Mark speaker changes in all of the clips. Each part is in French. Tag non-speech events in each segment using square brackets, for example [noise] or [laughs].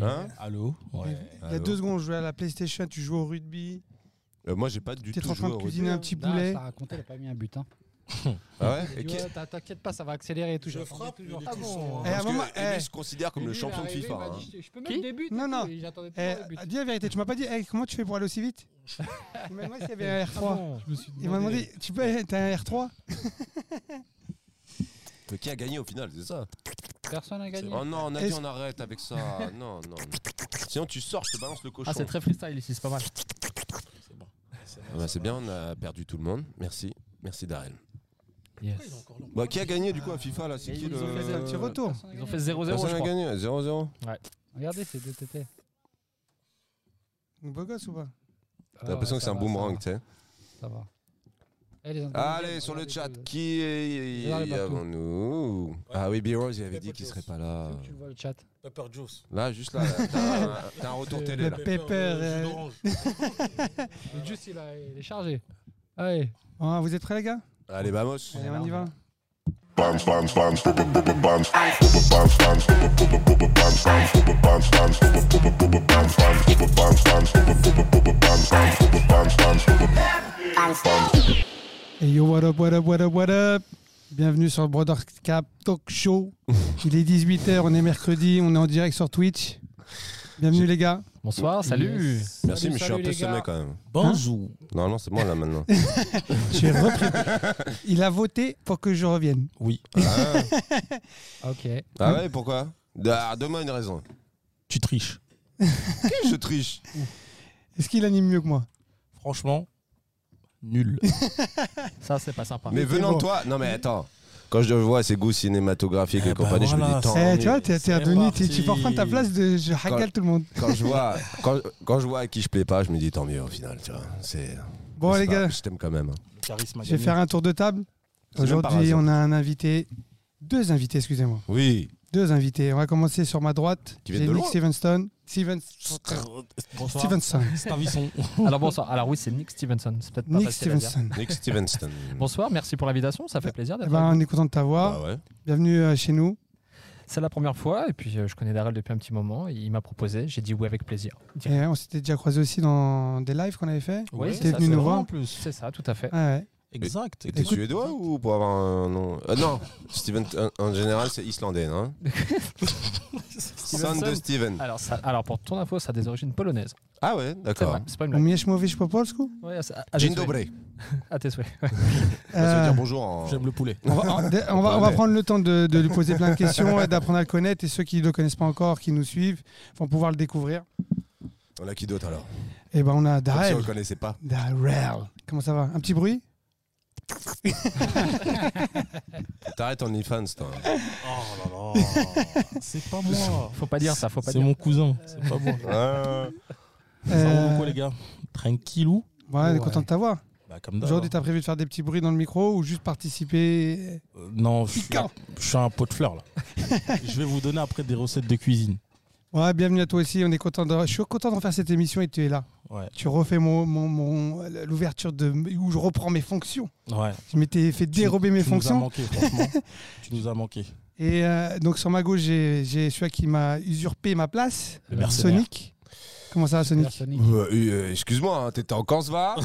Speaker 1: Hein
Speaker 2: Allô ouais.
Speaker 3: Il y a deux secondes, je jouais à la PlayStation, tu joues au rugby,
Speaker 1: Euh, moi, j'ai pas du
Speaker 3: t'es
Speaker 1: tout
Speaker 3: en train
Speaker 1: joué
Speaker 3: de
Speaker 1: au
Speaker 3: cuisiner
Speaker 1: rugby.
Speaker 3: un petit
Speaker 4: Non,
Speaker 3: poulet.
Speaker 4: je t'ai raconté, il a pas mis un but. Hein.
Speaker 1: Ah
Speaker 4: Il a
Speaker 1: ouais Et
Speaker 4: dit,
Speaker 1: qui-
Speaker 4: ouais, t'in- T'inquiète pas, ça va accélérer et tout.
Speaker 5: Je
Speaker 4: J'attendais
Speaker 5: frappe,
Speaker 4: toujours.
Speaker 5: il est
Speaker 4: Ah
Speaker 5: tout
Speaker 4: bon,
Speaker 5: son, hein.
Speaker 3: Eh, à un
Speaker 1: Parce que
Speaker 3: moment-
Speaker 1: Emile
Speaker 3: eh.
Speaker 1: se considère comme
Speaker 4: Et
Speaker 1: le
Speaker 4: lui, il est
Speaker 1: champion de
Speaker 4: arrivé, il
Speaker 1: FIFA.
Speaker 4: m'a
Speaker 1: hein.
Speaker 4: dit, Je je peux
Speaker 6: Qui
Speaker 4: mettre des buts. et
Speaker 3: Non,
Speaker 4: tout,
Speaker 3: non.
Speaker 4: et J'attendais
Speaker 3: Eh,
Speaker 4: toujours le but.
Speaker 3: dis la vérité, tu m'as pas dit eh, comment tu fais pour aller aussi vite Même moi, s'il y avait
Speaker 4: Ah
Speaker 3: un R3.
Speaker 4: bon,
Speaker 2: Je me suis
Speaker 3: Il m'a demandé tu peux, t'as un R3
Speaker 1: Mais Qui a gagné au final, c'est ça
Speaker 4: Personne n'a gagné.
Speaker 1: Oh non, on a dit
Speaker 3: Est-ce-
Speaker 1: on arrête avec
Speaker 3: [laughs]
Speaker 1: ça. Non, non. non. Sinon, tu sors, je te balance le cochon.
Speaker 6: Ah, c'est très freestyle ici, c'est pas mal.
Speaker 5: C'est bon. C'est
Speaker 1: Ah bah, c'est bien, on a perdu tout le monde. Merci. Merci, Darrel.
Speaker 5: Pourquoi il est encore long
Speaker 1: Bah, qui a
Speaker 3: euh,
Speaker 1: gagné du coup à FIFA là C'est
Speaker 6: Ils
Speaker 1: qui le.
Speaker 6: ont fait
Speaker 3: C'est un petit retour.
Speaker 4: Personne n'a
Speaker 6: Ils ont
Speaker 4: gagné.
Speaker 6: fait 0-0,
Speaker 1: Personne
Speaker 6: je
Speaker 1: a
Speaker 6: crois. Ah
Speaker 1: gagné 0-0.
Speaker 4: Regardez, c'est deux tétés.
Speaker 3: Beau gosse ou pas
Speaker 4: Ah
Speaker 1: T'as l'impression que c'est un boomerang, tu sais.
Speaker 4: Ça va. Eh, les individus,
Speaker 1: Allez, sur le
Speaker 4: regardez
Speaker 1: chat,
Speaker 4: que-
Speaker 1: qui est
Speaker 4: Gérard Lepartout.
Speaker 1: avant nous Ah oui, B-Rose, il avait
Speaker 5: Mais
Speaker 1: dit
Speaker 5: pas
Speaker 1: qu'il
Speaker 5: de
Speaker 1: serait
Speaker 5: chance.
Speaker 1: pas là.
Speaker 4: Tu vois le chat.
Speaker 5: Pepper Juice.
Speaker 1: Là, juste là, là, t'as un- t'as un retour télé là.
Speaker 3: Pepper, euh,
Speaker 5: jus d'orange.
Speaker 4: Le juice, il, a- il est chargé. Allez.
Speaker 3: Ah, Vous êtes prêts, les gars
Speaker 1: Allez, vamos
Speaker 3: Allez, on y va. Hey yo, what up, what up, what up, what up Bienvenue sur le Brothers Cap Talk [laughs] Show. Il est 18h, on est mercredi, on est en direct sur Twitch. Bienvenue les gars.
Speaker 6: Bonsoir, salut.
Speaker 1: Merci,
Speaker 4: Salut,
Speaker 1: mais je suis un
Speaker 4: salut,
Speaker 1: peu
Speaker 4: les
Speaker 1: semé
Speaker 4: gars.
Speaker 1: quand même.
Speaker 3: Bonjour.
Speaker 1: Normalement, c'est moi là maintenant.
Speaker 3: [laughs] J'ai repris. Il a voté pour que je revienne.
Speaker 2: Oui.
Speaker 1: Ah,
Speaker 4: Ok.
Speaker 1: ah ouais, pourquoi ah, Donne-moi une raison.
Speaker 2: Tu triches.
Speaker 1: Je triche.
Speaker 3: Est-ce qu'il anime mieux que moi
Speaker 2: Franchement, nul.
Speaker 6: Ça, c'est pas sympa.
Speaker 1: Mais venant de toi, non mais attends. Quand je vois ses goûts cinématographiques et
Speaker 2: Eh bah
Speaker 1: compagnie, je me
Speaker 2: voilà,
Speaker 1: dis tant.
Speaker 3: Eh, Tu
Speaker 2: mieux.
Speaker 3: vois, t'es
Speaker 2: C'est
Speaker 3: t'es redevenu, t'es-
Speaker 2: parti.
Speaker 3: tu vas reprendre ta place de je hagale tout le monde.
Speaker 1: Quand je vois, quand, quand je vois à qui je plais pas, je me dis tant mieux au final. Tu vois, c'est.
Speaker 3: Bon
Speaker 1: c'est
Speaker 3: les
Speaker 1: pas-
Speaker 3: gars,
Speaker 1: je t'aime quand même. hein.
Speaker 2: Le charisme a
Speaker 3: je vais
Speaker 2: gagné.
Speaker 3: faire un tour de table.
Speaker 1: C'est même par
Speaker 3: Aujourd'hui,
Speaker 1: hasard.
Speaker 3: on a un invité, deux invités, excusez-moi.
Speaker 1: Oui.
Speaker 3: Deux invités. On va commencer sur ma droite.
Speaker 1: Qui viennent
Speaker 3: J'ai
Speaker 1: de
Speaker 3: Nick
Speaker 1: loin.
Speaker 3: Stevenson. Steven-
Speaker 2: Bonsoir.
Speaker 3: Stevenson.
Speaker 2: Stevenson.
Speaker 6: Alors bonsoir. Alors oui, c'est Nick Stevenson. C'est peut-être pas
Speaker 3: Nick
Speaker 6: facile à dire.
Speaker 3: Stevenson.
Speaker 1: Nick Stevenson.
Speaker 6: Bonsoir, merci pour l'invitation. Ça fait plaisir
Speaker 3: Eh
Speaker 6: d'être
Speaker 3: ben,
Speaker 6: là.
Speaker 3: on est content de t'avoir.
Speaker 1: Bah ouais.
Speaker 3: Bienvenue euh, chez nous.
Speaker 6: C'est la première fois et puis euh, je connais Darrell depuis un petit moment. Il m'a proposé, j'ai dit oui avec plaisir.
Speaker 3: Et on s'était déjà croisés aussi dans des lives qu'on avait fait.
Speaker 6: Oui,
Speaker 3: t'es
Speaker 6: c'est ça.
Speaker 3: venu
Speaker 6: c'est
Speaker 3: nous
Speaker 6: vrai.
Speaker 3: voir.
Speaker 2: En plus.
Speaker 6: C'est ça, tout à fait.
Speaker 3: Ah ouais.
Speaker 2: Exact.
Speaker 1: Et t'es
Speaker 3: Écoute-
Speaker 1: suédois ou pour avoir un nom Ah Non, Steven, en- en général, c'est islandais,
Speaker 6: [laughs]
Speaker 1: non Son de Steven.
Speaker 6: Alors, ça- alors pour ton info, ça a des origines polonaises.
Speaker 1: Ah ouais,
Speaker 6: C'est
Speaker 1: d'accord.
Speaker 6: vrai, c'est pas une
Speaker 3: On
Speaker 6: blague.
Speaker 3: mièche mauvais po polsku.
Speaker 6: Ouais, à- à- à tes
Speaker 1: Dzień
Speaker 6: souhaits.
Speaker 1: dobry.
Speaker 6: À tes souhaits.
Speaker 1: Bah, Ça veut
Speaker 3: Ah, Euh,
Speaker 1: dire bonjour en.
Speaker 2: J'aime le poulet.
Speaker 3: On va, on- on va- on va prendre le temps de, de lui poser plein de questions et d'apprendre à le connaître. Et ceux qui ne le connaissent pas encore, qui nous suivent, vont pouvoir le découvrir.
Speaker 1: On a qui d'autre alors
Speaker 3: Et ben on a
Speaker 1: Comme Si on
Speaker 3: Darrell.
Speaker 1: le connaissait pas.
Speaker 3: Darrell. Comment ça va Un petit bruit
Speaker 1: T'arrêtes OnlyFans,
Speaker 3: [laughs]
Speaker 1: toi.
Speaker 5: Oh là là.
Speaker 2: [laughs] C'est pas moi.
Speaker 6: Faut pas dire ça, faut pas
Speaker 2: C'est
Speaker 6: dire.
Speaker 2: mon cousin. C'est pas moi.
Speaker 1: Ah.
Speaker 2: Ça va
Speaker 3: Euh,
Speaker 2: beaucoup, les gars Tranquillou.
Speaker 3: ouais, On est content de t'avoir.
Speaker 2: Bah, comme d'hab.
Speaker 3: Aujourd'hui, tu as prévu de faire des petits bruits dans le micro ou juste participer
Speaker 2: Euh, non, je suis,
Speaker 3: Piquant.
Speaker 2: je suis un pot de fleurs là. je vais vous donner après des recettes de cuisine.
Speaker 3: Ouais, bienvenue à toi aussi. On est content de... Je suis content de refaire cette émission et tu es là.
Speaker 2: Ouais,
Speaker 3: Tu refais mon, mon, mon- l'ouverture de... où je reprends mes fonctions.
Speaker 2: ouais.
Speaker 3: Je m'étais fait dérober mes
Speaker 2: tu Nous as
Speaker 3: fonctions.
Speaker 2: manqué, franchement. tu nous as manqué.
Speaker 3: Et euh, donc, sur ma gauche, j'ai j'ai celui qui m'a usurpé ma place.
Speaker 2: Le mercenaire.
Speaker 3: Sonic. Comment ça va,
Speaker 4: Super
Speaker 3: Sonic
Speaker 4: Sonic.
Speaker 1: Euh, euh, Excuse-moi, hein, t'étais en Kansva.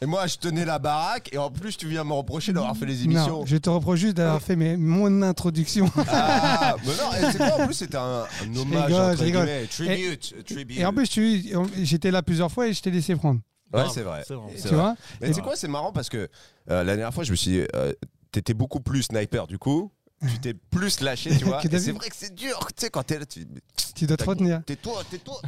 Speaker 1: et moi, je tenais la baraque. Et en plus, tu viens me reprocher d'avoir fait les émissions.
Speaker 3: Non, je te reproche juste d'avoir fait mes-
Speaker 1: [laughs]
Speaker 3: mon introduction.
Speaker 1: Ah, mais non, et c'est quoi En plus, c'était un, un hommage,
Speaker 3: rigole,
Speaker 1: entre
Speaker 3: je rigole.
Speaker 1: guillemets. Tribute. tribute.
Speaker 3: Et en plus, tu- j'étais là plusieurs fois et je t'ai laissé prendre.
Speaker 1: Ouais,
Speaker 2: Grave,
Speaker 1: c'est vrai.
Speaker 2: C'est vrai.
Speaker 1: C'est
Speaker 3: Tu
Speaker 1: vrai.
Speaker 3: vois
Speaker 1: Mais tu sais quoi, c'est marrant parce que euh, la dernière fois, je me suis dit, euh, t'étais beaucoup plus sniper du coup. Tu t'es plus lâché, tu vois. Et
Speaker 3: Que
Speaker 1: c'est
Speaker 3: d'habitude.
Speaker 1: vrai que c'est dur, tu sais, quand t'es là, tu.
Speaker 3: Tu dois te retenir.
Speaker 1: T'es toi, t'es toi.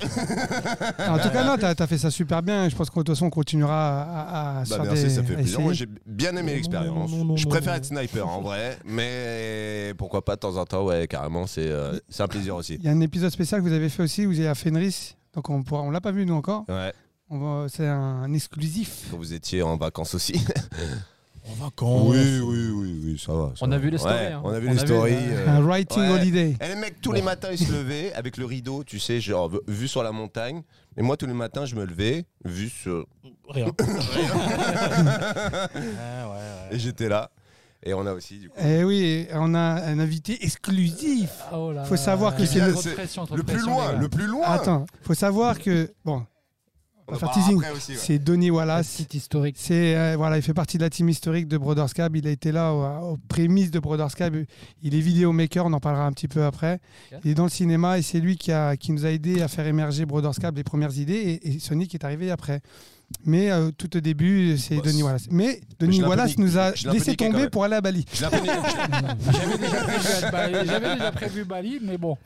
Speaker 3: En tout cas, non,
Speaker 1: [laughs]
Speaker 3: t'as as fait ça super bien. Je pense qu'en toute façon, on continuera à, à- à se
Speaker 1: Bah,
Speaker 3: faire
Speaker 1: merci,
Speaker 3: des-
Speaker 1: ça fait
Speaker 3: à
Speaker 1: plaisir. Moi,
Speaker 3: essayer.
Speaker 1: j'ai bien aimé
Speaker 2: Non,
Speaker 1: l'expérience.
Speaker 2: non, non, non,
Speaker 1: Je
Speaker 2: non,
Speaker 1: préfère
Speaker 2: non.
Speaker 1: être sniper en vrai, mais pourquoi pas de temps en temps, ouais, carrément, c'est euh, c'est un plaisir aussi.
Speaker 3: Il y a un épisode spécial que vous avez fait aussi, où vous avez à Fenris. Donc on pourra, on l'a pas vu nous encore.
Speaker 1: Ouais,
Speaker 3: On va- c'est un, exclusif.
Speaker 1: quand vous étiez en vacances aussi.
Speaker 2: En vacances.
Speaker 1: [laughs] oui, oui, oui, ça va. ça
Speaker 6: On a
Speaker 1: va.
Speaker 6: vu les stories,
Speaker 1: Ouais,
Speaker 6: hein.
Speaker 1: On a vu
Speaker 6: On
Speaker 1: les
Speaker 6: a vu,
Speaker 1: stories.
Speaker 6: euh,
Speaker 1: euh,
Speaker 3: Un writing
Speaker 1: ouais.
Speaker 3: holiday.
Speaker 1: Et Eh, les mecs, tous les matins, ils se levaient avec le rideau, tu sais, genre v- vu sur la montagne. Et moi, tous les matins, je me levais, vu sur.
Speaker 2: [laughs] Rien. ouais, ouais, ouais.
Speaker 1: Et j'étais là. Et on a aussi, du coup.
Speaker 3: Eh oui, on a un invité exclusif.
Speaker 6: Oh là
Speaker 3: Faut
Speaker 6: là.
Speaker 3: savoir que
Speaker 6: Il y
Speaker 3: c'est
Speaker 6: a
Speaker 1: le-
Speaker 6: trop de
Speaker 1: c'est
Speaker 6: pression, trop de
Speaker 1: Le plus
Speaker 6: pression, les
Speaker 1: loin,
Speaker 6: gars.
Speaker 1: le plus loin
Speaker 3: Attends, faut savoir que bon,
Speaker 1: On en
Speaker 3: faire
Speaker 1: parlera
Speaker 3: teasing.
Speaker 1: après aussi, ouais.
Speaker 3: c'est Donny Wallace.
Speaker 6: Site historique.
Speaker 3: C'est euh, voilà, il fait partie de la team historique de Brothers Cab. Il a été là au- aux, prémices de Brothers Cab. Il est vidéomaker, on en parlera un petit peu après.
Speaker 6: Ok.
Speaker 3: Il est dans le cinéma et c'est lui qui, a, qui nous a aidé à faire émerger Brothers Cab, les premières idées. Et, et Sonic est arrivé après. Mais euh, tout au début, c'est
Speaker 1: Bah,
Speaker 3: Donny
Speaker 1: c'est-
Speaker 3: Wallace. Mais
Speaker 1: Mais je
Speaker 3: Donny
Speaker 1: l'ai un peu
Speaker 3: Wallace
Speaker 1: niqué-
Speaker 3: nous a
Speaker 1: je l'ai un peu
Speaker 3: laissé
Speaker 1: niqué quand
Speaker 3: tomber
Speaker 1: même. Ah,
Speaker 3: pour aller à Bali.
Speaker 1: Je l'ai un peu
Speaker 3: [laughs]
Speaker 1: né-
Speaker 4: J'avais déjà prévu être Bali, j'avais déjà prévu Bali, mais bon,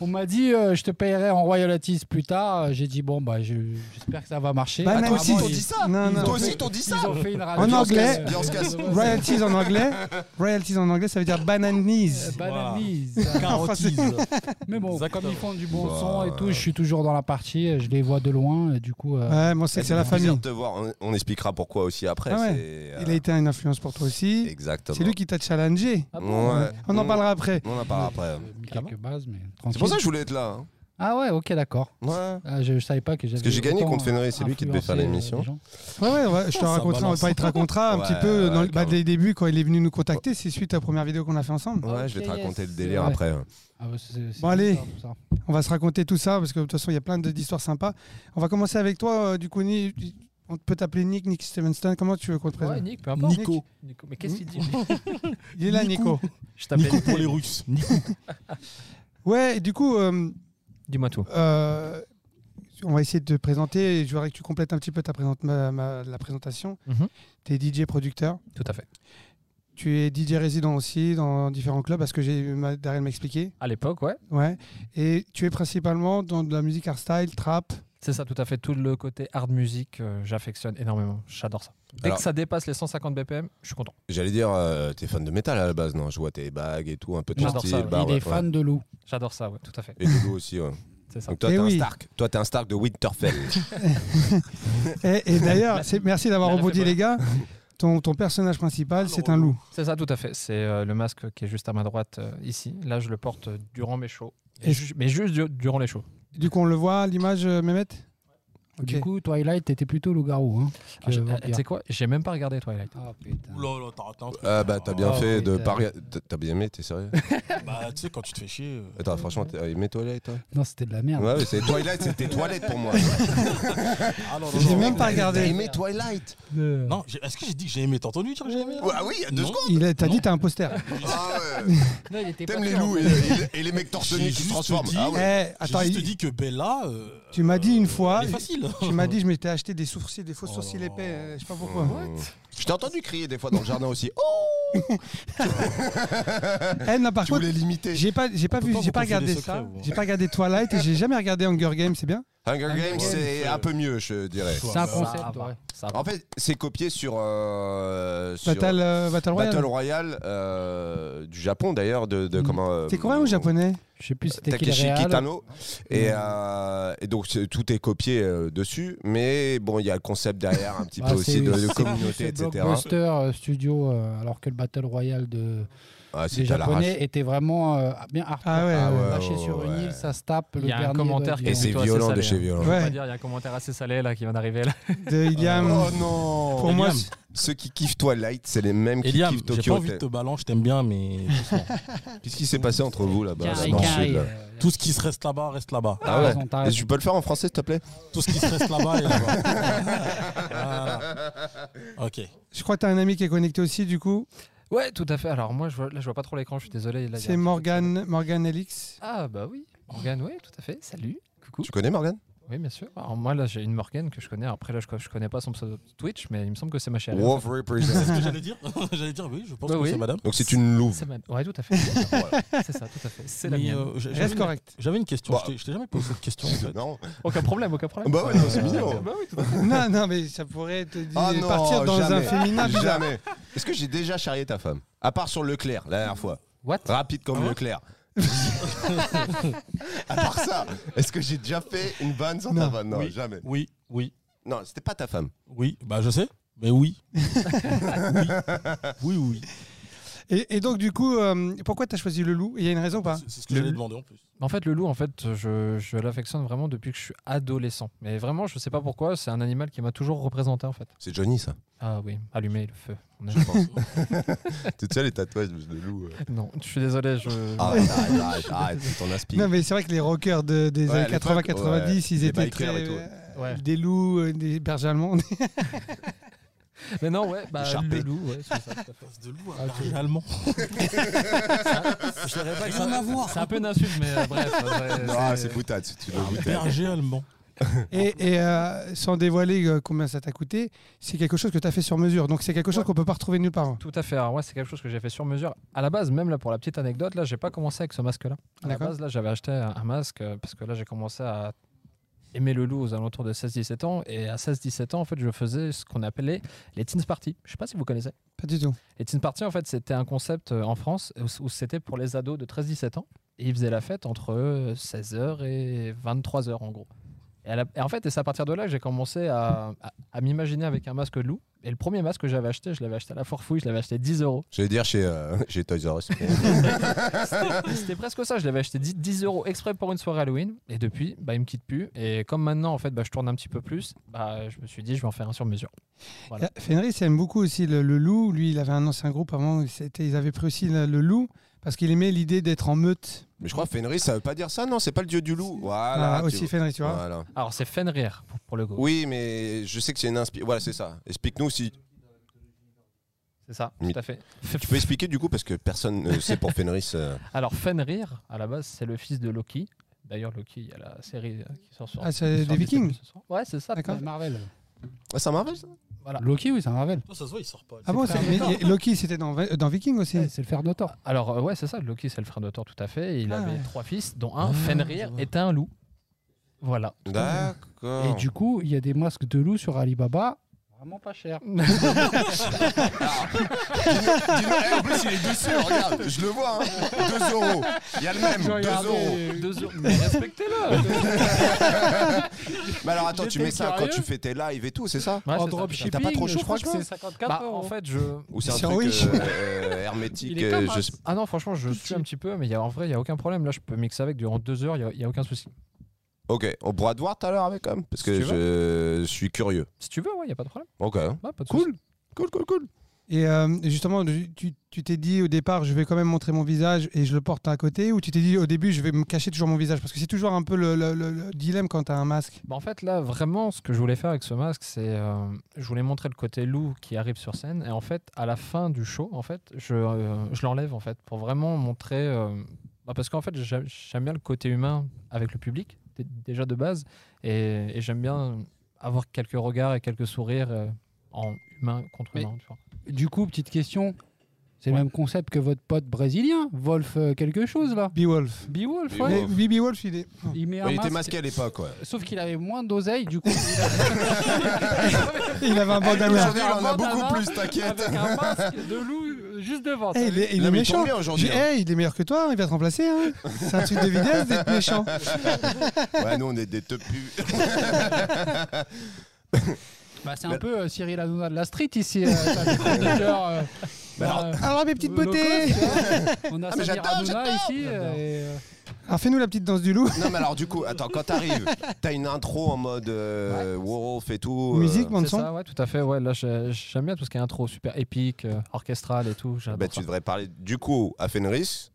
Speaker 4: on m'a dit euh, je te payerai en royalties plus tard. J'ai dit bon bah je- j'espère que ça va marcher.
Speaker 3: Bah,
Speaker 4: Apparemment,
Speaker 3: même si-
Speaker 4: ils-
Speaker 3: t'ont dit
Speaker 5: ça
Speaker 3: Non,
Speaker 4: ils
Speaker 3: non.
Speaker 4: ont
Speaker 5: Toi aussi,
Speaker 4: fait-
Speaker 5: t'ont dit ça
Speaker 4: Ils ont fait une radio.
Speaker 3: En anglais.
Speaker 4: Euh,
Speaker 1: Bien se casse.
Speaker 3: Royalties en anglais. Royalties en anglais, ça veut dire banane knees.
Speaker 4: euh, bananise.
Speaker 2: Carotise.
Speaker 4: Mais bon,
Speaker 2: Exactement.
Speaker 4: comme ils font du bon
Speaker 1: Bah,
Speaker 4: son et tout, je suis toujours dans la partie, euh, je les vois de loin, et du coup. euh,
Speaker 3: Ouais, mais on sait
Speaker 1: C'est
Speaker 3: que c'est la
Speaker 1: plaisir
Speaker 3: famille.
Speaker 1: de te voir. On, on expliquera pourquoi aussi après.
Speaker 3: Ah ouais.
Speaker 1: c'est, euh,
Speaker 3: Il a été une influence pour toi aussi.
Speaker 1: Exactement.
Speaker 3: C'est lui qui t'a challengé.
Speaker 4: ah bon,
Speaker 1: Ouais.
Speaker 4: euh,
Speaker 3: On en
Speaker 1: Mm.
Speaker 3: parlera après.
Speaker 1: On en parlera après.
Speaker 4: j'ai mis euh, quelques bases, mais
Speaker 1: C'est pour ça
Speaker 4: tranquille.
Speaker 1: que je voulais être là. hein.
Speaker 4: Ah ouais, ok, d'accord.
Speaker 1: Ouais.
Speaker 4: Ah, je, je savais pas que j'avais.
Speaker 1: Parce que j'ai gagné
Speaker 4: autant,
Speaker 1: contre
Speaker 4: euh,
Speaker 1: Fenray, c'est lui qui devait faire
Speaker 4: influencé, euh,
Speaker 1: l'émission.
Speaker 4: les gens.
Speaker 3: Ouais, ouais, ouais, je te
Speaker 2: Ça
Speaker 3: raconterai, on va
Speaker 2: balance.
Speaker 3: pas il te racontera un
Speaker 1: Ouais,
Speaker 3: petit peu
Speaker 1: ouais,
Speaker 3: dans le bah,
Speaker 1: carrément.
Speaker 3: dès les débuts quand il est venu nous contacter, c'est suite à la première vidéo qu'on a fait ensemble.
Speaker 1: Ouais, je vais te
Speaker 4: Ok,
Speaker 1: raconter
Speaker 4: yes.
Speaker 1: le délire
Speaker 4: Ouais.
Speaker 1: après.
Speaker 4: Ah ouais, c'est- c'est
Speaker 3: Bon, allez.
Speaker 4: bizarre, tout ça.
Speaker 3: On va se raconter tout ça parce que de toute façon, il y a plein de- d'histoires sympas. On va commencer avec toi euh, du coup Ni- on peut t'appeler Nick Nick Stevenson, comment tu veux qu'on te présente
Speaker 6: Ouais, Nick, peu importe.
Speaker 3: Nico.
Speaker 6: Nico. Mais qu'est-ce qu'il dit
Speaker 3: Il est là Nico.
Speaker 6: Je t'appelle
Speaker 2: Nico pour les Russes. Nico.
Speaker 3: Ouais, et du coup euh,
Speaker 6: Dis-moi tout.
Speaker 3: euh, on va essayer de te présenter et je voudrais que tu complètes un petit peu ta présente- ma- ma- la présentation.
Speaker 6: Mhm.
Speaker 3: Tu es DJ producteur.
Speaker 6: Tout à fait.
Speaker 3: Tu es DJ résident aussi dans différents clubs, à ce que j'ai ma- Daryl m'expliquer.
Speaker 6: À l'époque, ouais.
Speaker 3: Ouais. Et tu es principalement dans de la musique hardstyle, trap.
Speaker 6: C'est ça, tout à fait. Tout le côté hard music, euh, j'affectionne énormément. J'adore ça. Dès
Speaker 1: Alors-
Speaker 6: que ça dépasse les 150 BPM, je suis content.
Speaker 1: J'allais dire, euh, t'es fan de métal à la base, non Je vois tes bagues et tout, un peu ton
Speaker 6: J'adore
Speaker 1: style.
Speaker 6: ça, ouais.
Speaker 1: barbe,
Speaker 4: il est
Speaker 1: ouais.
Speaker 4: fan de loup.
Speaker 6: J'adore ça, ouais, tout à fait.
Speaker 1: Et Doudou aussi,
Speaker 4: [laughs]
Speaker 1: ouais.
Speaker 6: C'est ça.
Speaker 1: Donc toi,
Speaker 3: Eh
Speaker 1: t'es
Speaker 3: oui.
Speaker 1: un Stark. Toi, t'es un Stark de Winterfell.
Speaker 3: Et, et d'ailleurs, c'est- merci d'avoir
Speaker 6: Elle a
Speaker 3: rebondi,
Speaker 6: fait
Speaker 3: les gars. Ton, ton personnage principal, c'est un loup.
Speaker 6: C'est ça, tout à fait. C'est euh, le masque qui est juste à ma droite, euh, ici. Là, je le porte euh, durant mes shows. Et
Speaker 3: Et-
Speaker 6: ju- mais juste du- durant les shows.
Speaker 3: Du coup, on le voit, l'image, euh, Mehmet Ok.
Speaker 4: Du coup, Twilight, t'étais plutôt loup-garou. Hein, que
Speaker 6: Ah, j'ai- ah,
Speaker 4: vampire.
Speaker 6: tu sais quoi J'ai même pas regardé Twilight.
Speaker 4: Ah putain.
Speaker 5: Ouh Oh là là, t'as raté un truc.
Speaker 1: ah bah, t'as bien
Speaker 4: Oh,
Speaker 1: fait de
Speaker 4: putain.
Speaker 1: pas regarder- t'as- T'as bien aimé, t'es sérieux
Speaker 5: Bah, tu sais, quand tu te fais chier. euh,
Speaker 1: Attends, franchement, t'as aimé Twilight, toi
Speaker 4: Non, c'était de la merde.
Speaker 1: Ouais, mais c'est Twilight, c'était Toilette pour moi.
Speaker 5: Ah non, non,
Speaker 3: J'ai
Speaker 5: non,
Speaker 3: même
Speaker 5: non,
Speaker 3: pas
Speaker 5: non,
Speaker 3: regardé.
Speaker 1: T'as aimé Twilight
Speaker 4: Euh,
Speaker 5: Non, j'ai- est-ce que j'ai dit que j'ai aimé T'as entendu dire que j'ai aimé là
Speaker 1: Ouais, Ah oui, il y a deux
Speaker 5: Non.
Speaker 1: secondes
Speaker 3: Il a- T'as dit, t'as un poster.
Speaker 1: Ah ouais.
Speaker 4: non, il était pas
Speaker 1: T'aimes les
Speaker 4: sûr.
Speaker 1: loups et, et- et les mecs torse
Speaker 5: J'ai
Speaker 1: nu qui se
Speaker 5: juste
Speaker 1: transforment.
Speaker 5: dit-
Speaker 1: Ah
Speaker 3: Eh,
Speaker 1: ouais.
Speaker 3: attends,
Speaker 5: J'ai juste
Speaker 3: il-
Speaker 5: dit que Bella. euh,
Speaker 3: Tu m'as dit une
Speaker 5: euh,
Speaker 3: fois,
Speaker 5: elle est facile.
Speaker 3: [laughs] tu m'as dit, je m'étais acheté des sourcils, des faux
Speaker 5: Oh.
Speaker 3: sourcils épais, euh, je sais pas pourquoi.
Speaker 1: Mmh. Je t'ai entendu crier des fois dans le jardin aussi. Oh,
Speaker 3: Eh, non, par
Speaker 1: tu
Speaker 3: contre,
Speaker 1: voulais l'imiter.
Speaker 3: j'ai pas, j'ai pas
Speaker 5: peut
Speaker 3: vu,
Speaker 5: pas
Speaker 3: j'ai
Speaker 5: vous
Speaker 3: pas
Speaker 5: confier
Speaker 3: regardé
Speaker 5: des secrets,
Speaker 3: ça.
Speaker 5: vous.
Speaker 3: J'ai pas regardé Twilight et j'ai jamais regardé Hunger Games, c'est bien.
Speaker 1: Hunger Games,
Speaker 5: Games,
Speaker 1: c'est
Speaker 5: c'est-
Speaker 1: un peu mieux, je dirais.
Speaker 4: C'est un
Speaker 5: Ça
Speaker 4: concept,
Speaker 6: va.
Speaker 4: ouais.
Speaker 6: Ça va.
Speaker 1: En fait, c'est copié sur, euh, sur
Speaker 3: Battle, euh, Battle Royale.
Speaker 1: Battle Royale euh, du Japon d'ailleurs. De, de
Speaker 4: Mm.
Speaker 1: comment euh,
Speaker 3: C'est coréen ou japonais
Speaker 4: Je sais plus c'était qui le
Speaker 1: Takeshi
Speaker 4: réal.
Speaker 1: Kitano. Et, euh, et donc c'est- tout est copié euh, dessus, mais bon, il y a le concept derrière un petit
Speaker 4: Bah,
Speaker 1: peu aussi
Speaker 4: c'est-
Speaker 1: de, de
Speaker 4: c'est-
Speaker 1: communauté,
Speaker 4: c'est
Speaker 1: etc.
Speaker 4: Blockbuster euh, Studio, euh, alors que le Battle Royale de,
Speaker 1: Ah,
Speaker 4: des
Speaker 1: c'est à l'arrache.
Speaker 4: Japonais était vraiment euh, bien hardcore.
Speaker 3: Ah ouais, Ah
Speaker 1: ouais,
Speaker 4: Lâché
Speaker 1: ouais,
Speaker 4: sur une
Speaker 1: ouais.
Speaker 4: île, ça se tape. le
Speaker 6: Il y a un
Speaker 4: dernier
Speaker 6: commentaire
Speaker 4: doit
Speaker 6: qui
Speaker 1: Et
Speaker 4: dire-
Speaker 1: c'est
Speaker 6: Plutôt assez
Speaker 1: violent de
Speaker 6: salé,
Speaker 1: chez
Speaker 6: hein.
Speaker 1: violent.
Speaker 6: Je vais
Speaker 3: Ouais.
Speaker 6: pas dire, il y a un commentaire assez salé là qui vient d'arriver là.
Speaker 3: de Iliam
Speaker 1: Oh non
Speaker 3: Pour moi,
Speaker 2: Eliam.
Speaker 3: c'est-
Speaker 1: Ceux qui kiffent Twilight, c'est les mêmes qui
Speaker 2: Eliam,
Speaker 1: kiffent
Speaker 5: J'ai pas
Speaker 1: Tokyo
Speaker 5: envie de
Speaker 1: Hotel.
Speaker 5: te balancer, je t'aime bien, mais.
Speaker 3: [laughs]
Speaker 5: doucement.
Speaker 1: Qu'est-ce qui s'est passé entre vous là-bas
Speaker 4: Carré,
Speaker 1: là, bah, dans le
Speaker 4: carré,
Speaker 1: sud, là
Speaker 4: euh,
Speaker 5: Tout ce qui se reste là-bas, reste là-bas.
Speaker 1: Ah
Speaker 4: t'as
Speaker 1: ouais.
Speaker 4: raison, t'as
Speaker 1: Et
Speaker 4: raison.
Speaker 1: tu peux le faire en français, s'il te plaît
Speaker 5: Tout ce qui se reste là-bas est
Speaker 1: [laughs]
Speaker 5: là-bas. Voilà. Ok.
Speaker 3: Je crois que tu as un ami qui est connecté aussi, du coup.
Speaker 6: [laughs] Ouais, tout à fait. Alors moi, je vois, là, je vois pas trop l'écran, je suis désolé. là, il y a un
Speaker 3: C'est
Speaker 6: petit-
Speaker 3: Morgan, Morgan Elix.
Speaker 6: Ah bah oui, Morgane, oui, tout à fait. Salut. Coucou.
Speaker 1: Tu connais Morgan
Speaker 6: Oui, bien sûr. Alors moi, là, j'ai une Morgane que je connais. Après, là, je, je connais pas son pseudo Twitch, mais il me semble que c'est ma chérie.
Speaker 1: Wolf Represent.
Speaker 5: C'est ce que j'allais dire. [laughs] j'allais dire oui, je pense
Speaker 6: Bah
Speaker 5: que
Speaker 6: oui.
Speaker 5: c'est madame.
Speaker 1: Donc c'est une louve.
Speaker 6: C'est ma... Ouais, tout à fait. Voilà. C'est ça, tout à fait. C'est la
Speaker 5: Mais,
Speaker 6: mienne.
Speaker 5: euh, j'a- j'avais
Speaker 3: Reste
Speaker 5: une-
Speaker 3: correct.
Speaker 5: J'avais une question.
Speaker 1: Bah.
Speaker 5: Je t'ai- je t'ai jamais posé
Speaker 1: [laughs]
Speaker 5: cette question. en fait.
Speaker 1: Non.
Speaker 6: Aucun problème, aucun problème.
Speaker 1: Bah ouais, non, c'est mignon.
Speaker 6: Bah oui, tout à
Speaker 3: [laughs] non, non, mais ça pourrait te dire-
Speaker 1: Ah non,
Speaker 3: partir dans
Speaker 1: jamais.
Speaker 3: un féminin. bizarre.
Speaker 1: Jamais. Est-ce que j'ai déjà charrié ta femme À part sur Leclerc, la dernière fois.
Speaker 6: What
Speaker 1: Rapide comme
Speaker 5: Ah ouais
Speaker 1: Leclerc. [laughs] à part ça, est-ce que j'ai déjà fait une vanne sur ta
Speaker 3: Non.
Speaker 1: vanne Non,
Speaker 5: Oui.
Speaker 1: jamais.
Speaker 5: Oui, oui,
Speaker 1: Non, c'était pas ta femme.
Speaker 3: [laughs]
Speaker 5: oui. Bah je sais. Mais oui. oui, oui, oui.
Speaker 3: Et, et donc, du coup, euh, pourquoi tu as choisi le loup Il y a une raison ou pas
Speaker 5: C'est c'est ce que
Speaker 6: Le-
Speaker 5: j'allais demander en plus.
Speaker 6: En fait, le loup, en fait, je, je l'affectionne vraiment depuis que je suis adolescent. Mais vraiment, je sais pas pourquoi, c'est un animal qui m'a toujours représenté, en fait.
Speaker 1: C'est Johnny, ça.
Speaker 6: Ah oui, allumer le feu. On est-
Speaker 1: Je pense. tu sais, les tatouages de loup. euh.
Speaker 6: Non, je suis désolé, je...
Speaker 1: Ah, Arrête, arrête, arrête, arrête, c'est ton aspi.
Speaker 3: Non, mais c'est vrai que les rockers de- des
Speaker 1: Ouais, à
Speaker 3: années
Speaker 1: l'époque,
Speaker 3: 80-90, ils
Speaker 1: les
Speaker 3: étaient
Speaker 1: bikers
Speaker 3: très.
Speaker 1: et tout, ouais.
Speaker 3: euh,
Speaker 6: Ouais.
Speaker 3: Des loups, euh, des bergers
Speaker 1: [laughs]
Speaker 3: allemands.
Speaker 6: Mais non, ouais, bah,
Speaker 1: Écharpé.
Speaker 6: le loup, ouais, c'est ça, tout à fait.
Speaker 5: Passe de
Speaker 3: Ah,
Speaker 5: loup à berger allemand. Je
Speaker 6: Ah,
Speaker 5: l'aurais pas que ça n'a rien à voir.
Speaker 6: C'est un peu une insulte, mais euh, bref. ouais,
Speaker 1: Ah,
Speaker 6: c'est-
Speaker 1: c'est boutade, si tu le
Speaker 5: Un
Speaker 1: goûtais.
Speaker 5: berger allemand.
Speaker 3: Et, et, euh, sans dévoiler euh, combien ça t'a coûté, c'est quelque chose que tu as fait sur mesure. Donc c'est quelque chose qu'on peut pas retrouver nulle part. hein.
Speaker 6: Tout à fait. Alors, ouais, c'est quelque chose que j'ai fait sur mesure. À la base, même là, pour la petite anecdote, là, j'ai pas commencé avec ce masque-là. À la
Speaker 3: D'accord.
Speaker 6: base, là, j'avais acheté un un masque euh, parce que là, j'ai commencé à aimer le loup aux alentours de 16-17 ans. Et à 16-17 ans, en fait, je faisais ce qu'on appelait les teens parties. Je sais pas si vous connaissez.
Speaker 3: Pas du tout.
Speaker 6: Les teen parties, en fait, c'était un concept euh, en France où- où c'était pour les ados de 13-17 ans. Et ils faisaient la fête entre 16h et 23h, en gros. Et, à la- et en fait, et c'est à partir de là que j'ai commencé à, à- à m'imaginer avec un masque de loup. Et le premier masque que j'avais acheté, je l'avais acheté à la forfouille, je l'avais acheté 10 euros.
Speaker 1: J'allais dire chez, euh, [laughs] chez Toys R Us.
Speaker 6: Et C'était presque ça, je l'avais acheté 10, 10 euros exprès pour une soirée Halloween. Et depuis, bah, il me quitte plus. Et comme maintenant, en fait, bah, je tourne un petit peu plus, bah, je me suis dit, je vais en faire un sur mesure. Voilà.
Speaker 3: Ah, Fenris aime beaucoup aussi le, le loup. Lui, il avait un ancien groupe avant. c'était- Ils avaient pris aussi le, le loup parce qu'il aimait l'idée d'être en meute.
Speaker 1: Mais je crois que Fenris, ça veut pas dire ça, non C'est pas le dieu du loup. Voilà.
Speaker 3: Ah,
Speaker 1: tu
Speaker 3: aussi
Speaker 1: vois.
Speaker 3: Fenris, tu vois.
Speaker 1: Voilà.
Speaker 6: Alors, c'est Fenrir pour, pour le coup.
Speaker 1: Oui, mais je sais que c'est une inspiration. Voilà, c'est ça. Explique-nous si
Speaker 6: C'est ça,
Speaker 1: Oui.
Speaker 6: tout à fait.
Speaker 1: tu peux expliquer du coup parce que personne ne sait pour Fenris. euh.
Speaker 6: Alors Fenrir, à la base, c'est le fils de Loki. D'ailleurs, Loki, il y a la série euh, qui sort sur.
Speaker 3: Ah, c'est
Speaker 6: sur
Speaker 3: des
Speaker 6: Disney+
Speaker 3: Vikings
Speaker 6: ce soir. Ouais, c'est ça.
Speaker 3: D'accord.
Speaker 6: tout à
Speaker 4: Marvel.
Speaker 1: Ah, ça Marvel ça
Speaker 6: Voilà.
Speaker 4: Loki, oui, c'est un Marvel.
Speaker 5: Ça se voit, il sort pas.
Speaker 3: Ah bon,
Speaker 4: frères
Speaker 3: c'est-
Speaker 4: de Thor.
Speaker 3: mais- Loki, c'était dans, dans Viking aussi.
Speaker 4: Ouais, C'est le fer de Thor.
Speaker 6: fait. Alors euh, ouais, c'est ça. Loki, c'est le frère de Thor, tout à fait. Et il
Speaker 3: Ah,
Speaker 6: avait
Speaker 3: ouais. Ah,
Speaker 6: trois fils, dont un Fenrir était un loup. Voilà.
Speaker 1: D'accord.
Speaker 4: Et
Speaker 1: [laughs]
Speaker 4: du coup, il y a des masques de loup sur Alibaba. Vraiment
Speaker 1: [laughs]
Speaker 4: pas cher.
Speaker 1: Eh, en plus, il est dessus, regarde, je le vois. 2 euros. Il y a le même, 2 euros.
Speaker 6: Deux euros. Mais
Speaker 3: [laughs]
Speaker 6: respectez-le.
Speaker 1: Mais alors attends, tu
Speaker 6: J'étais
Speaker 1: mets ça quand
Speaker 6: curieux.
Speaker 1: tu fais tes lives et tout, c'est ça
Speaker 6: Ouais,
Speaker 4: en
Speaker 6: c'est ça, tout à fait.
Speaker 1: T'as
Speaker 4: dropshipping,
Speaker 1: pas trop chaud,
Speaker 4: je crois que
Speaker 6: franchement
Speaker 4: c'est 54
Speaker 6: Bah,
Speaker 4: euros.
Speaker 6: en fait, je.
Speaker 1: Ou c'est un
Speaker 3: Sur
Speaker 1: truc
Speaker 3: Wish.
Speaker 1: euh, euh, hermétique
Speaker 6: Il est
Speaker 1: euh,
Speaker 6: comme
Speaker 1: je sais-
Speaker 6: Ah non, franchement, je suis un petit peu, mais il y a, en vrai, il n'y a aucun problème. Là, je peux mixer avec durant deux heures, il n'y a, il y a aucun souci.
Speaker 1: Ok, on pourra te voir tout à l'heure avec homme parce
Speaker 6: Si
Speaker 1: que
Speaker 6: tu
Speaker 1: je... je suis curieux.
Speaker 6: Si tu veux, ouais, il n'y a pas de problème.
Speaker 1: Ok.
Speaker 6: Ouais, pas de
Speaker 1: Cool.
Speaker 6: souci.
Speaker 1: Cool, cool, cool.
Speaker 3: Et euh, justement, tu- tu tu t'es dit au départ, je vais quand même montrer mon visage et je le porte à côté, ou tu t'es dit au début, je vais me cacher toujours mon visage Parce que c'est toujours un peu le, le- le- le dilemme quand t'as un masque.
Speaker 6: Bah, en fait, là, vraiment, ce que je voulais faire avec ce masque, c'est. euh, je voulais montrer le côté loup qui arrive sur scène. Et en fait, à la fin du show, en fait, je, euh, je l'enlève, en fait, pour vraiment montrer. euh, bah, parce qu'en fait, j'a- j'aime bien le côté humain avec le public, dé- déjà de base. Et, et j'aime bien avoir quelques regards et quelques sourires euh, en humain contre
Speaker 4: Mais-
Speaker 6: humain. tu vois.
Speaker 4: Du coup, petite question. C'est le même concept que votre pote brésilien, Wolf euh, quelque chose là.
Speaker 3: Beowulf.
Speaker 4: Beowulf,
Speaker 1: Beowulf.
Speaker 4: ouais.
Speaker 3: Mais Bibi Wolf, il est.
Speaker 4: Il met un
Speaker 1: Ouais, il était
Speaker 4: masque,
Speaker 1: masqué à l'époque, ouais.
Speaker 4: Sauf qu'il avait moins d'oseille, du coup. [laughs]
Speaker 3: Il avait un bandana.
Speaker 1: Aujourd'hui, il en a beaucoup
Speaker 4: Bandana.
Speaker 1: plus,
Speaker 4: [laughs]
Speaker 1: t'inquiète.
Speaker 4: avec un masque de loup euh, juste devant.
Speaker 3: Eh, il est, il
Speaker 1: Non,
Speaker 3: est
Speaker 1: mais ils
Speaker 3: méchant.
Speaker 1: tombent bien aujourd'hui,
Speaker 3: J'ai- eh, il est meilleur que toi, il va te remplacer. hein. C'est un truc de vitesse d'être méchant.
Speaker 1: hein Ouais, nous, on est des tepus.
Speaker 4: Bah, c'est
Speaker 1: Mais-
Speaker 4: un peu euh, Cyril Hanouna de la street ici. euh,
Speaker 1: [laughs]
Speaker 4: t'as des chroniqueurs,
Speaker 1: Bah,
Speaker 4: euh, euh,
Speaker 3: Alors, mes petites
Speaker 4: low cost,
Speaker 1: [laughs]
Speaker 3: beautés
Speaker 4: tu vois. On a
Speaker 1: Ah, mais
Speaker 4: Samir
Speaker 1: j'adore,
Speaker 4: Hanouna
Speaker 1: j'adore.
Speaker 4: ici. euh, et, euh,
Speaker 3: Alors, fais-nous la petite danse du loup.
Speaker 1: [laughs] Non, mais alors, du coup, attends, quand t'arrives, t'as une intro en mode euh, Wolf et tout. euh,
Speaker 3: Musique, bande
Speaker 6: C'est
Speaker 3: son.
Speaker 6: ça, ouais, tout à fait. Ouais, là, j'ai- j'aime bien tout ce qui est intro, super épique, euh, orchestral et tout. j'adore
Speaker 1: bah,
Speaker 6: ça.
Speaker 1: tu devrais parler du coup à Fenris.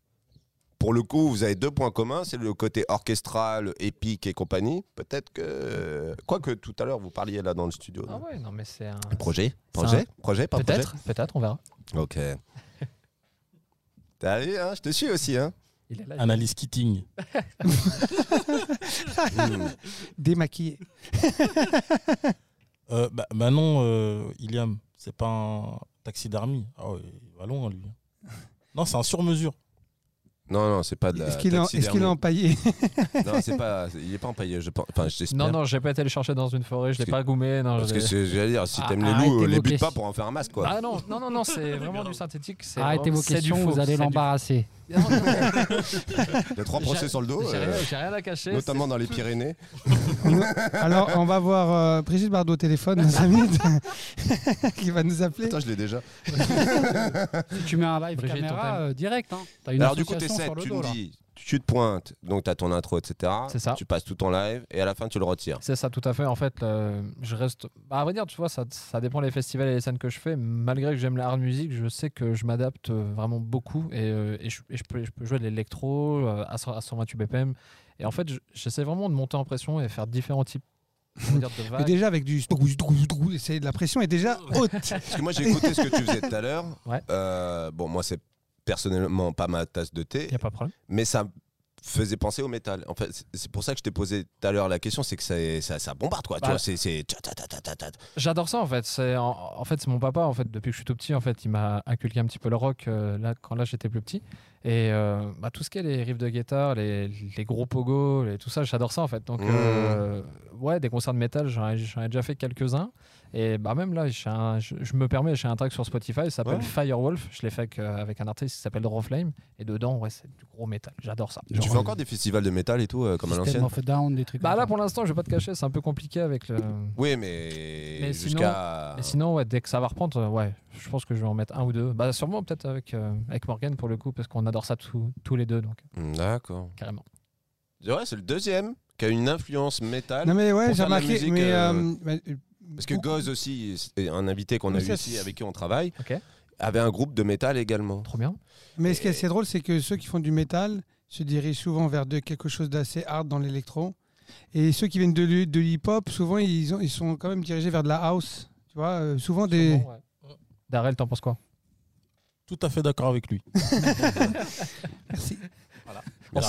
Speaker 1: Pour le coup, vous avez deux points communs, c'est le côté orchestral, épique et compagnie. Peut-être que, quoique tout à l'heure vous parliez là dans le studio.
Speaker 6: Ah
Speaker 1: non
Speaker 6: ouais, non, mais c'est un.
Speaker 1: Projet,
Speaker 6: C'est
Speaker 1: projet, projet, pas projet.
Speaker 6: Peut-être, peut-être, on verra.
Speaker 1: Ok. T'as vu, hein je te suis aussi. Hein
Speaker 6: Il est là.
Speaker 5: Analyse Keating.
Speaker 1: Mm.
Speaker 3: [laughs] Démaquillé.
Speaker 5: [laughs] Euh, bah, bah non, euh, Iliam, c'est pas un taxidermie. Ah ouais, il va loin lui. Non, c'est un sur-mesure.
Speaker 1: Non, non, c'est pas de la.
Speaker 3: Est-ce qu'il est, en- est-ce qu'il est
Speaker 1: taxidermie. [laughs]
Speaker 3: empaillé
Speaker 1: Non, c'est pas. Il est pas empaillé, je pense. Enfin, j'espère.
Speaker 6: Non, non, j'ai pas été le chercher dans une forêt, je l'ai
Speaker 1: Parce que-
Speaker 6: pas goumé. Non,
Speaker 1: Parce
Speaker 6: je
Speaker 1: que
Speaker 6: l'ai-
Speaker 1: c'est- j'allais dire, si
Speaker 6: Ah,
Speaker 1: t'aimes les
Speaker 6: arrête
Speaker 1: loups,
Speaker 6: tes
Speaker 1: euh, les bute
Speaker 6: mots-clés.
Speaker 1: pas pour en faire un masque, quoi.
Speaker 6: Ah non, non, non, non,
Speaker 4: [laughs]
Speaker 6: c'est vraiment du synthétique. c'est
Speaker 4: Arrêtez
Speaker 6: vraiment-
Speaker 4: vos
Speaker 6: c'est du
Speaker 4: questions,
Speaker 6: faux,
Speaker 4: vous allez
Speaker 6: c'est du-
Speaker 4: l'embarrasser.
Speaker 6: Non, non,
Speaker 1: Les trois procès sur le dos,
Speaker 6: J'ai
Speaker 1: euh,
Speaker 6: rien- j'ai rien à cacher.
Speaker 1: notamment dans les Pyrénées.
Speaker 3: Alors, on va voir euh, Brigitte Bardot au téléphone, nos amis, [laughs] qui va nous appeler.
Speaker 1: Putain, je l'ai déjà.
Speaker 4: Tu mets un live
Speaker 6: Brigitte, on
Speaker 4: caméra
Speaker 6: t'aime.
Speaker 4: euh, direct. Hein. T'as une
Speaker 1: Alors, du coup, t'es
Speaker 4: association
Speaker 1: 7,
Speaker 4: sur le
Speaker 1: tu
Speaker 4: dos,
Speaker 1: me
Speaker 4: là.
Speaker 1: dis, tu te pointes, donc t'as ton intro, etc.
Speaker 6: C'est ça.
Speaker 1: Tu passes tout ton live et à la fin, tu le retires.
Speaker 6: C'est ça, tout à fait. En fait, euh, je reste. Bah, à vrai dire, tu vois, ça, ça dépend des festivals et des scènes que je fais. Malgré que j'aime la hard music, je sais que je m'adapte euh, vraiment beaucoup et, euh, et je, et je peux, je peux jouer de l'électro euh, à, 100 à 128 BPM. Et en fait, je- j'essaie vraiment de monter en pression et faire différents types on va dire, de
Speaker 3: Mais
Speaker 6: vagues.
Speaker 3: déjà, avec du. C'est de la pression est déjà
Speaker 4: [laughs]
Speaker 3: haute.
Speaker 1: Parce que moi, j'ai écouté ce que tu faisais tout à l'heure.
Speaker 6: Ouais.
Speaker 1: Euh, bon, moi, c'est personnellement pas ma tasse de thé,
Speaker 6: Il n'y a pas de problème.
Speaker 1: mais ça me faisait penser au métal. En fait, c'est- c'est pour ça que je t'ai posé tout à l'heure la question, c'est que ça, ça, ça bombarde, quoi. Tu
Speaker 6: Bah.
Speaker 1: vois, c'est- c'est. ta, ta, ta, ta, ta, ta.
Speaker 6: J'adore ça en fait. C'est en, en fait c'est mon papa en fait depuis que je suis tout petit en fait il m'a inculqué un petit peu le rock euh, là quand là j'étais plus petit et euh, bah, tout ce qui est les riffs de guitare, les, les gros pogos, les, tout ça j'adore ça en fait. Donc
Speaker 1: Mmh.
Speaker 6: euh, ouais des concerts de métal j'en ai, j'en ai déjà fait quelques uns et bah même là j'ai un- je, je me permets j'ai un track sur Spotify ça s'appelle
Speaker 1: Ouais.
Speaker 6: Firewolf je l'ai fait avec, euh, avec un artiste qui s'appelle Raw Flame et dedans ouais c'est du gros métal j'adore ça.
Speaker 1: Tu fais encore des festivals de métal et tout, euh, comme à
Speaker 4: System
Speaker 1: l'ancienne
Speaker 4: of a Down, des trucs
Speaker 6: Bah
Speaker 4: comme
Speaker 6: là
Speaker 4: ça.
Speaker 6: pour l'instant je vais pas te cacher c'est un peu compliqué avec le
Speaker 1: Oui, mais,
Speaker 6: Mais sinon-
Speaker 1: jusqu'à.
Speaker 6: Et sinon, ouais, dès que ça va reprendre, euh, ouais, je pense que je vais en mettre un ou deux. Bah, sûrement peut-être avec, euh, avec Morgan pour le coup, parce qu'on adore ça tous- tous les deux, donc
Speaker 1: D'accord.
Speaker 6: carrément.
Speaker 1: Ouais, c'est le deuxième qui a une influence métal.
Speaker 3: Non, mais ouais,
Speaker 1: Pour
Speaker 3: j'ai
Speaker 1: faire de la
Speaker 3: remarqué.
Speaker 1: musique,
Speaker 3: mais,
Speaker 1: euh,
Speaker 3: euh, bah, euh,
Speaker 1: Parce que
Speaker 3: beaucoup-
Speaker 1: Goz aussi, c'est un invité qu'on a
Speaker 3: Oui,
Speaker 1: eu
Speaker 3: ça,
Speaker 1: ici,
Speaker 3: c'est-
Speaker 1: avec qui on travaille,
Speaker 6: Ok.
Speaker 1: avait un groupe de métal également.
Speaker 6: Trop bien.
Speaker 3: Mais ce qui est assez drôle, c'est que ceux qui font du métal se dirigent souvent vers de, quelque chose d'assez hard dans l'électro. Et ceux qui viennent de, l'hi- de l'hip-hop, souvent, ils, ont, ils sont quand même dirigés vers de la house. Tu vois, euh, souvent des.
Speaker 6: Sûrement, ouais. Darrell, t'en penses quoi
Speaker 5: Tout à fait d'accord avec lui.
Speaker 3: Merci.
Speaker 1: Merci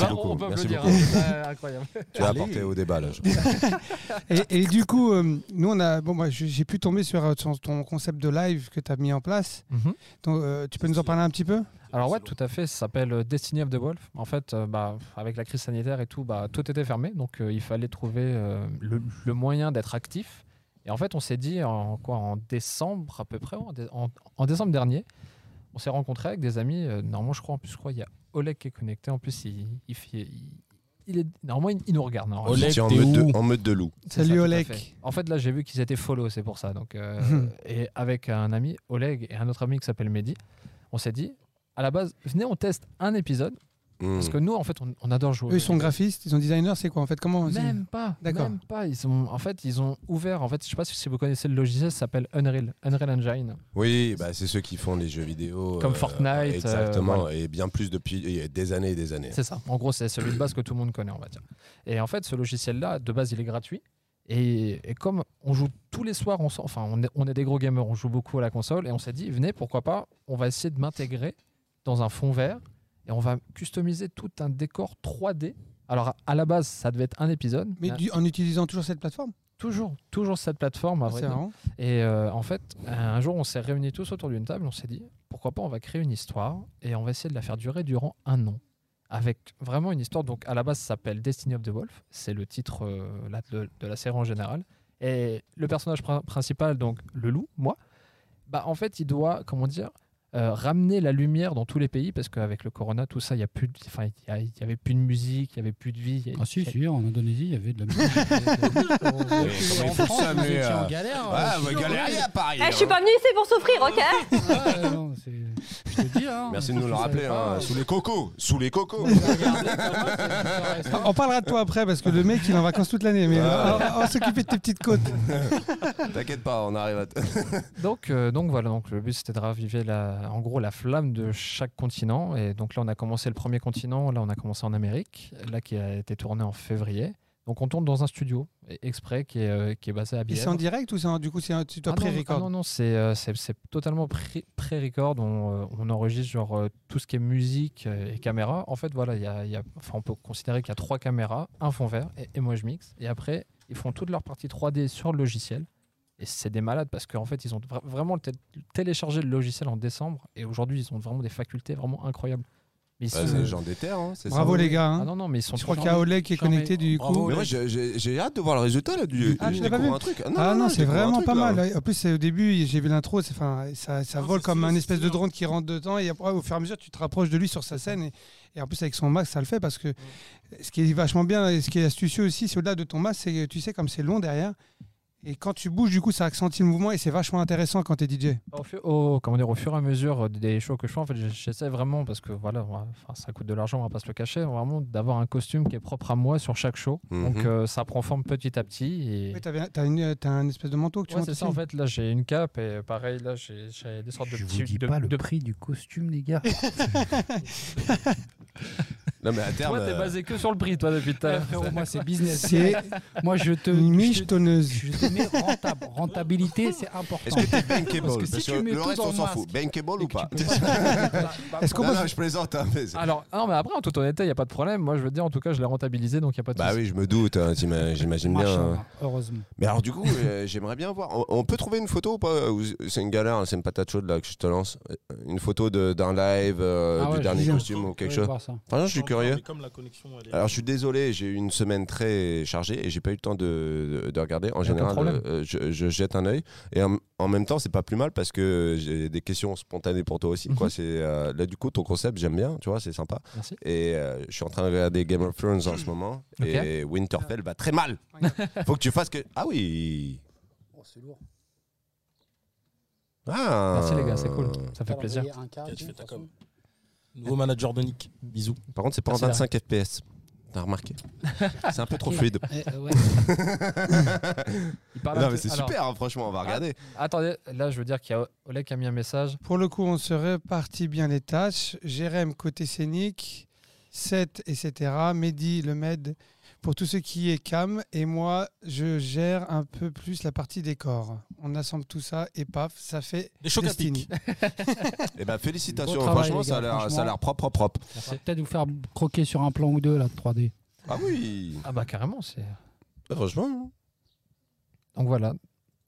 Speaker 6: Enfin,
Speaker 1: beaucoup.
Speaker 6: On peut
Speaker 1: Merci
Speaker 6: applaudir,
Speaker 1: beaucoup.
Speaker 6: hein, c'est incroyable.
Speaker 1: Tu as apporté au débat là. je-
Speaker 3: Et, et du coup, euh, nous, on a. Bon, moi, je- j'ai pu tomber sur, euh, sur ton concept de live que tu as mis en place.
Speaker 6: Mhm.
Speaker 3: Donc, euh, tu peux nous en parler un petit peu
Speaker 6: Alors ouais, tout à fait, ça s'appelle euh, Destiny of the Wolf. En fait, euh, bah, avec la crise sanitaire et tout, bah, tout était fermé, donc euh, il fallait trouver euh, le, le moyen d'être actif. Et en fait, on s'est dit en quoi en décembre à peu près, en, dé- en- en décembre dernier, on s'est rencontré avec des amis. euh, normalement, je crois en plus, je crois il y a Oleg qui est connecté. En plus, il, il, fait- il- il est normalement il, il nous regarde. normalement.
Speaker 5: Oleg,
Speaker 1: J'étais en,
Speaker 5: t'es
Speaker 1: meute de-
Speaker 5: où
Speaker 1: en meute de loup.
Speaker 6: C'est
Speaker 3: Salut
Speaker 6: ça, tout à
Speaker 3: Oleg. Hmm.
Speaker 6: fait. En fait, là, j'ai vu qu'ils étaient follow, c'est pour ça. Donc,
Speaker 3: [laughs]
Speaker 6: euh, et avec un ami, Oleg, et un autre ami qui s'appelle Mehdi, on s'est dit, à la base, venez, on teste un épisode.
Speaker 1: Hmm.
Speaker 6: Parce que nous, en fait, on, on adore jouer. aux
Speaker 3: Eux, ils
Speaker 6: jeux
Speaker 3: sont
Speaker 6: vidéo.
Speaker 3: graphistes, ils sont designers, c'est quoi en fait Comment c'est-
Speaker 6: Même pas.
Speaker 3: D'accord.
Speaker 6: Même pas. Ils ont, en fait, ils ont ouvert. En fait, je sais pas si vous connaissez le logiciel, ça s'appelle Unreal, Unreal Engine.
Speaker 1: Oui, bah, c'est ceux qui font les jeux vidéo. euh,
Speaker 6: Comme Fortnite,
Speaker 1: Exactement,
Speaker 6: euh,
Speaker 1: et bien plus depuis il y a des années et des années.
Speaker 6: C'est ça. En gros, c'est celui de base que tout le monde connaît, on va dire. Et en fait, ce logiciel-là, de base, il est gratuit. Et, et comme on joue tous les soirs, on, s'en- enfin, on est, on est des gros gamers, on joue beaucoup à la console, et on s'est dit, venez, pourquoi pas, on va essayer de m'intégrer dans un fond vert, et on va customiser tout un décor 3D. Alors, à la base, ça devait être un épisode,
Speaker 3: Mais
Speaker 6: mais
Speaker 3: du- en utilisant toujours cette plateforme Ah,
Speaker 6: toujours, toujours cette plateforme. à vrai
Speaker 3: C'est
Speaker 6: dire.
Speaker 3: marrant.
Speaker 6: Et euh, en fait, un jour, on s'est réunis tous autour d'une table, on s'est dit, pourquoi pas, on va créer une histoire et on va essayer de la faire durer durant un an. Avec vraiment une histoire, donc à la base, ça s'appelle Destiny of the Wolf, c'est le titre euh, là, de, de la série en général. Et le personnage prin- principal, donc le loup, moi, bah, en fait, il doit, comment dire, euh, ramener la lumière dans tous les pays, parce qu'avec le corona, tout ça, il n'y a plus de- enfin, il y a- il y avait plus de musique, il n'y avait plus de vie. il y a-
Speaker 4: Ah si,
Speaker 6: il y a-
Speaker 4: si, en Indonésie, il y avait de
Speaker 6: [laughs]
Speaker 4: la musique. Euh,
Speaker 1: comment il
Speaker 4: En
Speaker 1: faut
Speaker 4: France,
Speaker 1: ça,
Speaker 4: vous
Speaker 1: mais,
Speaker 4: étiez
Speaker 1: euh,
Speaker 6: hein.
Speaker 4: en galère.
Speaker 1: Ah,
Speaker 4: euh,
Speaker 1: bah,
Speaker 4: sinon,
Speaker 1: galère à Paris.
Speaker 7: Eh, je suis
Speaker 1: hein.
Speaker 7: pas venue ici pour souffrir, ok
Speaker 4: hein. ouais, ouais, non, c'est- Je te dis, hein.
Speaker 1: Merci de nous
Speaker 4: Je
Speaker 1: le rappeler.
Speaker 4: savais pas,
Speaker 1: hein,
Speaker 4: euh,
Speaker 1: Sous les cocos. Sous les
Speaker 4: [laughs]
Speaker 1: cocos.
Speaker 3: Ah,
Speaker 7: Oh,
Speaker 3: On parlera de toi après parce que le mec il est en vacances toute l'année, mais
Speaker 1: Ouais.
Speaker 3: on va- on va s'occuper de tes petites côtes.
Speaker 1: T'inquiète pas, on arrive à. t-
Speaker 6: Donc, euh, donc voilà, donc le but c'était de raviver la, en gros la flamme de chaque continent. Et donc là, on a commencé le premier continent, là on a commencé en Amérique, là qui a été tourné en février. Donc on tourne dans un studio et- exprès qui est, euh, qui est basé à
Speaker 3: Et
Speaker 6: Bièvre.
Speaker 3: c'est en direct ou c'est en- du coup c'est un- tu
Speaker 6: Ah
Speaker 3: dois
Speaker 6: non, ah
Speaker 3: pré-record
Speaker 6: Non, non, c'est euh, c'est- c'est totalement pré- pré-record. on, euh, on enregistre genre euh, tout ce qui est musique euh, et caméra. En fait, voilà, il y a- il y a- enfin, on peut considérer qu'il y a trois caméras, un fond vert et, et moi je mixe. Et après, ils font toute leur partie 3D sur le logiciel. Et c'est des malades parce qu'en fait, ils ont vra- vraiment tél- téléchargé le logiciel en décembre et aujourd'hui, ils ont vraiment des facultés vraiment incroyables. Mais ils
Speaker 1: Bah, [laughs]
Speaker 6: sont-
Speaker 1: c'est les gens des terres, hein, c'est ça.
Speaker 3: Bravo les gars. hein.
Speaker 6: Ah non, non, mais ils sont
Speaker 3: je crois
Speaker 6: trop
Speaker 3: qu'il y a
Speaker 6: gentils.
Speaker 3: Oleg qui est
Speaker 6: Charmé.
Speaker 3: connecté du
Speaker 2: Bravo,
Speaker 3: coup.
Speaker 1: Mais moi, j'ai- j'ai j'ai hâte de voir le résultat là, du.
Speaker 3: Ah,
Speaker 1: je
Speaker 3: je l'ai pas
Speaker 1: découvre
Speaker 3: vu.
Speaker 1: un truc.
Speaker 3: ah non,
Speaker 1: je
Speaker 3: c'est
Speaker 1: découvre un
Speaker 3: vraiment
Speaker 1: truc,
Speaker 3: pas
Speaker 1: là.
Speaker 3: mal. En plus, c'est au début, j'ai vu l'intro, c'est- enfin, ça, ça
Speaker 2: Ah,
Speaker 3: vole
Speaker 2: c'est
Speaker 3: comme
Speaker 2: stylé,
Speaker 3: un
Speaker 2: c'est
Speaker 3: espèce de
Speaker 2: stylé.
Speaker 3: drone qui rentre dedans. Et après, au fur et à mesure, tu te rapproches de lui sur sa scène. Et, et en plus, avec son masque, ça le fait parce que
Speaker 6: Mm.
Speaker 3: ce qui est vachement bien et ce qui est astucieux aussi, c'est au-delà de ton masque, c'est que tu sais, comme c'est long derrière. Et quand tu bouges, du coup, ça accentie le mouvement et c'est vachement intéressant quand t'es DJ.
Speaker 6: Au, fu- au- comment dire, au fur et à mesure des shows que je fais, en fait, j'essaie vraiment, parce que voilà, moi, enfin, ça coûte de l'argent, on va pas se le cacher, vraiment d'avoir un costume qui est propre à moi sur chaque show.
Speaker 1: Mhm.
Speaker 6: Donc euh, ça prend forme petit à petit. Et...
Speaker 3: Ouais, T'avais- T'as une- t'as un espèce de manteau que tu
Speaker 6: Ouais,
Speaker 3: montes
Speaker 6: c'est ça, en
Speaker 3: aussi.
Speaker 6: fait, là j'ai une cape et pareil, là j'ai j'ai des sortes de
Speaker 7: Je vous
Speaker 6: petits-
Speaker 7: dis
Speaker 6: de-
Speaker 7: pas le
Speaker 6: de-
Speaker 7: prix du costume, les gars.
Speaker 1: Non, mais à terme.
Speaker 6: Toi, t'es
Speaker 1: euh,
Speaker 6: basé que sur le prix, toi, depuis tout à
Speaker 4: Ouais,
Speaker 6: l'heure. [laughs]
Speaker 4: frérot, Moi, c'est business.
Speaker 3: C'est
Speaker 4: Moi, je te.
Speaker 3: une
Speaker 4: Je
Speaker 3: miche
Speaker 4: te,
Speaker 3: tonneuse.
Speaker 4: je te mets rentable. Rentabilité, c'est important.
Speaker 1: Est-ce que t'es
Speaker 4: Parce
Speaker 1: bankable
Speaker 4: que si
Speaker 1: Parce
Speaker 4: tu
Speaker 1: que
Speaker 4: mets
Speaker 1: le
Speaker 4: tout
Speaker 1: reste,
Speaker 4: dans
Speaker 1: on
Speaker 4: le
Speaker 1: s'en
Speaker 4: masque Bah,
Speaker 1: fout. Bankable
Speaker 4: et
Speaker 1: ou
Speaker 4: que
Speaker 1: pas
Speaker 4: tu peux
Speaker 1: [laughs]
Speaker 3: Est-ce qu'on
Speaker 1: Non,
Speaker 3: peut
Speaker 1: non, je plaisante. hein, mais-
Speaker 6: Alors, ah non, mais après, en toute honnêteté, il n'y a pas de problème. Moi, je veux dire, en tout cas, je l'ai rentabilisé, donc il n'y a pas de
Speaker 1: Bah
Speaker 6: souci.
Speaker 1: oui, je me doute, hein, t'ima- j'imagine bien.
Speaker 4: Machin,
Speaker 1: hein.
Speaker 4: Heureusement.
Speaker 1: Mais alors, du coup, euh, [laughs] j'aimerais bien voir. On, on peut trouver une photo ou pas euh, ou C'est une galère, hein, c'est une patate chaude là que je te lance. Euh, Une photo de- d'un live, euh,
Speaker 4: Ah ouais,
Speaker 1: du dernier
Speaker 4: je-
Speaker 1: costume ou quelque
Speaker 4: Ouais,
Speaker 1: chose.
Speaker 4: voir ça.
Speaker 1: Franchement, je suis curieux.
Speaker 2: Mais comme la connexion, elle est-
Speaker 1: Alors, je suis désolé, j'ai eu une semaine très chargée et j'ai pas eu le temps de, de- de regarder. En général,
Speaker 6: problème.
Speaker 1: euh, je, je jette un œil. Et en, en même temps, c'est pas plus mal parce que j'ai des questions spontanées pour toi aussi. Quoi. C'est, euh, là, du coup, ton concept, j'aime bien, tu vois, c'est sympa.
Speaker 6: Mhm. Merci.
Speaker 1: Et euh, je suis en train de regarder Game of Thrones en ce moment.
Speaker 6: Ok.
Speaker 1: Et Winterfell va très mal. [laughs] Faut que tu fasses que. Ah oui
Speaker 7: Oh, c'est lourd.
Speaker 1: Ah.
Speaker 6: Merci, les gars, c'est cool. Ça fait plaisir.
Speaker 2: Tiens, tu fais ta com. Nouveau manager de Nick. Bisous.
Speaker 1: Par contre, c'est pas
Speaker 6: Merci,
Speaker 1: en 25 FPS. T'as remarqué
Speaker 6: [laughs]
Speaker 1: C'est un peu trop
Speaker 7: Ok.
Speaker 1: fluide.
Speaker 4: Eh,
Speaker 6: Il parle un
Speaker 1: Non,
Speaker 6: petit-
Speaker 1: mais c'est
Speaker 6: Alors,
Speaker 1: super, hein, franchement, on va regarder.
Speaker 6: Attendez, là, je veux dire qu'il y a Oleg qui a mis un message.
Speaker 3: Pour le coup, on se répartit bien les tâches. Jérém côté scénique, 7, etc. Mehdi, le med, pour tout ce qui est cam. Et moi, je gère un peu plus la partie décor. On assemble tout ça et paf, ça fait
Speaker 2: Des chocs à
Speaker 3: Destiny.
Speaker 2: pic.
Speaker 1: Eh ben, félicitations,
Speaker 4: Beau travail,
Speaker 1: franchement,
Speaker 4: les gars,
Speaker 1: ça a l'air- ça a
Speaker 4: franchement.
Speaker 1: l'air propre, propre. propre.
Speaker 4: On va peut-être vous faire croquer sur un plan ou deux, là, de 3D.
Speaker 1: Ah oui
Speaker 6: Ah bah carrément, c'est.
Speaker 1: Franchement,
Speaker 6: Donc voilà,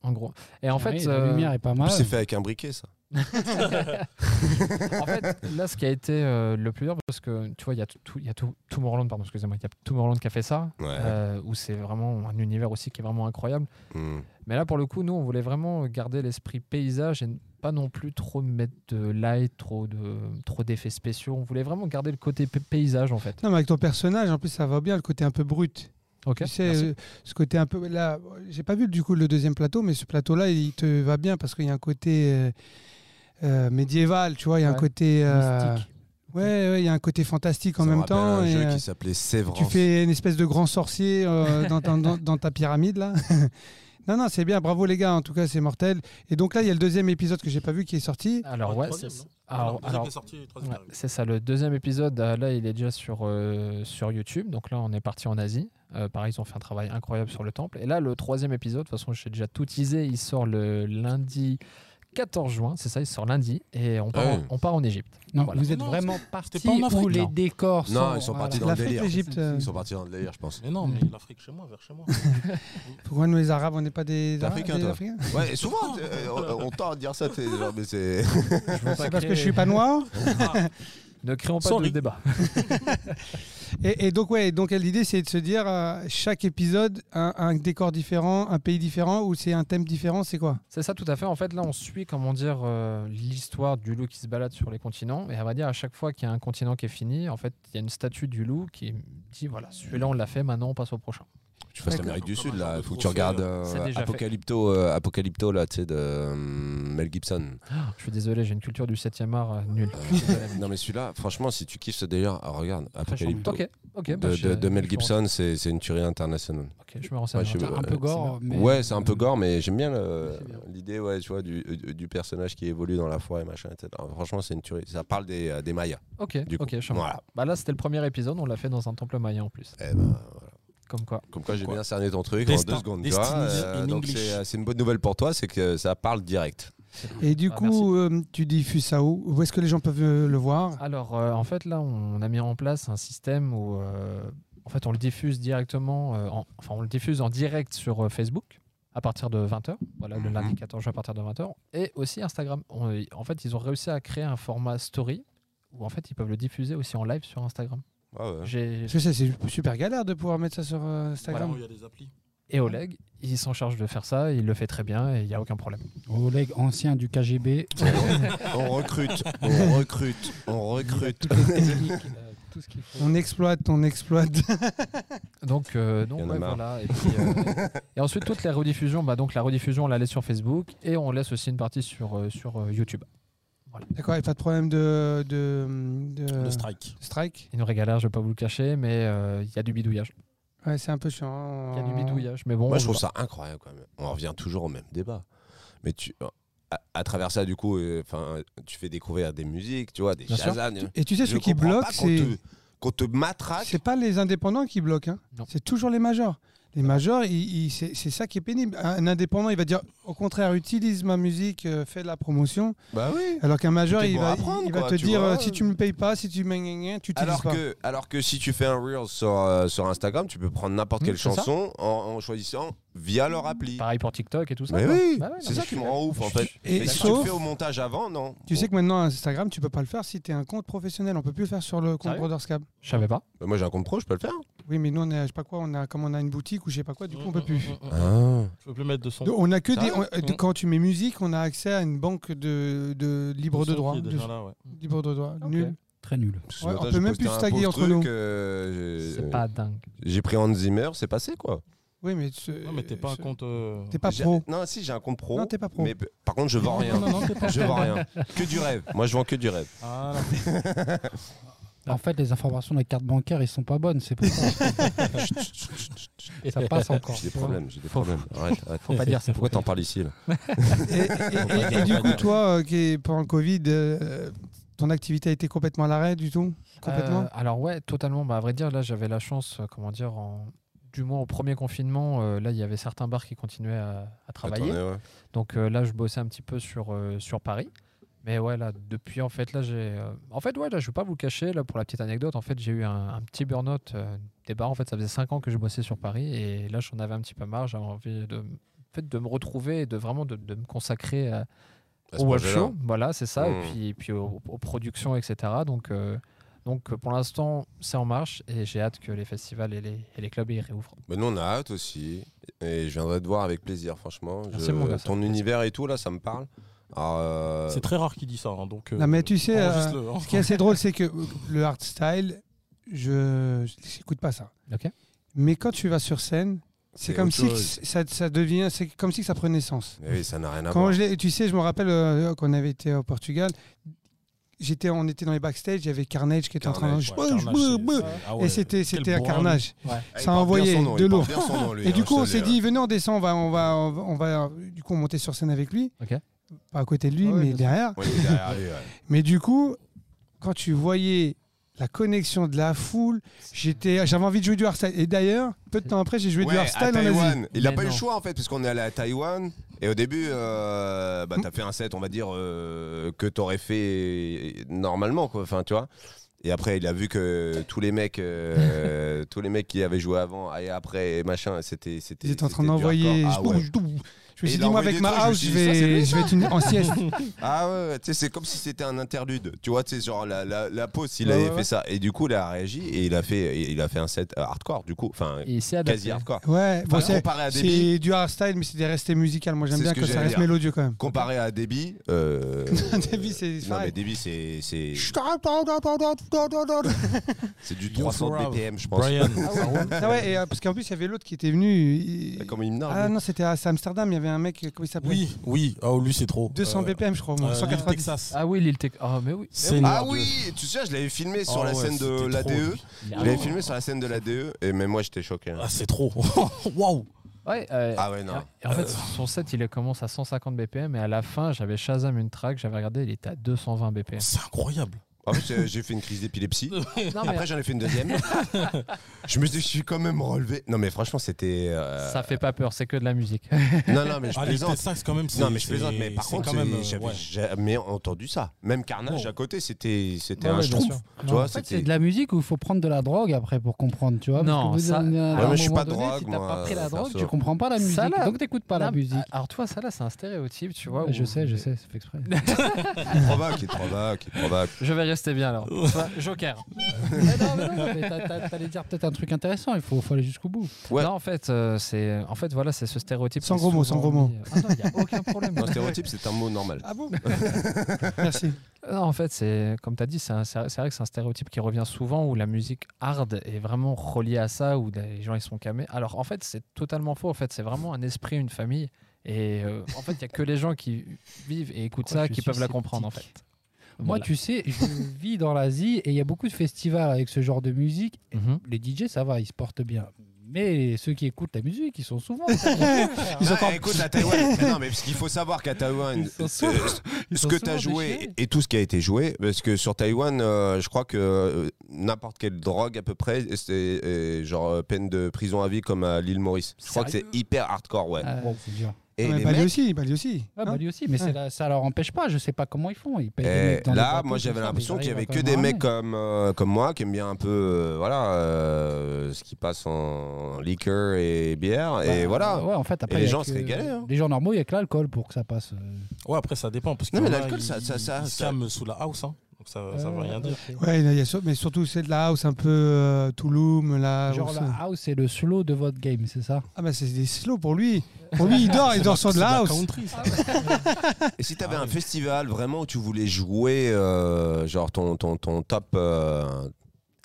Speaker 6: en gros. Et en fait,
Speaker 4: Ah la
Speaker 6: euh,
Speaker 4: lumière est pas mal.
Speaker 1: c'est fait avec un briquet, ça.
Speaker 6: [laughs] en fait, là, ce qui a été euh, le plus dur, parce que tu vois, il y a tout, tout- il y a tout, Tomorrowland, pardon, excusez-moi, il y a Tomorrowland qui a fait ça,
Speaker 1: Ouais.
Speaker 6: euh, où c'est vraiment un univers aussi qui est vraiment incroyable.
Speaker 1: Mm.
Speaker 6: Mais là, pour le coup, nous, on voulait vraiment garder l'esprit paysage et n- pas non plus trop mettre de light, trop de trop d'effets spéciaux. On voulait vraiment garder le côté p- paysage, en fait.
Speaker 3: Non, mais avec ton personnage, en plus, ça va bien, le côté un peu brut.
Speaker 6: Ok.
Speaker 3: Tu sais,
Speaker 6: Merci.
Speaker 3: euh, ce côté un peu. Là, j'ai pas vu du coup le deuxième plateau, mais ce plateau-là, il te va bien parce qu'il y a un côté euh, euh, médiéval, tu vois, il y a un
Speaker 6: Ouais.
Speaker 3: côté. euh,
Speaker 6: Mystique.
Speaker 3: Ouais, ouais, il y a un côté fantastique
Speaker 1: Ça
Speaker 3: en
Speaker 1: me
Speaker 3: même
Speaker 1: rappelle
Speaker 3: temps.
Speaker 1: un
Speaker 3: et,
Speaker 1: jeu
Speaker 3: euh,
Speaker 1: qui s'appelait Sévrance.
Speaker 3: Tu fais une espèce de grand sorcier
Speaker 1: [laughs]
Speaker 3: euh, dans, ta, dans- dans ta pyramide là. [laughs] non, non, c'est bien, bravo les gars, en tout cas c'est mortel. Et donc là, il y a le deuxième épisode que j'ai pas vu qui est sorti.
Speaker 6: Alors, ouais,
Speaker 2: Troisième,
Speaker 6: c'est-
Speaker 2: non
Speaker 6: alors-
Speaker 2: Non, deuxième
Speaker 6: Ah, alors-
Speaker 2: qui est sorti, troisième
Speaker 6: Ouais,
Speaker 2: qui arrive.
Speaker 6: c'est ça, le deuxième épisode, euh, là, il est déjà sur, euh, sur YouTube. Donc là, on est parti en Asie. Euh, pareil, ils ont fait un travail incroyable sur le temple. Et là, le troisième épisode, de toute façon, j'ai déjà tout teasé. Il sort le lundi 14 juin, c'est ça, il sort lundi. Et on part,
Speaker 1: Ah
Speaker 6: en-
Speaker 1: oui.
Speaker 6: on part en Égypte.
Speaker 3: [laughs]
Speaker 4: Non,
Speaker 6: Voilà.
Speaker 4: vous êtes
Speaker 2: Non,
Speaker 4: vraiment
Speaker 2: c'était
Speaker 4: parti
Speaker 2: pas en Afrique,
Speaker 4: où les
Speaker 2: non.
Speaker 4: décors sont.
Speaker 1: Non, ils sont partis Ah, dans
Speaker 3: La
Speaker 1: le
Speaker 3: fête
Speaker 1: délire.
Speaker 3: d'Égypte. euh,
Speaker 1: Ils sont partis dans le délire, je pense.
Speaker 2: Mais non,
Speaker 3: Mm.
Speaker 2: mais l'Afrique chez moi, vers
Speaker 3: [laughs]
Speaker 2: chez moi.
Speaker 5: Ah,
Speaker 3: Pourquoi nous euh, les Arabes, on n'est pas des,
Speaker 1: T'es
Speaker 3: Arabes,
Speaker 1: africain,
Speaker 3: des
Speaker 1: toi.
Speaker 3: Africains
Speaker 1: Ouais, et souvent, euh, on, on tend à dire ça, t'es genre, mais c'est.
Speaker 6: Je veux pas
Speaker 3: C'est parce que
Speaker 6: créer-
Speaker 3: je suis
Speaker 1: [laughs]
Speaker 3: pas noir.
Speaker 6: Ne créons pas
Speaker 2: Sorry.
Speaker 6: de débat.
Speaker 3: Et, et donc ouais, donc l'idée c'est de se dire euh, chaque épisode un, un décor différent, un pays différent ou c'est un thème différent, c'est quoi
Speaker 6: C'est ça, tout à fait. En fait, là, on suit, comment dire, euh, l'histoire du loup qui se balade sur les continents. Et à vrai dire, à chaque fois qu'il y a un continent qui est fini, en fait, il y a une statue du loup qui dit voilà, celui-là, on l'a fait, maintenant, on passe au prochain.
Speaker 1: Tu fasses
Speaker 3: D'accord.
Speaker 1: l'Amérique du Sud, là. Faut que tu
Speaker 2: Trophée,
Speaker 1: regardes
Speaker 6: C'est
Speaker 1: euh,
Speaker 6: déjà fait.
Speaker 1: Apocalypto, euh, Apocalypto, là, tu sais, de euh, Mel Gibson.
Speaker 6: Je suis désolé, j'ai une culture du 7e art euh, nulle.
Speaker 1: Non, mais celui-là, franchement, si tu kiffes ce délire, ah, regarde, Apocalypto.
Speaker 6: Ok, ok. bah,
Speaker 1: De,
Speaker 6: je-
Speaker 1: de- de Mel
Speaker 6: je me
Speaker 1: Gibson, c'est c'est une tuerie internationale.
Speaker 6: renseigne. Ok, je me renseigne.
Speaker 1: Ouais, je-
Speaker 6: Attends,
Speaker 4: un peu gore. mais-
Speaker 1: ouais, c'est un peu gore, mais j'aime bien le-
Speaker 4: c'est bien.
Speaker 1: l'idée, ouais, tu vois, du, euh, du personnage qui évolue dans la foi et machin, etc. Franchement, c'est une tuerie. Ça parle des, euh, des Mayas.
Speaker 6: Ok,
Speaker 1: Du coup,
Speaker 6: ok, je
Speaker 1: voilà.
Speaker 6: Bah là, c'était le premier épisode, on l'a fait dans un temple maya en plus.
Speaker 1: Eh ben, voilà.
Speaker 6: Comme quoi.
Speaker 1: Comme quoi, j'ai
Speaker 2: Quoi.
Speaker 1: bien cerné ton truc
Speaker 2: Destin,
Speaker 1: en deux secondes. tu vois,
Speaker 2: Destiny in
Speaker 1: donc,
Speaker 2: English.
Speaker 1: c'est euh, c'est une bonne nouvelle pour toi, c'est que ça parle direct.
Speaker 3: Et du
Speaker 6: Ah,
Speaker 3: coup, euh, tu diffuses ça où Où est-ce que les gens peuvent euh, le
Speaker 1: Ah.
Speaker 3: voir
Speaker 6: Alors, euh, en fait, là, on a mis en place un système où, euh, en fait, on le diffuse directement, euh, en- enfin, on le diffuse en direct sur euh, Facebook à partir de 20h, voilà, le
Speaker 1: Mhm.
Speaker 6: lundi 14 juin à partir de 20h, et aussi Instagram. On- en fait, ils ont réussi à créer un format story où en fait ils peuvent le diffuser aussi en live sur Instagram.
Speaker 1: Ah ouais.
Speaker 6: J'ai-
Speaker 3: Parce que ça, c'est super galère de pouvoir mettre ça sur euh, Instagram.
Speaker 5: y a des applis.
Speaker 6: Et Oleg, il s'en charge de faire ça, il le fait très bien et il n'y a
Speaker 1: [laughs]
Speaker 6: aucun problème.
Speaker 4: Oleg, ancien du KGB.
Speaker 1: [laughs] On [laughs] recrute, on recrute, on recrute.
Speaker 4: Toutes les techniques, il a tout [laughs] ce qu'il faut.
Speaker 3: On exploite, on exploite. [laughs]
Speaker 6: Donc, euh, donc
Speaker 1: Il y en a
Speaker 6: ouais,
Speaker 1: marre.
Speaker 6: voilà. Et, puis,
Speaker 1: [laughs]
Speaker 6: euh, et ensuite, toutes les rediffusions, bah, donc la rediffusion, on la laisse sur Facebook et on laisse aussi une partie sur, euh, sur euh, YouTube.
Speaker 3: D'accord, et pas de problème de, de, de-
Speaker 5: Le strike.
Speaker 3: strike.
Speaker 6: Il nous régalère, je vais pas vous le cacher, mais euh, il y a du bidouillage.
Speaker 3: Ouais, c'est un peu
Speaker 6: Il
Speaker 3: chiant. hein.
Speaker 6: y a du bidouillage, mais bon.
Speaker 1: Ah. Moi, je
Speaker 6: on-
Speaker 1: trouve ça incroyable quand même. On revient toujours au même débat. Mais tu, euh, à, à travers ça, du coup, euh, 'fin, tu fais découvrir des musiques, tu vois, des
Speaker 6: Bien sûr.
Speaker 1: Shazam. des-
Speaker 3: Et tu sais,
Speaker 1: Je
Speaker 3: ceux qui
Speaker 1: comprends
Speaker 3: bloquent,
Speaker 1: pas qu'on
Speaker 3: c'est.
Speaker 1: te- Qu'on te matraque.
Speaker 3: C'est pas les indépendants qui bloquent, hein.
Speaker 6: Non.
Speaker 3: c'est toujours les majors. Les majors, ils- ils- c'est c'est ça qui est pénible. Un indépendant, il va dire au contraire, utilise ma musique, euh, fais de la promotion.
Speaker 1: Bah oui.
Speaker 3: Alors qu'un major,
Speaker 1: Tout est
Speaker 3: il
Speaker 1: bon
Speaker 3: va,
Speaker 1: à prendre,
Speaker 3: il va
Speaker 1: quoi,
Speaker 3: te
Speaker 1: tu
Speaker 3: dire
Speaker 1: vois.
Speaker 3: euh, si tu me payes pas, si tu gna, gna, gna, tu utilises
Speaker 1: Alors
Speaker 3: pas.
Speaker 1: que, alors que si tu fais un Reels sur, euh, sur Instagram, tu peux prendre n'importe
Speaker 6: Mm,
Speaker 1: quelle
Speaker 6: c'est ça.
Speaker 1: chanson en, en choisissant via leur appli.
Speaker 6: Pareil pour TikTok et tout ça.
Speaker 1: Mais
Speaker 6: quoi.
Speaker 1: oui,
Speaker 6: Bah ouais, non,
Speaker 1: c'est
Speaker 6: mais
Speaker 1: ça
Speaker 6: je
Speaker 1: qui
Speaker 6: suis-
Speaker 1: me rend ouf en fait.
Speaker 3: Et
Speaker 1: Mais si tu le
Speaker 3: sauf,
Speaker 1: fais au montage avant, non.
Speaker 3: tu
Speaker 1: Bon.
Speaker 3: sais que maintenant Instagram, tu peux pas le faire si tu es un compte professionnel. On peut plus le faire sur le compte
Speaker 6: Sérieux
Speaker 3: Brothers Cab.
Speaker 6: Je savais pas.
Speaker 1: Bah, moi j'ai un compte pro, je peux le faire.
Speaker 3: Oui, mais nous, on a, je sais pas quoi, on a, comme on a une boutique ou je sais pas quoi, du coup,
Speaker 5: Mm,
Speaker 3: on peut plus.
Speaker 6: Ah.
Speaker 5: Je peux plus mettre de son.
Speaker 3: Donc, on a que
Speaker 1: Ça
Speaker 3: des.
Speaker 1: va
Speaker 3: on- euh, de-
Speaker 5: Mm.
Speaker 3: quand tu mets musique, on a accès à une banque de, de libre de
Speaker 5: son
Speaker 3: droit.
Speaker 5: qui est
Speaker 3: de-
Speaker 5: déjà là, ouais.
Speaker 3: libre de droit. Nul.
Speaker 4: Très nul.
Speaker 1: Parce que
Speaker 3: Ouais,
Speaker 1: ce
Speaker 3: on
Speaker 1: matin,
Speaker 3: peut
Speaker 1: j'ai
Speaker 3: même
Speaker 1: posté
Speaker 3: plus se
Speaker 1: un
Speaker 3: taguer
Speaker 1: pauvre
Speaker 3: entre
Speaker 1: truc,
Speaker 3: nous.
Speaker 1: euh,
Speaker 6: C'est
Speaker 1: j'ai-
Speaker 6: pas dingue.
Speaker 1: J'ai pris Hans Zimmer, c'est passé quoi.
Speaker 3: Oui, mais. ce-
Speaker 5: Non, mais t'es pas un
Speaker 3: ce-
Speaker 5: compte. euh,
Speaker 3: T'es pas
Speaker 1: J'ai-
Speaker 3: pro.
Speaker 1: Non, si j'ai un compte pro.
Speaker 3: Non, t'es pas pro.
Speaker 1: Mais p- par contre, je vends
Speaker 5: Non,
Speaker 1: rien.
Speaker 5: non, non, non, t'es pas-
Speaker 1: Je vends rien. Que du rêve. Moi, je vends que du rêve.
Speaker 5: Ah,
Speaker 3: [laughs]
Speaker 5: là.
Speaker 4: En fait, les informations de la carte bancaire, ils sont pas bonnes. C'est pour ça.
Speaker 1: [laughs]
Speaker 4: ça passe encore.
Speaker 1: J'ai des problèmes. J'ai des problèmes. Arrête, arrête.
Speaker 6: Faut pas dire ça.
Speaker 1: Pourquoi t'en parles ici là
Speaker 3: Et, et- et- et du coup, toi, euh, qui est pendant le Covid, euh, ton activité a été complètement à l'arrêt du tout Complètement
Speaker 6: Euh, Alors ouais, totalement. Bah, à vrai dire, là, j'avais la chance, euh, comment dire, en- du moins au premier confinement, euh, là, il y avait certains bars qui continuaient à, à travailler.
Speaker 1: Attendez, ouais.
Speaker 6: Donc euh, là, je bossais un petit peu sur, euh, sur Paris. Mais ouais, là, depuis, en fait, là, j'ai... euh, En fait, ouais, là, je vais pas vous le cacher, là, pour la petite anecdote, en fait, j'ai eu un, un petit burn-out euh, des bars. En fait, ça faisait 5 ans que je bossais sur Paris. Et là, j'en avais un petit peu marre. J'avais envie de... en fait, de me retrouver et de vraiment de, de me consacrer à,
Speaker 1: À ce
Speaker 6: au web
Speaker 1: projet-là.
Speaker 6: show, voilà, c'est ça,
Speaker 1: Mm.
Speaker 6: et puis, et puis aux, aux productions, etc. Donc, euh, donc pour l'instant, c'est en marche et j'ai hâte que les festivals et les, et les clubs y réouvrent.
Speaker 1: Mais nous, on a hâte aussi. Et je viendrai te voir avec plaisir, franchement.
Speaker 3: Ah,
Speaker 1: Je-
Speaker 6: Merci, mon gars, ça
Speaker 1: ton
Speaker 6: fait plaisir.
Speaker 1: univers et tout, là, ça me parle. Alors, euh,
Speaker 5: C'est très rare qu'il dit ça. hein, donc, euh,
Speaker 3: Non, mais tu sais, euh,
Speaker 5: enregistre-le, hein.
Speaker 3: Ce qui est assez drôle, c'est que le hard style, je n'écoute pas ça.
Speaker 6: Ok.
Speaker 3: Mais quand tu vas sur scène, c'est
Speaker 1: C'est
Speaker 3: comme
Speaker 1: autre
Speaker 3: si que
Speaker 1: chose.
Speaker 3: ça, ça devient, c'est comme si que ça prenait sens.
Speaker 1: mais oui, ça n'a rien à
Speaker 3: Quand
Speaker 1: voir.
Speaker 3: je l'ai- tu sais, je me rappelle euh, qu'on avait été au Portugal. J'étais, on était dans les backstage, il y avait Carnage qui était en
Speaker 5: Carnage,
Speaker 3: train de.
Speaker 5: ouais, Carnage, c'est- ah ouais,
Speaker 3: et c'était,
Speaker 5: quel
Speaker 3: c'était un
Speaker 5: bourrin, lui.
Speaker 3: carnage.
Speaker 1: Ah, il
Speaker 3: ça a
Speaker 1: porte
Speaker 3: envoyé
Speaker 1: bien son nom,
Speaker 3: de
Speaker 1: il porte
Speaker 3: lourd.
Speaker 1: bien son nom, lui,
Speaker 3: Et
Speaker 1: hein,
Speaker 3: du
Speaker 1: je
Speaker 3: coup,
Speaker 1: te
Speaker 3: on
Speaker 1: le
Speaker 3: s'est
Speaker 1: dis,
Speaker 3: dit, venez, on descend, on va, on va, on va, on va- du coup, on montait sur scène avec lui.
Speaker 6: Ok.
Speaker 3: Pas à côté de lui,
Speaker 4: Ah ouais,
Speaker 3: mais
Speaker 4: bien sûr.
Speaker 3: derrière.
Speaker 1: hein. Ouais, il est derrière lui, ouais.
Speaker 3: Mais du coup, quand tu voyais la connexion de la foule, j'étais, j'avais envie de jouer du hardstyle. Et d'ailleurs, peu de temps après, j'ai joué
Speaker 1: Ouais,
Speaker 3: du
Speaker 1: à
Speaker 3: hardstyle en Asie.
Speaker 1: Taïwan. Il n'a
Speaker 6: Mais
Speaker 1: pas eu le
Speaker 6: non.
Speaker 1: choix en fait, parce qu'on est allé à Taïwan. Et au début, euh, bah, t'as fait un set, on va dire, euh, que t'aurais fait normalement, quoi. Enfin, tu vois. Et après, il a vu que tous les mecs,
Speaker 3: [laughs]
Speaker 1: euh, tous les mecs qui avaient joué avant et après, et machin, c'était, c'était.
Speaker 3: Ils étaient en train
Speaker 1: c'était du
Speaker 3: d'envoyer.
Speaker 1: hardcore. Ah ouais.
Speaker 3: Je me
Speaker 1: Et
Speaker 3: suis
Speaker 1: il
Speaker 3: dit,
Speaker 1: a
Speaker 3: moi,
Speaker 1: envoyé des
Speaker 3: avec ma
Speaker 1: trucs, je me
Speaker 3: house,
Speaker 1: suis
Speaker 3: je
Speaker 1: dit, ça, c'est lui,
Speaker 3: vais, je
Speaker 1: ça.
Speaker 3: vais être une- en sieste.
Speaker 1: [laughs] Ah ouais, ouais, tu sais, c'est comme si c'était un interlude. Tu vois, tu sais, genre la, la, la pause, il
Speaker 3: Ouais,
Speaker 1: avait
Speaker 3: ouais,
Speaker 1: fait
Speaker 3: ouais.
Speaker 1: ça. Et du coup, il a réagi et il a fait, il a fait un set euh, hardcore, du coup. Enfin,
Speaker 6: Et c'est
Speaker 1: quasi
Speaker 6: adapté.
Speaker 1: hardcore.
Speaker 3: Ouais, bon,
Speaker 1: Enfin,
Speaker 3: c'est,
Speaker 1: comparé à Debbie,
Speaker 3: c'est du hardstyle, mais c'est des restés musicales. Moi, j'aime
Speaker 1: C'est ce
Speaker 3: bien
Speaker 1: que
Speaker 3: quand ça
Speaker 1: j'allais
Speaker 3: reste
Speaker 1: dire.
Speaker 3: mélodieux quand même.
Speaker 1: comparé à Debbie. Euh,
Speaker 3: [laughs] Debbie, c'est
Speaker 1: Non,
Speaker 3: pareil.
Speaker 1: mais Debbie, c'est. C'est
Speaker 3: [laughs] ah
Speaker 1: c'est du
Speaker 5: Yo,
Speaker 1: 300
Speaker 5: Pharrell.
Speaker 1: BPM, je pense.
Speaker 5: Brian.
Speaker 3: ouais, et, euh, parce qu'en plus, il y avait l'autre qui était venu. il-
Speaker 1: Bah, Comme il me nargue.
Speaker 3: Ah non, c'était à Amsterdam, il y avait un mec, comment il s'appelait
Speaker 5: Oui, oui. Oh, lui, c'est trop.
Speaker 3: 200
Speaker 5: Euh,
Speaker 3: BPM, je crois, au moins,
Speaker 5: euh,
Speaker 3: 190.
Speaker 5: Texas.
Speaker 6: Ah oui, l'île Tech. Ah mais oui.
Speaker 5: Seigneur
Speaker 1: Ah
Speaker 5: de-
Speaker 1: oui, tu sais, je l'avais filmé
Speaker 5: Ah
Speaker 1: sur la
Speaker 5: ouais,
Speaker 1: scène de
Speaker 5: c'était trop,
Speaker 3: E.
Speaker 1: l'ADE.
Speaker 5: lui.
Speaker 6: Il
Speaker 1: Je
Speaker 6: a-
Speaker 1: l'avais filmé sur la scène de l'ADE et même moi j'étais choqué. hein.
Speaker 5: Ah, c'est trop. [laughs] Waouh.
Speaker 6: Ouais, euh,
Speaker 1: Ah ouais, non.
Speaker 6: et en fait, son set, il commence à 150 BPM et à la fin, j'avais Shazam une track, j'avais regardé, il était à 220 BPM.
Speaker 5: C'est incroyable.
Speaker 1: En plus, euh, j'ai fait une crise d'épilepsie.
Speaker 6: Non, mais
Speaker 1: [laughs] Après, j'en ai fait une
Speaker 4: [laughs]
Speaker 1: deuxième. Je me suis dit, je suis quand même relevé. Non, mais franchement, c'était. euh,
Speaker 6: ça fait pas peur, c'est que de la musique.
Speaker 1: Non, non, mais je
Speaker 5: Ah, les
Speaker 1: plaisante.
Speaker 5: Texas, quand même, c'est.
Speaker 1: Non, mais je plaisante, mais par
Speaker 5: c'est
Speaker 1: contre,
Speaker 5: quand même.
Speaker 1: c'est-
Speaker 5: euh,
Speaker 1: j'avais
Speaker 5: ouais.
Speaker 1: jamais entendu ça. Même Carnage
Speaker 5: Wow.
Speaker 1: à côté, c'était c'était
Speaker 6: Ouais,
Speaker 1: un
Speaker 6: ouais, bien
Speaker 1: schtroumpf.
Speaker 6: sûr.
Speaker 1: Tu
Speaker 4: Non,
Speaker 1: vois,
Speaker 4: en fait,
Speaker 1: c'était-
Speaker 4: c'est de la musique où il faut prendre de la drogue après pour comprendre, tu vois.
Speaker 6: Non,
Speaker 4: parce que vous,
Speaker 6: ça-
Speaker 4: euh, à
Speaker 6: Ouais,
Speaker 4: un
Speaker 6: mais
Speaker 1: Ah je suis
Speaker 4: moment
Speaker 1: pas de
Speaker 4: donné,
Speaker 1: drogue,
Speaker 4: Si t'as
Speaker 1: moi, euh,
Speaker 4: pas pris la
Speaker 1: perso.
Speaker 4: drogue, tu comprends pas la musique.
Speaker 6: Ça, là-
Speaker 4: donc t'écoutes pas la
Speaker 6: Non, ah,
Speaker 4: musique.
Speaker 6: Alors toi, ça là, c'est un stéréotype, tu vois.
Speaker 4: Ouais, je
Speaker 6: où-
Speaker 4: sais, je sais, c'est fait exprès.
Speaker 1: Il provoque, il provoque, il provoque.
Speaker 6: Je vais c'était bien alors. Toi, Joker.
Speaker 4: Mais non, mais [laughs] non, mais t'a- t'a- t'allais dire peut-être un truc intéressant, il faut, faut aller jusqu'au bout.
Speaker 1: Ouais.
Speaker 6: Non, en fait, euh, c'est en fait voilà, c'est ce stéréotype.
Speaker 3: Sans
Speaker 6: qui est
Speaker 3: gros mots,
Speaker 6: souvent
Speaker 3: sans gros mots.
Speaker 6: mis, euh, Ah non, il y a aucun problème.
Speaker 4: [laughs]
Speaker 1: Un stéréotype, c'est un mot normal. [laughs]
Speaker 3: Ah bon Merci.
Speaker 6: Non, Euh, en fait, c'est comme tu as dit, c'est un- c'est c'est vrai que c'est un stéréotype qui revient souvent où la musique hard est vraiment reliée à ça, où les gens ils sont camés. Alors en fait, c'est totalement faux. En fait, c'est vraiment un esprit, une famille. Et euh, en fait, il n'y a que les gens qui vivent et écoutent
Speaker 4: Pourquoi
Speaker 6: ça
Speaker 4: je
Speaker 6: qui
Speaker 4: suis
Speaker 6: peuvent la comprendre en fait.
Speaker 4: sceptique Moi,
Speaker 6: Voilà.
Speaker 4: tu sais, je [laughs] vis dans l'Asie et il y a beaucoup de festivals avec ce genre de musique.
Speaker 6: Mhm.
Speaker 4: Les DJ, ça va, ils se portent bien. Mais ceux qui écoutent la musique, ils
Speaker 1: [laughs]
Speaker 4: sont souvent.
Speaker 1: Ah, écoute, la
Speaker 4: [laughs]
Speaker 1: Taïwan. mais non, mais parce qu'il faut savoir qu'à Taïwan,
Speaker 4: Ils sont
Speaker 1: euh,
Speaker 4: souvent-
Speaker 1: ce
Speaker 4: sont
Speaker 1: que tu as
Speaker 4: souvent
Speaker 1: joué
Speaker 4: déchirés.
Speaker 1: et tout ce qui a été joué, parce que sur Taïwan, euh, je crois que euh, n'importe quelle drogue à peu près, c'est euh, genre euh, peine de prison à vie comme à l'île Maurice. Je crois que c'est
Speaker 6: Sérieux
Speaker 1: hyper hardcore, ouais.
Speaker 4: Ah, c'est dur.
Speaker 1: Et
Speaker 3: Non, mais
Speaker 1: les
Speaker 3: Bali
Speaker 1: mecs-
Speaker 3: aussi, Bali aussi.
Speaker 4: Ah, bah,
Speaker 3: hein.
Speaker 4: lui aussi, mais c'est la- ça leur empêche pas. Je sais pas comment ils font. Ils payent des
Speaker 1: Et
Speaker 4: mecs dans des
Speaker 1: euh, Eh, là,
Speaker 4: bateaux,
Speaker 1: moi
Speaker 4: tout
Speaker 1: j'avais
Speaker 4: ça, mais
Speaker 1: l'impression
Speaker 4: ils
Speaker 1: qu'il y avait
Speaker 4: arrivent
Speaker 1: que
Speaker 4: à
Speaker 1: des
Speaker 4: quand même
Speaker 1: mecs comme, euh, comme moi qui aiment bien un peu euh, voilà, euh, ce qui passe en liqueur et bière. et
Speaker 4: Bah,
Speaker 1: voilà.
Speaker 4: Ouais, en fait, après,
Speaker 1: les
Speaker 4: il y a
Speaker 1: gens se
Speaker 4: que-
Speaker 1: régalaient, hein.
Speaker 4: Les gens normaux, il n'y a que l'alcool pour que ça passe.
Speaker 5: Ouais, après, ça dépend. Parce que
Speaker 1: Non, mais
Speaker 5: y en a,
Speaker 1: l'alcool,
Speaker 5: ils-
Speaker 1: ça- ça- ça-
Speaker 5: ils
Speaker 1: ça-
Speaker 5: cament sous la house, hein. Donc ça ça veut rien dire.
Speaker 3: Ouais, il y a- il y a sur- mais surtout c'est de la house un peu euh, Touloum, là.
Speaker 4: Genre la house, c'est le slow de votre game, c'est ça
Speaker 3: Ah bah c'est des slow pour lui. Pour lui, il dort, Ah, il dort sur de la house.
Speaker 5: country, ça.
Speaker 1: Et si tu avais
Speaker 5: Ah
Speaker 1: un
Speaker 5: oui.
Speaker 1: festival vraiment où tu voulais jouer, euh, genre ton, ton, ton top. euh,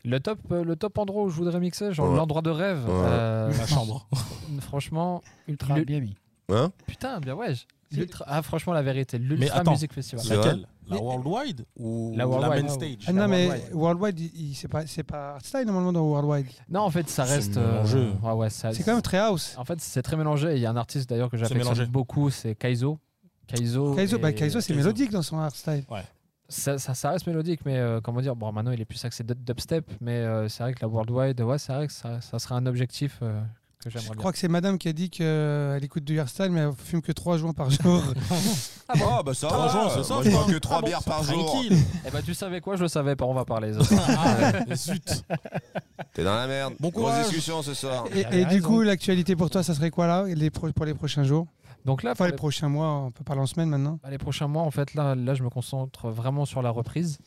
Speaker 6: Le top, euh, le top endroit où je voudrais mixer, genre
Speaker 1: Ouais.
Speaker 6: l'endroit de rêve.
Speaker 1: Ouais.
Speaker 6: euh,
Speaker 5: La chambre.
Speaker 6: [laughs] Franchement,
Speaker 4: Ultra
Speaker 6: Le-
Speaker 4: bien mis.
Speaker 1: hein
Speaker 6: putain, bien ouais. l'ultra- Ah, franchement, la vérité, l'Ultra
Speaker 5: attends.
Speaker 6: Music Festival.
Speaker 1: C'est
Speaker 5: Laquelle La
Speaker 6: Mais-
Speaker 5: Worldwide ou
Speaker 6: La
Speaker 5: la
Speaker 6: Worldwide.
Speaker 5: Main Stage
Speaker 3: Ah non, mais
Speaker 6: Worldwide.
Speaker 3: Worldwide, il- il- c'est pas, c'est pas Hardstyle normalement dans Worldwide.
Speaker 1: Ah,
Speaker 6: Non, en fait, ça
Speaker 5: C'est
Speaker 6: reste. euh,
Speaker 5: mélangé.
Speaker 6: ouais, ouais, ça-
Speaker 3: C'est quand même très house.
Speaker 6: En fait, c'est très mélangé. et Il y a un artiste d'ailleurs que
Speaker 5: mélangé.
Speaker 6: j'affectionne beaucoup, c'est Kaizo. Kaizo.
Speaker 3: Kaizo,
Speaker 6: et-
Speaker 3: bah, Kaizo c'est
Speaker 5: Kaizo.
Speaker 3: mélodique dans son Hardstyle.
Speaker 6: ça, ça, ça reste mélodique, mais euh, comment dire Bon, maintenant, il est plus axé dub- dubstep, mais euh, c'est vrai que la worldwide, ouais, c'est vrai que ça, ça serait un objectif euh, que
Speaker 3: Je
Speaker 6: j'aimerais bien.
Speaker 3: crois que c'est madame qui a dit qu'elle écoute du Hardstyle, mais elle fume que 3 joints par jour.
Speaker 1: Ah bah, ça
Speaker 5: Trois
Speaker 1: va,
Speaker 5: jours, c'est ça,
Speaker 1: Moi, je
Speaker 5: quoi.
Speaker 1: prends que 3
Speaker 5: Ah bon,
Speaker 1: bières par jour.
Speaker 5: Tranquille.
Speaker 6: Eh ben, tu savais quoi Je le savais pas. On va parler. les
Speaker 3: [laughs]
Speaker 6: autres.
Speaker 5: Ah, [laughs] zut.
Speaker 1: T'es dans la merde.
Speaker 5: Bon
Speaker 1: Grosse
Speaker 5: courage.
Speaker 1: discussion ce soir.
Speaker 3: et
Speaker 4: avait
Speaker 3: et du
Speaker 4: raison.
Speaker 3: coup, l'actualité pour toi, ça serait quoi là les pro- Pour les prochains jours
Speaker 6: Donc là,
Speaker 3: Enfin,
Speaker 6: pour
Speaker 3: les prochains mois, on peut parler en semaine maintenant.
Speaker 6: Bah, les prochains mois, en fait, là, là, je me concentre vraiment sur la reprise.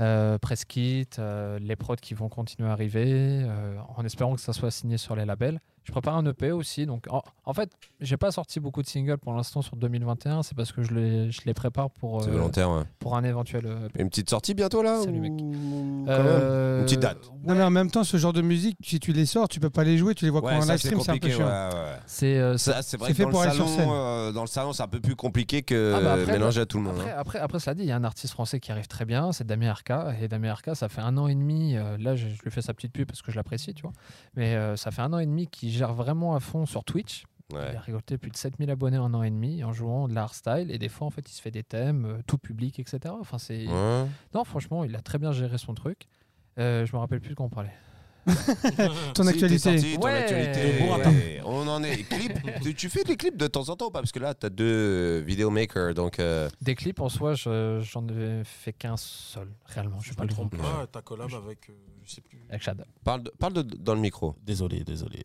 Speaker 6: Euh, press kit, euh, les prods qui vont continuer à arriver, euh, en espérant que ça soit signé sur les labels. Je prépare un EP aussi. Donc, en, en fait, j'ai pas sorti beaucoup de singles pour l'instant sur 2021. C'est parce que je les, je les prépare pour,
Speaker 1: C'est
Speaker 6: euh,
Speaker 1: volontaire, ouais.
Speaker 6: pour un éventuel euh, EP.
Speaker 1: Une petite sortie bientôt là
Speaker 6: Salut,
Speaker 1: ou-
Speaker 6: mec.
Speaker 1: quand même
Speaker 6: Euh,
Speaker 1: Une petite date.
Speaker 3: Non, mais en même temps, ce genre de musique, si tu les sors, tu peux pas les jouer, tu les vois
Speaker 1: Ouais,
Speaker 3: qu'en
Speaker 1: ça,
Speaker 3: live
Speaker 1: c'est
Speaker 3: stream, c'est un peu
Speaker 1: compliqué.
Speaker 3: chiant.
Speaker 1: ouais, ouais.
Speaker 6: C'est euh, c'est-
Speaker 1: Ça, c'est vrai
Speaker 3: C'est
Speaker 1: que
Speaker 3: fait
Speaker 1: dans,
Speaker 3: pour
Speaker 1: le
Speaker 3: aller sur scène.
Speaker 1: salon, euh, dans le salon, c'est un peu plus compliqué que
Speaker 6: Ah bah après,
Speaker 1: mélanger à tout le monde.
Speaker 6: Après,
Speaker 1: hein.
Speaker 6: après, après, cela dit, il y a un artiste français qui arrive très bien, c'est Damien Arca. Et Damien Arca, ça fait un an et demi. euh, là, je, je lui fais sa petite pub parce que je l'apprécie, tu vois. Mais euh, ça fait un an et demi qu'il gère vraiment à fond sur Twitch.
Speaker 1: hein. Ouais.
Speaker 6: Il a récolté plus de 7000 abonnés en un an et demi en jouant de l'art style. Et des fois, en fait, il se fait des thèmes, euh, tout public, etc. Enfin, c'est...
Speaker 1: Ouais.
Speaker 6: Non, franchement, il a très bien géré son truc. Euh, je me rappelle plus de quoi on parlait.
Speaker 3: Ton
Speaker 1: Si, t'es
Speaker 3: actualité.
Speaker 1: sorti, ton
Speaker 6: Ouais.
Speaker 1: actualité,
Speaker 6: Le bon
Speaker 1: ouais, On en est. Clip, tu, tu fais des clips de temps en temps ou pas Parce que là, t'as deux vidéomakers, donc. euh,
Speaker 6: Des clips en soi, je- j'en ai fait qu'un seul, réellement. Je
Speaker 5: Je
Speaker 6: ne
Speaker 5: me
Speaker 6: pas le
Speaker 5: trompe
Speaker 6: tromper.
Speaker 5: pas, Ah, ta collab avec. euh, je sais plus.
Speaker 6: Avec Chad.
Speaker 1: Parle, de- parle de- dans le micro.
Speaker 5: Désolé, désolé.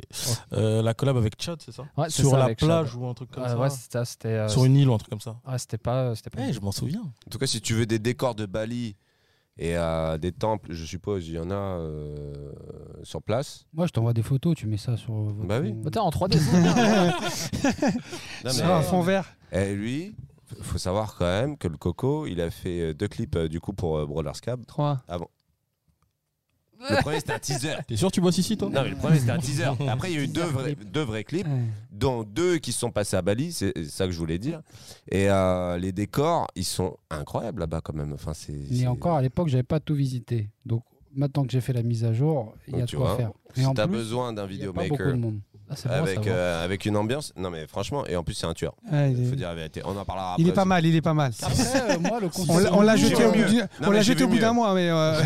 Speaker 5: Euh, la collab avec Chad, c'est ça
Speaker 6: Ouais, c'est
Speaker 5: Sur
Speaker 6: ça,
Speaker 5: la
Speaker 6: avec Chad.
Speaker 5: plage ou un truc comme
Speaker 6: Ah,
Speaker 5: ça
Speaker 6: ouais, c'était. c'était, euh,
Speaker 5: Sur une île ou un truc comme ça
Speaker 6: Ah, c'était pas. C'était pas
Speaker 5: Eh, je m'en souviens.
Speaker 1: En tout cas, si tu veux des décors de Bali et euh, des temples, je suppose, il y en a euh, sur place.
Speaker 4: Moi, je t'envoie des photos, tu mets ça sur. votre-
Speaker 1: Bah oui.
Speaker 6: Bah, t'es en [laughs] 3D. c'est bien.
Speaker 1: Non,
Speaker 3: Sur
Speaker 1: mais-
Speaker 3: un fond vert.
Speaker 1: Et lui, f- faut savoir quand même que le Coco, il a fait euh, deux clips euh, du coup pour euh, Brothers Cab.
Speaker 3: 3.
Speaker 1: Le premier c'était un teaser.
Speaker 5: T'es sûr que tu bosses ici, toi
Speaker 1: Non mais le premier c'était un teaser. Après il y a eu deux vrais, deux vrais clips, dont deux qui se sont passés à Bali, c'est ça que je voulais dire. Et euh, les décors, ils sont incroyables là-bas quand même. Enfin c'est.
Speaker 4: Mais
Speaker 1: c'est-
Speaker 4: encore, à l'époque, j'avais pas tout visité. Donc, maintenant que j'ai fait la mise à jour, il y
Speaker 1: Donc,
Speaker 4: a de
Speaker 1: Oh, tu
Speaker 4: quoi
Speaker 1: vois,
Speaker 4: faire.
Speaker 1: Si
Speaker 4: Et en
Speaker 1: t'as
Speaker 4: plus,
Speaker 1: besoin d'un
Speaker 4: il y a pas beaucoup
Speaker 1: videomaker
Speaker 4: de monde.
Speaker 6: Ah, c'est bon, ça
Speaker 1: avec
Speaker 6: va.
Speaker 1: euh, avec une ambiance, non mais franchement, et en plus c'est un tueur.
Speaker 3: il,
Speaker 1: Faut dire ah,
Speaker 3: est...
Speaker 1: bah, la vérité. On en parlera après.
Speaker 3: il est pas mal, il est pas mal.
Speaker 4: Après, euh,
Speaker 1: [laughs]
Speaker 4: moi, le concept.
Speaker 3: On l'a- on l'a
Speaker 1: J'ai
Speaker 3: jeté
Speaker 1: vu
Speaker 3: au bout
Speaker 1: mieux.
Speaker 3: du-
Speaker 1: Non,
Speaker 3: on
Speaker 1: mais
Speaker 3: l'a
Speaker 1: j'ai
Speaker 3: jeté
Speaker 1: vu
Speaker 3: au bout
Speaker 1: mieux.
Speaker 3: d'un mois, mais euh,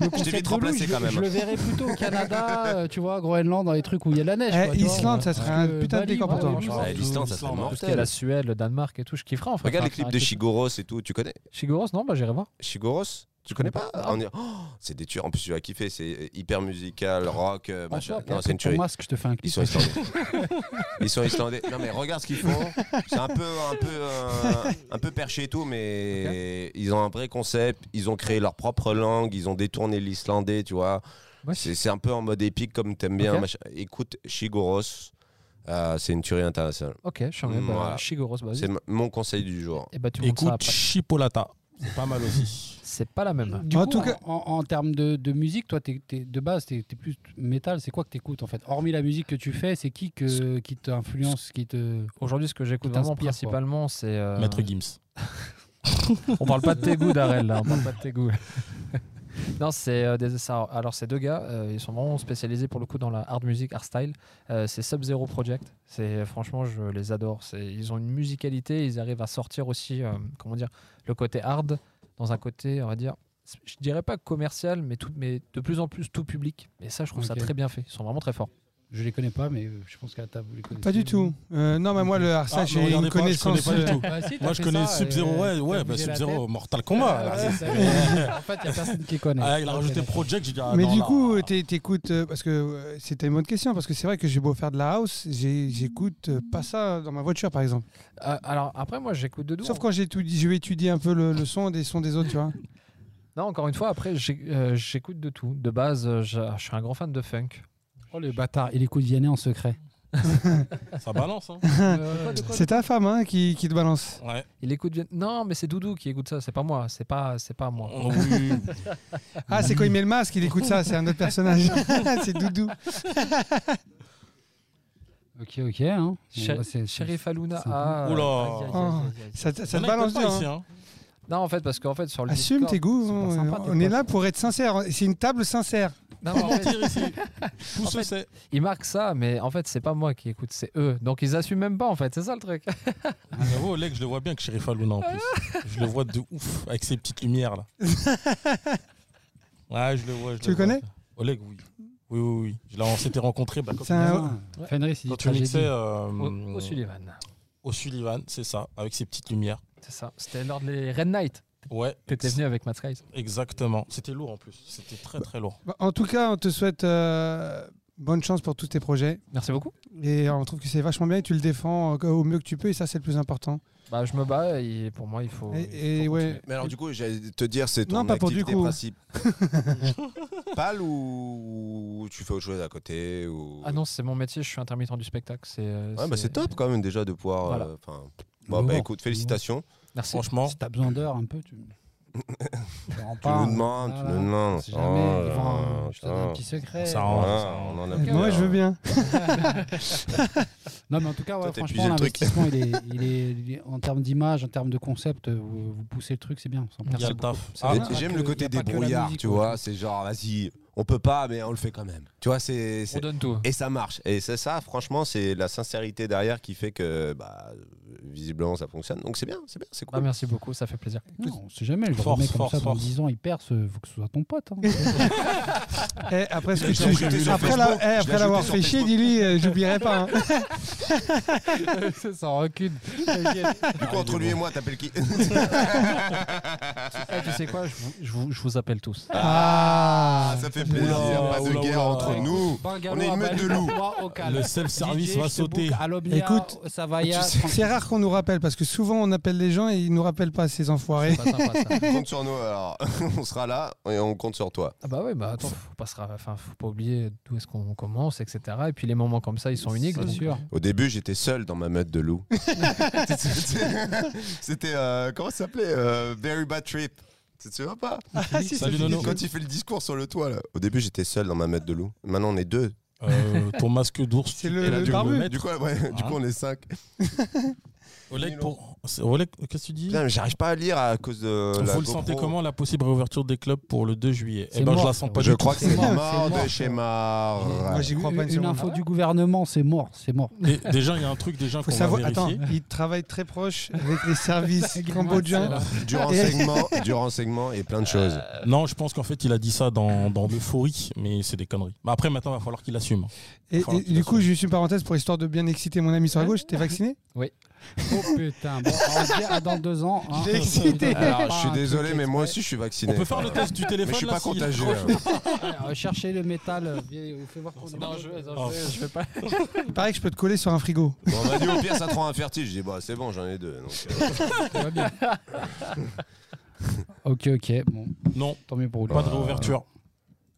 Speaker 1: Je t'ai vite remplacé quand
Speaker 4: Je
Speaker 1: même.
Speaker 4: le verrais plutôt au Canada, euh, tu vois, Groenland, dans les trucs où il y a de la neige.
Speaker 3: eh,
Speaker 4: quoi, tu vois.
Speaker 3: Islande, ça serait un
Speaker 4: Euh,
Speaker 3: putain de
Speaker 4: Bali,
Speaker 3: décor pour
Speaker 4: ouais,
Speaker 3: toi. hein,
Speaker 4: ouais,
Speaker 5: franchement.
Speaker 1: Ouais, L'Islande, ça serait
Speaker 5: Tout
Speaker 6: Tout
Speaker 5: ce
Speaker 6: ce qui est
Speaker 1: mortel.
Speaker 6: la Suède, le Danemark et tout, je kifferais en fait.
Speaker 1: Regarde
Speaker 6: Enfin,
Speaker 1: les clips
Speaker 6: un
Speaker 1: de
Speaker 6: clip-
Speaker 1: Shigoros et tout, tu connais
Speaker 6: Shigoros, non, bah j'irai voir. Ah,
Speaker 1: Shigoros Tu connais pas On dirait- oh, C'est des tueurs. En plus, tu vas kiffer. C'est hyper musical, rock, euh, machin. Non, c'est une tuerie.
Speaker 4: Pour masque, je te fais un
Speaker 1: Ils
Speaker 3: [laughs]
Speaker 4: clip.
Speaker 1: sont islandais. Ils sont islandais. Non mais regarde ce qu'ils font. C'est un peu un peu euh, un peu perché et tout, mais ils ont un vrai concept. Ils ont créé leur propre langue. Ils ont détourné l'islandais, tu vois.
Speaker 6: Ouais.
Speaker 1: C'est c'est un peu en mode épique comme t'aimes bien.
Speaker 6: Ok.
Speaker 1: machin. Écoute, Shigoros, euh, c'est une tuerie internationale.
Speaker 6: Ok, je suis en
Speaker 1: Mm, voilà.
Speaker 6: mode euh, Shigoros
Speaker 1: C'est m- mon conseil du jour.
Speaker 6: Et bah tu montes ça
Speaker 5: Écoute,
Speaker 6: après.
Speaker 5: Chipolata. C'est pas mal aussi.
Speaker 6: C'est pas la même.
Speaker 4: Du
Speaker 3: En
Speaker 4: coup,
Speaker 3: tout cas-
Speaker 4: en, en termes de, de musique, toi, t'es- t'es- de base, t'es es plus métal. C'est quoi que t'écoutes en fait Hormis la musique que tu fais, c'est qui que, qui t'influence, qui te
Speaker 6: Aujourd'hui, ce que j'écoute
Speaker 4: Qui
Speaker 6: vraiment
Speaker 4: t'inspire, quoi.
Speaker 6: principalement, c'est. euh,
Speaker 5: [laughs] Maître Gims.
Speaker 6: On parle pas de tes goûts, Darrel, là. On parle pas de tes goûts. [laughs] Non, c'est euh, des ça- alors ces deux gars, euh, ils sont vraiment spécialisés pour le coup dans la hard music, hard style. Euh, c'est Sub Zero Project. C'est euh, franchement, je les adore. C'est ils ont une musicalité, ils arrivent à sortir aussi, euh, comment dire, le côté hard dans un côté, on va dire, je dirais pas commercial, mais tout, mais de plus en plus tout public. Et ça, je trouve ça
Speaker 4: Ok.
Speaker 6: très bien fait. Ils sont vraiment très forts.
Speaker 4: Je les connais pas, mais euh, je pense qu'à la table, vous les connaissez.
Speaker 3: Pas du tout. Euh, non, mais moi, le
Speaker 5: Ah,
Speaker 3: Arsa,
Speaker 5: mais
Speaker 3: j'ai
Speaker 5: regardez
Speaker 3: une
Speaker 5: pas, je connais
Speaker 3: connaissance.
Speaker 5: pas du
Speaker 3: euh,
Speaker 5: tout.
Speaker 4: Bah, si, t'as
Speaker 5: Moi, je
Speaker 4: fait
Speaker 5: connais
Speaker 4: ça,
Speaker 5: Sub-Zero.
Speaker 4: euh,
Speaker 5: Ouais, ouais,
Speaker 4: t'as
Speaker 5: bah,
Speaker 4: bougé la
Speaker 5: Sub-Zero,
Speaker 4: tête.
Speaker 5: Mortal Kombat. là,
Speaker 4: Ah,
Speaker 5: c'est-
Speaker 4: c'est ça,
Speaker 5: [laughs]
Speaker 4: ouais. en fait, il n'y a personne qui connaît.
Speaker 5: Ah, il a rajouté
Speaker 4: Ok, d'accord.
Speaker 5: Project, j'ai dit. ah,
Speaker 3: euh, Mais
Speaker 5: non,
Speaker 3: du
Speaker 5: là.
Speaker 3: coup, euh, t'é- t'écoutes, euh, parce que euh, c'était une bonne question, parce que c'est vrai que j'ai beau faire de la house, j'ai- j'écoute euh, pas ça dans ma voiture, par exemple.
Speaker 6: Euh, alors après, moi, j'écoute de tout.
Speaker 3: Sauf quand j'ai tout dit- je vais étudier un peu le, le son des sons des autres, tu
Speaker 6: [laughs]
Speaker 3: vois.
Speaker 6: Non, encore une fois, après, j'ai- euh, j'écoute de tout. De base, euh, je je suis un grand fan de funk.
Speaker 4: Oh, le bâtard, il écoute Vianney en secret.
Speaker 5: Ça balance. Hein.
Speaker 6: Euh,
Speaker 3: C'est ta femme hein, qui, qui te balance.
Speaker 5: Ouais.
Speaker 6: Il écoute bien. Non, mais c'est Doudou qui écoute ça, c'est pas moi, c'est pas c'est pas moi.
Speaker 1: Oh,
Speaker 3: [laughs]
Speaker 5: Oui.
Speaker 3: Ah, c'est quand il met le masque, il écoute ça, c'est un
Speaker 6: [laughs]
Speaker 3: autre personnage. c'est Doudou.
Speaker 4: Ok, ok. Hein.
Speaker 6: Chéri-
Speaker 4: Bon, bah, c'est-
Speaker 6: Sheriff Aluna
Speaker 4: c'est-
Speaker 6: a
Speaker 5: Oula.
Speaker 6: ah. aïe, aïe, aïe, aïe, aïe.
Speaker 3: Oh, Ça, te- ça
Speaker 5: Il
Speaker 3: te
Speaker 5: y en a qui
Speaker 3: balance
Speaker 5: peuvent
Speaker 3: bien.
Speaker 5: pas
Speaker 3: hein.
Speaker 5: ici, hein.
Speaker 6: Non, en fait, parce qu'en fait sur le
Speaker 3: Assume
Speaker 6: Discord-
Speaker 3: tes goûts.
Speaker 6: c'est pas
Speaker 3: hein.
Speaker 6: sympa, tes
Speaker 3: on est
Speaker 6: potes.
Speaker 3: là pour être sincère. C'est une table sincère.
Speaker 6: Non, mais en fait,
Speaker 5: Mentir ici. Tout se sait.
Speaker 6: ils marquent ça, mais en fait, c'est pas moi qui écoute, c'est eux. Donc ils assument même pas en fait, c'est ça le truc.
Speaker 5: J'avoue, Oleg, je le vois bien que Sheriff Alouna en plus. Je le vois de ouf avec ses petites lumières là. Ouais, je le vois. je
Speaker 3: Tu le
Speaker 5: vois.
Speaker 3: connais
Speaker 5: Oleg, oui. Oui, oui, oui. Je l'ai- On s'était rencontrés bah, quand,
Speaker 3: C'est un-
Speaker 4: Ah, Fenris, il
Speaker 5: quand
Speaker 4: dit
Speaker 5: tu mixais
Speaker 4: tragédie.
Speaker 5: euh,
Speaker 1: Mm.
Speaker 6: Au- O'Sullivan.
Speaker 5: O'Sullivan, c'est ça, avec ses petites lumières.
Speaker 6: C'est ça. C'était lors des Red Knight.
Speaker 5: Ouais,
Speaker 6: T'étais venu avec Matt Skies.
Speaker 5: exactement. C'était lourd en plus. C'était très très lourd.
Speaker 3: Bah, En tout cas, on te souhaite euh, bonne chance pour tous tes projets.
Speaker 6: Merci beaucoup.
Speaker 3: Et on trouve que c'est vachement bien et tu le défends euh, au mieux que tu peux. Et ça, c'est le plus important.
Speaker 6: Bah, je me bats et pour moi, il faut.
Speaker 3: Et-
Speaker 6: il faut
Speaker 3: et
Speaker 6: continuer.
Speaker 3: ouais.
Speaker 1: Mais alors du coup, j'allais te dire, c'est ton
Speaker 3: Non, pas pour du
Speaker 1: activité
Speaker 3: coup. [laughs]
Speaker 1: principale ou... ou tu fais autre chose à côté ou...
Speaker 6: Ah non, c'est mon métier, je suis intermittent du spectacle. C'est euh,
Speaker 1: Ouais, bah, c'est top quand même déjà de pouvoir.
Speaker 6: Voilà.
Speaker 1: euh, enfin, bon, bah
Speaker 4: Lourd.
Speaker 1: écoute, félicitations.
Speaker 6: Merci.
Speaker 5: Franchement,
Speaker 4: Si t'as besoin d'heures un peu, tu.
Speaker 5: [coughs]
Speaker 4: tu en
Speaker 1: Tu
Speaker 4: parles.
Speaker 1: nous demandes, tu
Speaker 4: Voilà.
Speaker 1: nous demandes.
Speaker 4: On sait jamais,
Speaker 1: Oh
Speaker 4: ils
Speaker 1: là
Speaker 4: vont-
Speaker 1: là,
Speaker 4: je te donne un
Speaker 1: putain.
Speaker 4: petit secret.
Speaker 5: Ça rend-
Speaker 1: Ouais,
Speaker 5: ça
Speaker 1: on
Speaker 5: rend-
Speaker 1: en a
Speaker 3: Moi,
Speaker 1: plus,
Speaker 3: je veux
Speaker 1: hein.
Speaker 3: bien.
Speaker 4: Non, mais en tout cas, ouais,
Speaker 1: Toi, t'as
Speaker 4: franchement,
Speaker 1: épuisé
Speaker 4: l'investissement, il est, il est- il est- en termes d'image, en termes de concept, euh, vous, vous poussez le truc, c'est bien. sans
Speaker 5: il y a
Speaker 6: Merci
Speaker 5: le
Speaker 6: beaucoup.
Speaker 5: taf.
Speaker 6: C'est
Speaker 5: Ah,
Speaker 1: Mais
Speaker 4: bien.
Speaker 5: ouais.
Speaker 1: J'aime
Speaker 4: que-
Speaker 1: le
Speaker 4: y
Speaker 1: côté
Speaker 4: a pas que la
Speaker 1: débrouillard,
Speaker 4: musique,
Speaker 1: tu
Speaker 4: quoi.
Speaker 1: vois. C'est genre, vas-y, on peut pas, mais on le fait quand même. Tu vois, c'est.
Speaker 6: On
Speaker 1: c'est-
Speaker 6: donne tout.
Speaker 1: Et ça marche. Et c'est ça, franchement, c'est la sincérité derrière qui fait que, bah, visiblement, ça fonctionne. Donc c'est bien, c'est bien, c'est
Speaker 6: Ah,
Speaker 1: cool.
Speaker 6: merci beaucoup, ça fait
Speaker 3: [laughs]
Speaker 6: plaisir.
Speaker 4: Non, on sait jamais. Le
Speaker 5: Force,
Speaker 4: remets comme
Speaker 5: force,
Speaker 4: ça dans
Speaker 5: force.
Speaker 4: 10 ans, il perce. Faut que ce soit ton pote. hein.
Speaker 6: [laughs]
Speaker 3: Eh, après ce
Speaker 1: Je
Speaker 3: que
Speaker 1: l'ai
Speaker 3: tu-
Speaker 1: ajouté sur
Speaker 3: après
Speaker 1: Facebook.
Speaker 3: la- eh,
Speaker 1: Je l'ai
Speaker 3: après
Speaker 1: ajouté
Speaker 3: l'avoir
Speaker 1: sur
Speaker 3: fait chier,
Speaker 1: Facebook.
Speaker 3: dis-lui, euh, j'oublierai pas. hein.
Speaker 6: ça recule.
Speaker 1: Du coup, entre lui et moi, t'appelles qui
Speaker 6: Eh, tu sais quoi, je vous, je vous- je vous appelle tous.
Speaker 4: Ah,
Speaker 1: Ah, ça fait plaisir.
Speaker 5: Oula,
Speaker 1: pas de
Speaker 5: oula,
Speaker 1: guerre
Speaker 5: oula.
Speaker 1: entre
Speaker 4: ben,
Speaker 1: nous. On est une meute de loups.
Speaker 5: Le self-service va sauter.
Speaker 3: Écoute,
Speaker 4: Écoute, Savaya.
Speaker 3: Tu sais, C'est rare qu'on nous rappelle parce que souvent on appelle les gens et ils nous rappellent pas ces enfoirés. [laughs]
Speaker 6: C'est pas sympa, ça.
Speaker 1: Compte sur nous, alors. [laughs] on sera là et on compte sur toi.
Speaker 6: Ah bah ouais, bah attends, faut, passera, enfin, faut pas oublier d'où est-ce qu'on commence, etc. Et puis les moments comme ça, ils sont uniques.
Speaker 4: C'est
Speaker 6: donc-
Speaker 4: sûr.
Speaker 1: Au début, j'étais seul dans ma meute de loups. C'était. euh, comment ça s'appelait Euh, Very Bad Trip. Tu te souviens pas
Speaker 3: Ah,
Speaker 5: Salut Nono.
Speaker 1: Quand il fait le discours sur le toit, là. Au début, j'étais seul dans ma meute de loups. Maintenant, on est deux.
Speaker 5: Euh, ton masque d'ours.
Speaker 3: C'est
Speaker 5: tu
Speaker 3: le-
Speaker 5: peux
Speaker 3: le
Speaker 5: le
Speaker 3: barbu.
Speaker 5: mettre.
Speaker 1: Du coup, ouais, du coup, on est cinq.
Speaker 5: [laughs] Oleg, pour... c'est- Oleg, qu'est-ce que tu dis
Speaker 1: Putain, mais j'arrive pas à lire à cause de euh, la.
Speaker 5: Vous le
Speaker 1: GoPro.
Speaker 5: sentez comment la possible réouverture des clubs pour le 2 juillet Eh
Speaker 4: C'est
Speaker 5: ben, je
Speaker 4: mort,
Speaker 5: la sens pas
Speaker 1: Je
Speaker 5: du tout.
Speaker 1: crois que c'est
Speaker 4: mort, c'est
Speaker 1: mort de
Speaker 4: mort.
Speaker 1: chez mort.
Speaker 3: Moi j'y crois pas une
Speaker 4: Une
Speaker 3: seconde.
Speaker 4: info du gouvernement, c'est mort, c'est mort.
Speaker 5: Dé- Déjà, il y a un truc déjà
Speaker 3: Faut
Speaker 5: qu'on va
Speaker 3: savoir, attends,
Speaker 5: vérifier.
Speaker 3: ils travaillent très proche avec
Speaker 4: [laughs]
Speaker 3: les services
Speaker 4: c'est
Speaker 3: cambodgiens.
Speaker 4: là.
Speaker 1: Du renseignement, du renseignement et plein de choses.
Speaker 5: Non, je pense qu'en fait, il a dit ça dans, dans l'euphorie, mais c'est des conneries. Mais après, maintenant, il va falloir qu'il assume.
Speaker 3: Et,
Speaker 5: Faut
Speaker 3: et du coup, juste une parenthèse pour histoire de bien exciter mon ami sur la gauche. T'es vacciné
Speaker 6: Oui.
Speaker 4: Oh putain, bon, on se dit à dans deux ans. hein. [laughs]
Speaker 3: J'ai excité.
Speaker 1: Alors, je suis
Speaker 4: Ah,
Speaker 1: désolé,
Speaker 4: tout
Speaker 1: mais
Speaker 4: est
Speaker 1: moi
Speaker 4: fait.
Speaker 1: aussi, je suis vacciné.
Speaker 5: On peut faire le test du téléphone
Speaker 1: Mais je suis
Speaker 5: là,
Speaker 1: pas
Speaker 5: si-
Speaker 1: contagieux.
Speaker 4: Alors, cherchez le métal. euh, viens, vous faites voir qu'on est
Speaker 6: Non, je,
Speaker 4: malade.
Speaker 5: Oh.
Speaker 6: je vais
Speaker 4: [laughs]
Speaker 6: pas.
Speaker 3: Il paraît que je peux te coller sur un frigo.
Speaker 1: Bon, on m'a dit au pire, ça te rend infertile. Je dis, bah, c'est bon, j'en ai deux. donc, euh,
Speaker 4: Tout va bien. ok, ok, bon,
Speaker 5: Non,
Speaker 4: tant mieux pour vous.
Speaker 1: Bah,
Speaker 5: pas de réouverture.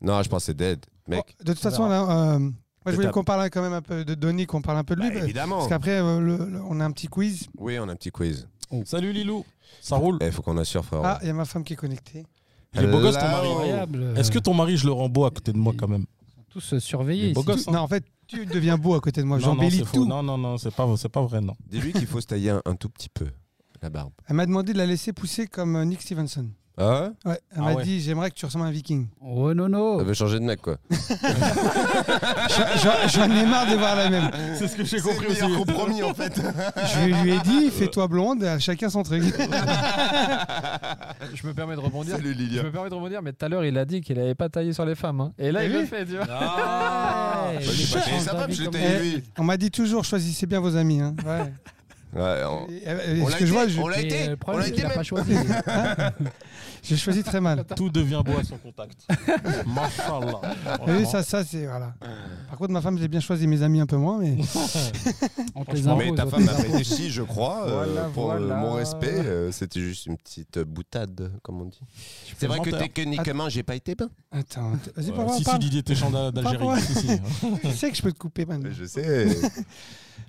Speaker 1: Non, je pense que c'est dead, mec.
Speaker 3: Bon, de toute façon, là, euh, moi, je voulais qu'on parle quand même un peu de Donny, qu'on parle un peu de
Speaker 1: Bah,
Speaker 3: lui. bah,
Speaker 1: évidemment.
Speaker 3: parce qu'après, euh, le- le- on a un petit quiz.
Speaker 1: Oui, on a un petit quiz.
Speaker 5: Salut Lilou, ça roule.
Speaker 1: Il faut qu'on assure, frère.
Speaker 3: Ah, il y a ma femme qui est connectée.
Speaker 5: Il est beau gosse ton
Speaker 1: Hello.
Speaker 5: mari.
Speaker 4: Incroyable. euh,
Speaker 5: Est-ce que ton mari, je le rends beau à côté de moi quand même
Speaker 4: tous euh, se surveiller
Speaker 5: Les beaux
Speaker 4: ici.
Speaker 5: gosses, hein.
Speaker 3: Non, en fait, tu deviens beau à côté de moi.
Speaker 5: Non, non,
Speaker 3: J'embellis
Speaker 5: c'est faux.
Speaker 3: tout.
Speaker 5: Non, non, non, c'est pas, c'est pas vrai, non.
Speaker 1: Dis-lui qu'il faut se tailler un, un tout petit peu la barbe.
Speaker 3: Elle m'a demandé de la laisser pousser comme euh, Nick Stevenson.
Speaker 1: Ah
Speaker 3: Ouais, elle
Speaker 5: Ah
Speaker 3: m'a
Speaker 5: ouais.
Speaker 3: dit J'aimerais que tu ressembles à un viking.
Speaker 4: Oh non,
Speaker 1: Ça
Speaker 4: non.
Speaker 1: veut changer de mec, quoi.
Speaker 3: J'en- J'en j'en ai marre de voir la même.
Speaker 5: C'est ce que j'ai
Speaker 1: C'est le meilleur compromis, en
Speaker 3: [laughs]
Speaker 1: fait.
Speaker 3: Je lui ai
Speaker 5: Euh.
Speaker 3: dit Fais-toi blonde, à chacun son truc.
Speaker 6: Je me permets de rebondir.
Speaker 1: Salut,
Speaker 6: Je
Speaker 1: Lilia.
Speaker 6: me permets de rebondir, mais tout à l'heure, il a dit qu'il n'avait pas taillé sur les femmes. hein. Et là,
Speaker 3: Et
Speaker 6: il
Speaker 3: oui.
Speaker 6: le fait, tu vois.
Speaker 4: Ah,
Speaker 1: Eh Bah, j'ai pas taillé sa femme, je l'ai
Speaker 3: Eh,
Speaker 1: taillé lui.
Speaker 3: on m'a dit toujours Choisissez bien vos amis. hein. Ouais.
Speaker 1: Ouais, on-
Speaker 3: Et, euh,
Speaker 1: on
Speaker 3: ce
Speaker 1: l'a
Speaker 3: que je vois,
Speaker 1: été,
Speaker 3: je,
Speaker 1: on l'a été,
Speaker 4: le
Speaker 1: on
Speaker 4: problème,
Speaker 1: l'a
Speaker 4: c'est qu'il
Speaker 1: été,
Speaker 4: a
Speaker 1: mec.
Speaker 4: pas choisi.
Speaker 3: [laughs] je choisis très mal.
Speaker 5: Tout devient beau à son contact. Machallah.
Speaker 3: Et oui, ça, ça c'est. Voilà. Par contre, ma femme, j'ai bien choisi mes amis un peu moins, mais.
Speaker 4: On te les
Speaker 5: Franchement,
Speaker 4: impose.
Speaker 1: Mais ta
Speaker 4: on te
Speaker 1: femme
Speaker 4: les
Speaker 1: m'a fait
Speaker 4: impose.
Speaker 1: des si, je crois. euh,
Speaker 4: Voilà,
Speaker 1: pour euh,
Speaker 4: voilà.
Speaker 1: mon respect, euh, c'était juste une petite boutade, comme on dit. C'est vrai que
Speaker 5: menteur.
Speaker 1: techniquement, j'ai pas été bon.
Speaker 3: Attends, t- vas-y, pour
Speaker 5: Ouais,
Speaker 3: moi,
Speaker 5: Si, si,
Speaker 3: parle.
Speaker 5: Didier Téchan d'A-
Speaker 3: Pas
Speaker 5: d'Algérie. Si, si.
Speaker 3: Tu sais que je peux te couper maintenant.
Speaker 1: Je sais.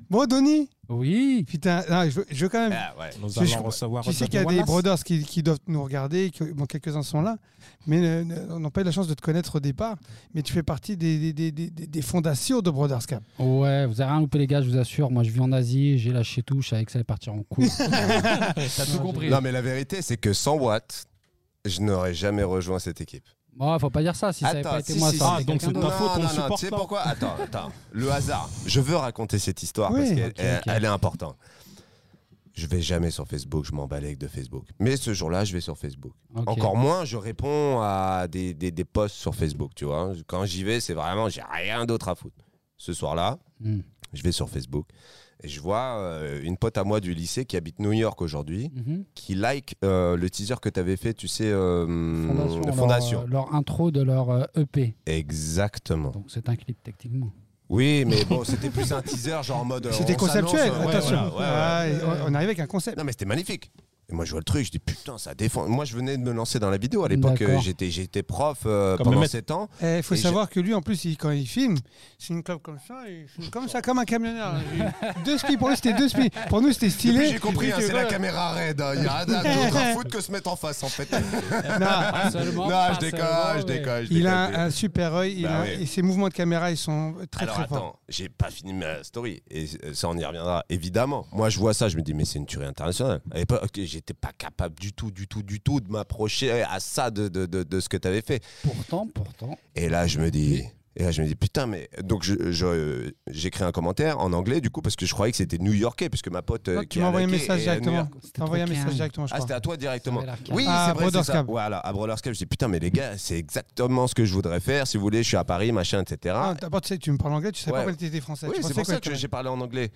Speaker 3: Bon, Donny,
Speaker 4: Oui.
Speaker 3: putain, non, je, veux, je veux quand même.
Speaker 1: [laughs] Ah, ouais.
Speaker 5: Nous
Speaker 3: Je- je-
Speaker 5: allons recevoir.
Speaker 3: Tu sais
Speaker 5: Jordan
Speaker 3: qu'il y a des
Speaker 5: Wallace.
Speaker 3: brothers qui, qui doivent nous regarder, qui- bon, quelques-uns sont là, mais euh, ne- on n'a pas eu la chance de te connaître au départ. Mais tu fais partie des, des, des, des- des fondations de Brothers Cap.
Speaker 4: Ouais, vous avez rien loupé, les gars, je vous assure. Moi, je vis en Asie, j'ai lâché tout, je savais que ça allait partir en
Speaker 1: [laughs]
Speaker 4: couille.
Speaker 6: T'as tout compris.
Speaker 1: Non, mais la vérité, c'est que sans Watt, je n'aurais jamais rejoint cette équipe.
Speaker 4: Bon, faut pas dire ça, si ça avait
Speaker 1: Attends,
Speaker 4: pas été
Speaker 1: si,
Speaker 4: moi,
Speaker 1: si,
Speaker 4: ça
Speaker 1: si.
Speaker 4: aurait été
Speaker 5: Ah, donc
Speaker 4: quelqu'un
Speaker 5: c'est
Speaker 4: d'autre.
Speaker 5: ta faute, on
Speaker 1: non,
Speaker 5: le
Speaker 1: non,
Speaker 5: supporte
Speaker 1: tu sais
Speaker 5: pas.
Speaker 1: pourquoi Attends, attends. Le hasard. Je veux raconter cette histoire parce
Speaker 3: Oui.
Speaker 1: qu'elle
Speaker 4: Ok,
Speaker 1: elle-
Speaker 4: ok.
Speaker 1: elle est importante. Je vais jamais sur Facebook, je m'en bats avec de Facebook. Mais ce jour-là, je vais sur Facebook.
Speaker 4: Ok.
Speaker 1: Encore moins, je réponds à des, des, des posts sur Facebook, tu vois. Quand j'y vais, c'est vraiment, j'ai rien d'autre à foutre. Ce soir-là,
Speaker 4: Hmm.
Speaker 1: je vais sur Facebook et je vois euh, une pote à moi du lycée qui habite New York aujourd'hui
Speaker 4: Mhm.
Speaker 1: qui like euh, le teaser que tu avais fait, tu sais, euh,
Speaker 4: Fondation,
Speaker 1: Fondation.
Speaker 4: leur, euh, Leur, intro de leur euh, EP.
Speaker 1: Exactement.
Speaker 4: Donc c'est un clip techniquement.
Speaker 1: Oui, mais bon, c'était plus un teaser, genre en mode. euh,
Speaker 3: C'était
Speaker 1: on
Speaker 3: conceptuel,
Speaker 1: s'annonce, euh, ouais,
Speaker 3: attention.
Speaker 1: voilà, ouais, ouais. Bah,
Speaker 3: Ah, et on, on arrive avec un concept.
Speaker 1: Non, mais c'était magnifique. Et moi, je vois le truc, je dis putain, ça défend. Moi, je venais de me lancer dans la vidéo. À l'époque,
Speaker 4: D'accord.
Speaker 1: euh, j'étais, j'étais prof euh,
Speaker 5: Comme le
Speaker 1: pendant
Speaker 5: maître.
Speaker 1: 7 ans.
Speaker 3: Il Eh, faut
Speaker 1: Et
Speaker 3: savoir que lui, en plus, il- quand il filme, c'est une clope comme ça, il filme comme ça, comme
Speaker 1: [laughs]
Speaker 3: un camionneur. Il- deux spies, pour lui, c'était deux spies. Pour nous, c'était
Speaker 1: Et puis,
Speaker 3: stylé.
Speaker 1: j'ai compris, hein, c'est la caméra raide. hein. Il n'y a rien
Speaker 3: [laughs]
Speaker 1: d'autre à foutre que se mettre en face, en fait. [laughs]
Speaker 6: Ah,
Speaker 3: Non,
Speaker 4: Pas
Speaker 1: Ah, non,
Speaker 4: seulement,
Speaker 1: je déconne, je déconne. je
Speaker 3: il
Speaker 1: déconne.
Speaker 3: a un super œil, il
Speaker 1: Bah
Speaker 3: a-
Speaker 1: oui.
Speaker 3: et ses mouvements de caméra, ils sont très
Speaker 1: Alors
Speaker 3: très forts.
Speaker 1: attends, j'ai pas fini ma story et euh, ça on y reviendra évidemment. Moi je vois ça, je me dis mais c'est une tuerie internationale. À l'époque, ok, j'étais pas capable du tout, du tout, du tout de m'approcher à ça de, de, de, de ce que t'avais fait.
Speaker 4: Pourtant, pourtant.
Speaker 1: Et là je me dis, et là je me dis putain mais donc je- je, euh, j'écris un commentaire en anglais du coup parce que je croyais que c'était New-Yorkais parce que ma pote euh,
Speaker 3: Non,
Speaker 1: qui
Speaker 3: tu
Speaker 1: a
Speaker 3: m'as envoyé un
Speaker 1: liké
Speaker 3: message
Speaker 1: est à New
Speaker 3: directement.
Speaker 1: York.
Speaker 4: C'était
Speaker 3: T'as envoyé un
Speaker 4: trop
Speaker 3: message
Speaker 4: calme.
Speaker 3: directement, je
Speaker 1: Ah,
Speaker 3: crois.
Speaker 1: c'était à toi directement.
Speaker 4: Ça avait l'air
Speaker 1: Oui,
Speaker 3: Ah,
Speaker 1: c'est vrai, c'est
Speaker 3: Brothers
Speaker 1: ça.
Speaker 3: Cab.
Speaker 1: Voilà, à Brothers Cab, je dis putain, mais les gars, c'est exactement ce que je voudrais faire. Si vous voulez, je suis à Paris, machin, etc.
Speaker 3: Ah, d'abord, tu sais, tu me parles anglais, tu sais
Speaker 1: Ouais.
Speaker 3: pas quand tu étais français.
Speaker 1: Oui,
Speaker 3: Tu
Speaker 1: c'est
Speaker 3: pensais
Speaker 1: pour ça
Speaker 3: était
Speaker 1: que
Speaker 3: anglais.
Speaker 1: j'ai parlé en anglais.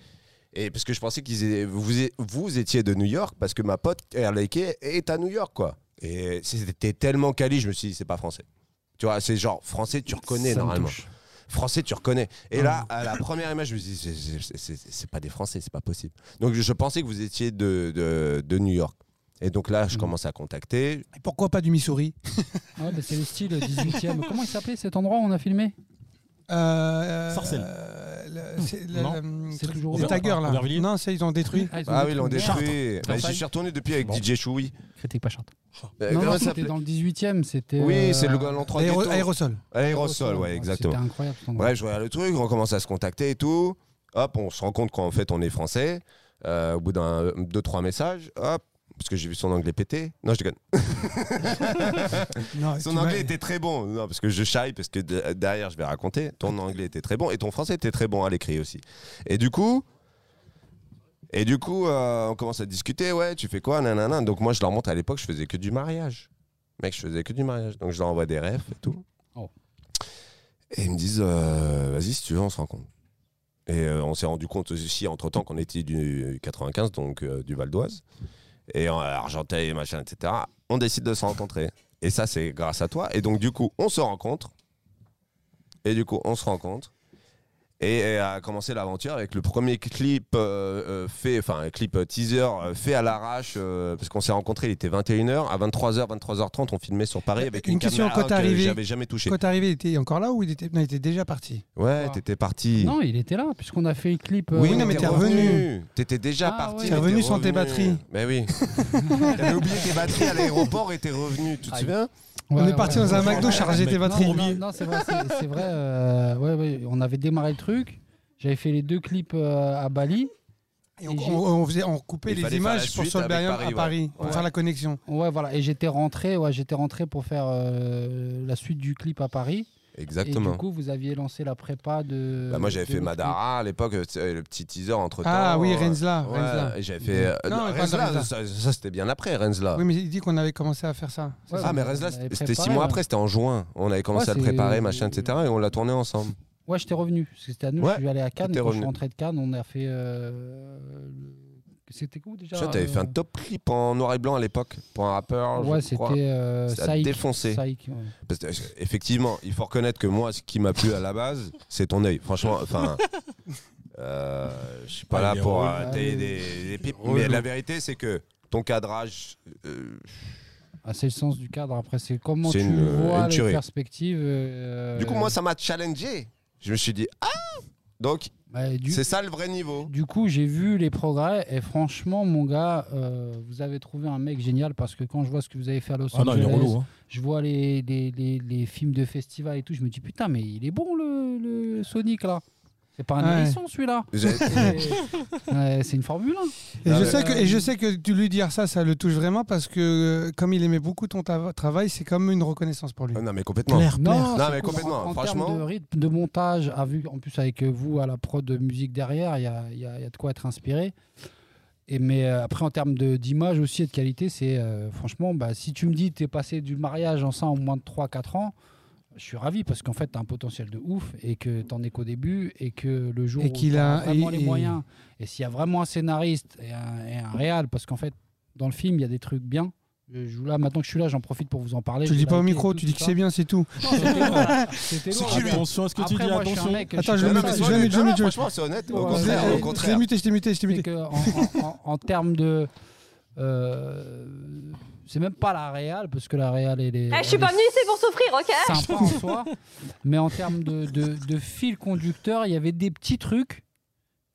Speaker 1: Et parce que je pensais qu'ils étaient- vous, é- vous étiez de New York parce que ma pote Erleike est à New York quoi. Et c'était tellement quali, je me suis dit c'est pas français. Tu vois, c'est genre français tu reconnais
Speaker 4: Ça me
Speaker 1: normalement.
Speaker 4: touche. Hum.
Speaker 1: Français tu reconnais. Et là à la première image je me suis dit c'est- c'est- c'est c'est- c'est pas des français, c'est pas possible. Donc je pensais que vous étiez de, de, de New York. Et donc là, je
Speaker 4: Mm.
Speaker 1: commence à contacter.
Speaker 3: Et Pourquoi pas du Missouri
Speaker 4: Ouais, mais c'est le style
Speaker 1: [laughs]
Speaker 4: 18e. Comment il s'appelait cet endroit où on a filmé
Speaker 3: euh,
Speaker 5: Sarcelles.
Speaker 3: euh, le- c'est- le-
Speaker 5: Non.
Speaker 3: le-
Speaker 4: C'est
Speaker 3: truc-
Speaker 4: toujours
Speaker 3: Les
Speaker 4: ouvert ou
Speaker 3: Tigers,
Speaker 5: pas
Speaker 3: là.
Speaker 5: Aubervilliers
Speaker 3: Non, ça, ils
Speaker 4: [laughs]
Speaker 3: ont détruit.
Speaker 4: Ah, ils ont
Speaker 1: Ah oui, l'on
Speaker 4: détruit.
Speaker 1: détruit. Bah, J'y
Speaker 4: Versailles.
Speaker 1: suis retourné depuis avec
Speaker 5: Bon.
Speaker 1: DJ Choui.
Speaker 6: Critique pas chante.
Speaker 1: Euh,
Speaker 4: Non,
Speaker 1: comment
Speaker 4: non,
Speaker 1: ça
Speaker 4: c'était
Speaker 1: s'appelait
Speaker 4: dans le 18e. C'était.
Speaker 1: Oui,
Speaker 4: euh,
Speaker 1: c'est le l'endroit du
Speaker 3: Aéro-
Speaker 1: tour.
Speaker 3: Aérosol.
Speaker 1: Aérosol, ouais, exactement.
Speaker 4: C'était incroyable. cet endroit.
Speaker 1: Bref, je regarde le truc, on commence à se contacter et tout. Hop, on se rend compte qu'en fait, on est français. Euh, au bout d'un, deux, trois messages, hop, parce que j'ai vu son anglais péter. Non, je déconne.
Speaker 3: Non, tu
Speaker 1: Son
Speaker 3: m'as-
Speaker 1: anglais était très bon. Non, parce que je chaille, parce que de- derrière, je vais raconter. Ton
Speaker 3: Ah.
Speaker 1: anglais était très bon et ton français était très bon à l'écrit aussi. Et du coup. Et du coup, euh, on commence à discuter. Ouais, tu fais quoi Nanana. Donc, moi, je leur montre à l'époque, je faisais que du mariage. Mec, je faisais que du mariage. Donc, je leur envoie des refs et tout.
Speaker 4: Oh.
Speaker 1: Et ils me disent, euh, vas-y, si tu veux, on se rencontre. Et euh, on s'est rendu compte aussi entre temps qu'on était du 95, donc euh, du Val d'Oise, et en Argenteuil, machin, etc. On décide de se rencontrer. Et ça, c'est grâce à toi. Et donc, du coup, on se rencontre. Et du coup, on se rencontre. Et, et a commencé l'aventure avec le premier clip euh, euh, fait, enfin, un clip teaser euh, fait à l'arrache, euh, parce qu'on s'est rencontrés, il était 21h. À 23h, 23h30, on filmait sur Paris avec une,
Speaker 3: Une question,
Speaker 1: caméra
Speaker 3: quand t'es
Speaker 1: que
Speaker 3: arrivé-
Speaker 1: j'avais jamais touchée.
Speaker 3: Quand t'es arrivé, il était encore là ou il était, non, il était déjà parti
Speaker 1: Ouais, t'étais parti.
Speaker 4: Non, il était là, puisqu'on a fait le clip. euh,
Speaker 3: Oui, non, mais
Speaker 1: t'es
Speaker 3: t'es revenu.
Speaker 1: T'étais déjà
Speaker 4: Ah,
Speaker 1: parti.
Speaker 4: ouais.
Speaker 1: mais
Speaker 4: T'es
Speaker 3: revenu sans tes
Speaker 1: revenu.
Speaker 3: batteries.
Speaker 1: Mais
Speaker 3: [laughs]
Speaker 1: oui. T'avais oublié tes batteries à l'aéroport et t'es revenu. Tu te
Speaker 4: Ah,
Speaker 1: souviens
Speaker 3: On
Speaker 4: Ouais,
Speaker 3: est parti
Speaker 4: ouais.
Speaker 3: dans un McDo charger tes
Speaker 4: Non,
Speaker 3: batteries.
Speaker 4: non, Non, c'est vrai, c'est- c'est vrai, euh, ouais, ouais, on avait démarré le truc. J'avais fait les deux clips euh, à Bali.
Speaker 3: Et on, on- on faisait, on coupait
Speaker 1: Il
Speaker 3: les
Speaker 1: fallait faire
Speaker 3: images
Speaker 1: la
Speaker 3: pour
Speaker 1: suite avec
Speaker 3: Solberium
Speaker 1: Paris,
Speaker 3: à Paris, pour
Speaker 1: Ouais.
Speaker 3: faire la connexion.
Speaker 4: Ouais, voilà. Et j'étais rentré, ouais, j'étais rentré pour faire euh, la suite du clip à Paris. Et
Speaker 1: Exactement.
Speaker 4: du coup, vous aviez lancé la prépa de.
Speaker 1: Bah, moi j'avais
Speaker 4: de
Speaker 1: fait
Speaker 4: l'autre
Speaker 1: Madara à l'époque, euh, tu sais, le petit teaser entre temps. euh,
Speaker 3: Ah oui, Renzla. Renzla.
Speaker 1: J'avais fait. euh,
Speaker 3: Non,
Speaker 1: non,
Speaker 3: mais pas
Speaker 1: Renzla,
Speaker 3: Renzla.
Speaker 1: ça, ça, c'était bien après Renzla.
Speaker 3: Oui, mais il dit qu'on avait commencé à faire ça.
Speaker 4: clip. Ouais,
Speaker 1: ah, mais
Speaker 4: on
Speaker 1: Renzla,
Speaker 4: avait
Speaker 1: c'était six
Speaker 4: préparé,
Speaker 1: mois
Speaker 4: ouais.
Speaker 1: après, c'était en juin. On avait commencé
Speaker 4: Ouais,
Speaker 1: à le
Speaker 4: c'est-
Speaker 1: préparer, machin, etc. Et on l'a tourné ensemble.
Speaker 4: Ouais, j'étais revenu. parce que C'était à nous,
Speaker 1: Ouais,
Speaker 4: je suis allé à Cannes.
Speaker 1: t'es
Speaker 4: Et quand je
Speaker 1: revenu.
Speaker 4: suis rentré de Cannes, on a fait. euh, le- C'était où déjà
Speaker 1: Tu avais fait
Speaker 4: euh,
Speaker 1: un top clip en noir et blanc à l'époque pour un rappeur.
Speaker 4: Ouais,
Speaker 1: je crois.
Speaker 4: c'était. euh,
Speaker 1: Ça a
Speaker 4: Saïk.
Speaker 1: défoncé.
Speaker 4: Saïk, ouais.
Speaker 1: Parce que, euh, effectivement, il faut reconnaître que moi, ce qui m'a plu à la base, c'est ton œil. Franchement,
Speaker 4: [laughs]
Speaker 1: enfin. euh, je suis pas
Speaker 5: Ah,
Speaker 1: là
Speaker 5: il est
Speaker 1: pour
Speaker 5: relou.
Speaker 1: euh, des, des- des pipes,
Speaker 5: relou.
Speaker 1: mais la vérité, c'est que ton cadrage, euh,
Speaker 4: Ah, c'est le sens du cadre. Après, c'est comment
Speaker 1: C'est
Speaker 4: tu
Speaker 1: une- une
Speaker 4: vois les
Speaker 1: tuerie.
Speaker 4: perspectives. euh,
Speaker 1: Du coup, moi, ça m'a challengé. Je me suis dit, ah Donc,
Speaker 4: bah, du,
Speaker 1: c'est ça le vrai
Speaker 4: [laughs]
Speaker 1: niveau.
Speaker 4: du coup, j'ai vu les progrès. Et franchement, mon gars, euh, vous avez trouvé un mec génial parce que quand je vois ce que vous avez fait à Los
Speaker 5: Ah non, il
Speaker 4: Angeles,
Speaker 5: est relou. hein.
Speaker 4: je vois les, les, les- les films de festival et tout, je me dis putain, mais il est bon le, le Sonic là. C'est pas un
Speaker 3: Ouais.
Speaker 4: hérisson celui-là.
Speaker 6: Eh,
Speaker 4: C'est- ouais, c'est une Formule 1.
Speaker 3: Et,
Speaker 1: Ah,
Speaker 3: je
Speaker 1: mais-
Speaker 3: sais que, et je sais que tu lui dire ça, ça le touche vraiment parce que euh, comme il aimait beaucoup ton tava- travail, c'est comme une reconnaissance pour lui.
Speaker 1: non, mais complètement.
Speaker 2: Claire, Claire.
Speaker 4: Non,
Speaker 1: Non,
Speaker 4: c'est
Speaker 1: mais
Speaker 4: cool.
Speaker 1: complètement,
Speaker 4: En, en
Speaker 1: franchement.
Speaker 4: termes de rythme, de montage, à vue, en plus avec vous à la prod de musique derrière, il y a, il y a- il y a de quoi être inspiré. Et mais euh, après, en termes de- d'image aussi et de qualité, c'est euh, franchement, bah, si tu me dis tu es passé du mariage en ça en moins de 3-4 ans, je suis ravi parce qu'en fait, tu as un potentiel de ouf et que tu es qu'au début et que le jour
Speaker 3: Et
Speaker 4: où
Speaker 3: qu'il
Speaker 4: t'auras
Speaker 3: a-
Speaker 4: vraiment
Speaker 3: et-
Speaker 4: les
Speaker 3: et-
Speaker 4: moyens et s'il y a vraiment un scénariste et un, et un réal, parce qu'en fait, dans le film, il y a des trucs bien. Je, je- là, maintenant que je suis là, j'en profite pour vous en parler.
Speaker 3: Tu le
Speaker 4: J'ai
Speaker 3: dis pas au
Speaker 4: liké et
Speaker 3: micro,
Speaker 4: tout,
Speaker 3: tu dis
Speaker 4: tout
Speaker 3: que
Speaker 4: ça.
Speaker 3: c'est bien, c'est tout.
Speaker 5: [laughs]
Speaker 4: C'était
Speaker 5: C'est
Speaker 4: lourd.
Speaker 5: qui lui Attention à ce que tu
Speaker 4: Après,
Speaker 5: dis,
Speaker 4: moi, je suis un
Speaker 5: attention.
Speaker 4: mec,
Speaker 3: Attends,
Speaker 4: suis
Speaker 3: je
Speaker 1: Non,
Speaker 3: le
Speaker 1: non,
Speaker 4: comme
Speaker 3: mets,
Speaker 1: mais
Speaker 4: ça,
Speaker 3: je
Speaker 1: sois
Speaker 3: le mets,
Speaker 1: honnête.
Speaker 3: je le
Speaker 1: Non,
Speaker 3: mets,
Speaker 1: non,
Speaker 3: je-
Speaker 1: Franchement, c'est honnête. Au
Speaker 4: Ouais.
Speaker 1: contraire,
Speaker 3: Je
Speaker 1: au
Speaker 3: l'ai- Je
Speaker 1: contraire.
Speaker 3: l'ai euh, muté, je t'ai muté, je t'ai
Speaker 4: c'est
Speaker 3: muté.
Speaker 4: que en, en- en- en termes de. euh, c'est même pas la réal, parce que la réal, elle est.
Speaker 8: Eh, je suis pas
Speaker 4: elle
Speaker 8: venue ici pour souffrir, ok
Speaker 4: est Sympa en soi. Mais en termes de, de, de fil conducteur, il y avait des petits trucs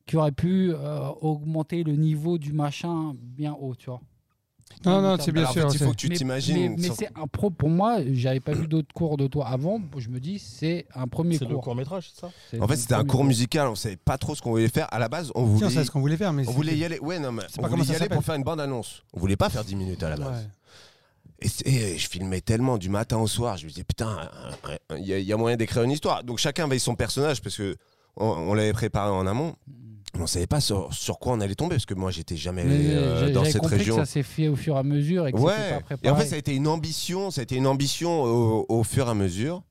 Speaker 4: qui auraient pu euh, augmenter le niveau du machin bien haut, tu vois.
Speaker 3: Non, non, c'est bien
Speaker 1: Alors, en fait,
Speaker 3: sûr.
Speaker 1: il
Speaker 3: c'est-
Speaker 1: faut que tu
Speaker 4: Mais-
Speaker 1: t'imagines.
Speaker 4: Mais, mais
Speaker 1: sur-
Speaker 4: c'est un pro pour moi, j'avais pas vu d'autres cours de toi avant. Je me dis, c'est un premier
Speaker 5: C'est le
Speaker 4: cours.
Speaker 5: court-métrage, c'est ça
Speaker 4: C'est
Speaker 1: En fait,
Speaker 4: le
Speaker 1: c'était un
Speaker 4: premier
Speaker 1: cours musical, on savait pas trop ce qu'on voulait faire. À la base, on
Speaker 3: Tiens,
Speaker 1: voulait,
Speaker 3: c'est ce qu'on voulait faire, mais
Speaker 1: on
Speaker 3: c'est-
Speaker 1: voulait y aller. Ouais, non, mais
Speaker 3: sais
Speaker 1: on
Speaker 3: pas comment
Speaker 1: voulait
Speaker 3: ça
Speaker 1: y aller
Speaker 3: s'appelle.
Speaker 1: pour faire une bande-annonce. On voulait pas faire 10 minutes à la base.
Speaker 3: Ouais.
Speaker 1: Et, c'est- et je filmais tellement du matin au soir, je me disais putain, il y, a- il y a moyen d'écrire une histoire. Donc chacun avait son personnage parce que on, on l'avait préparé en amont. On savait pas sur, sur quoi on allait tomber parce que moi j'étais jamais
Speaker 4: Mais
Speaker 1: euh,
Speaker 4: j'ai-
Speaker 1: dans
Speaker 4: j'avais
Speaker 1: cette
Speaker 4: compris
Speaker 1: région.
Speaker 4: Que ça s'est fait au fur et à mesure et que c'était
Speaker 1: Ouais.
Speaker 4: pas préparé.
Speaker 1: Et en fait ça a été une ambition, ça a été une ambition au, au fur et à mesure.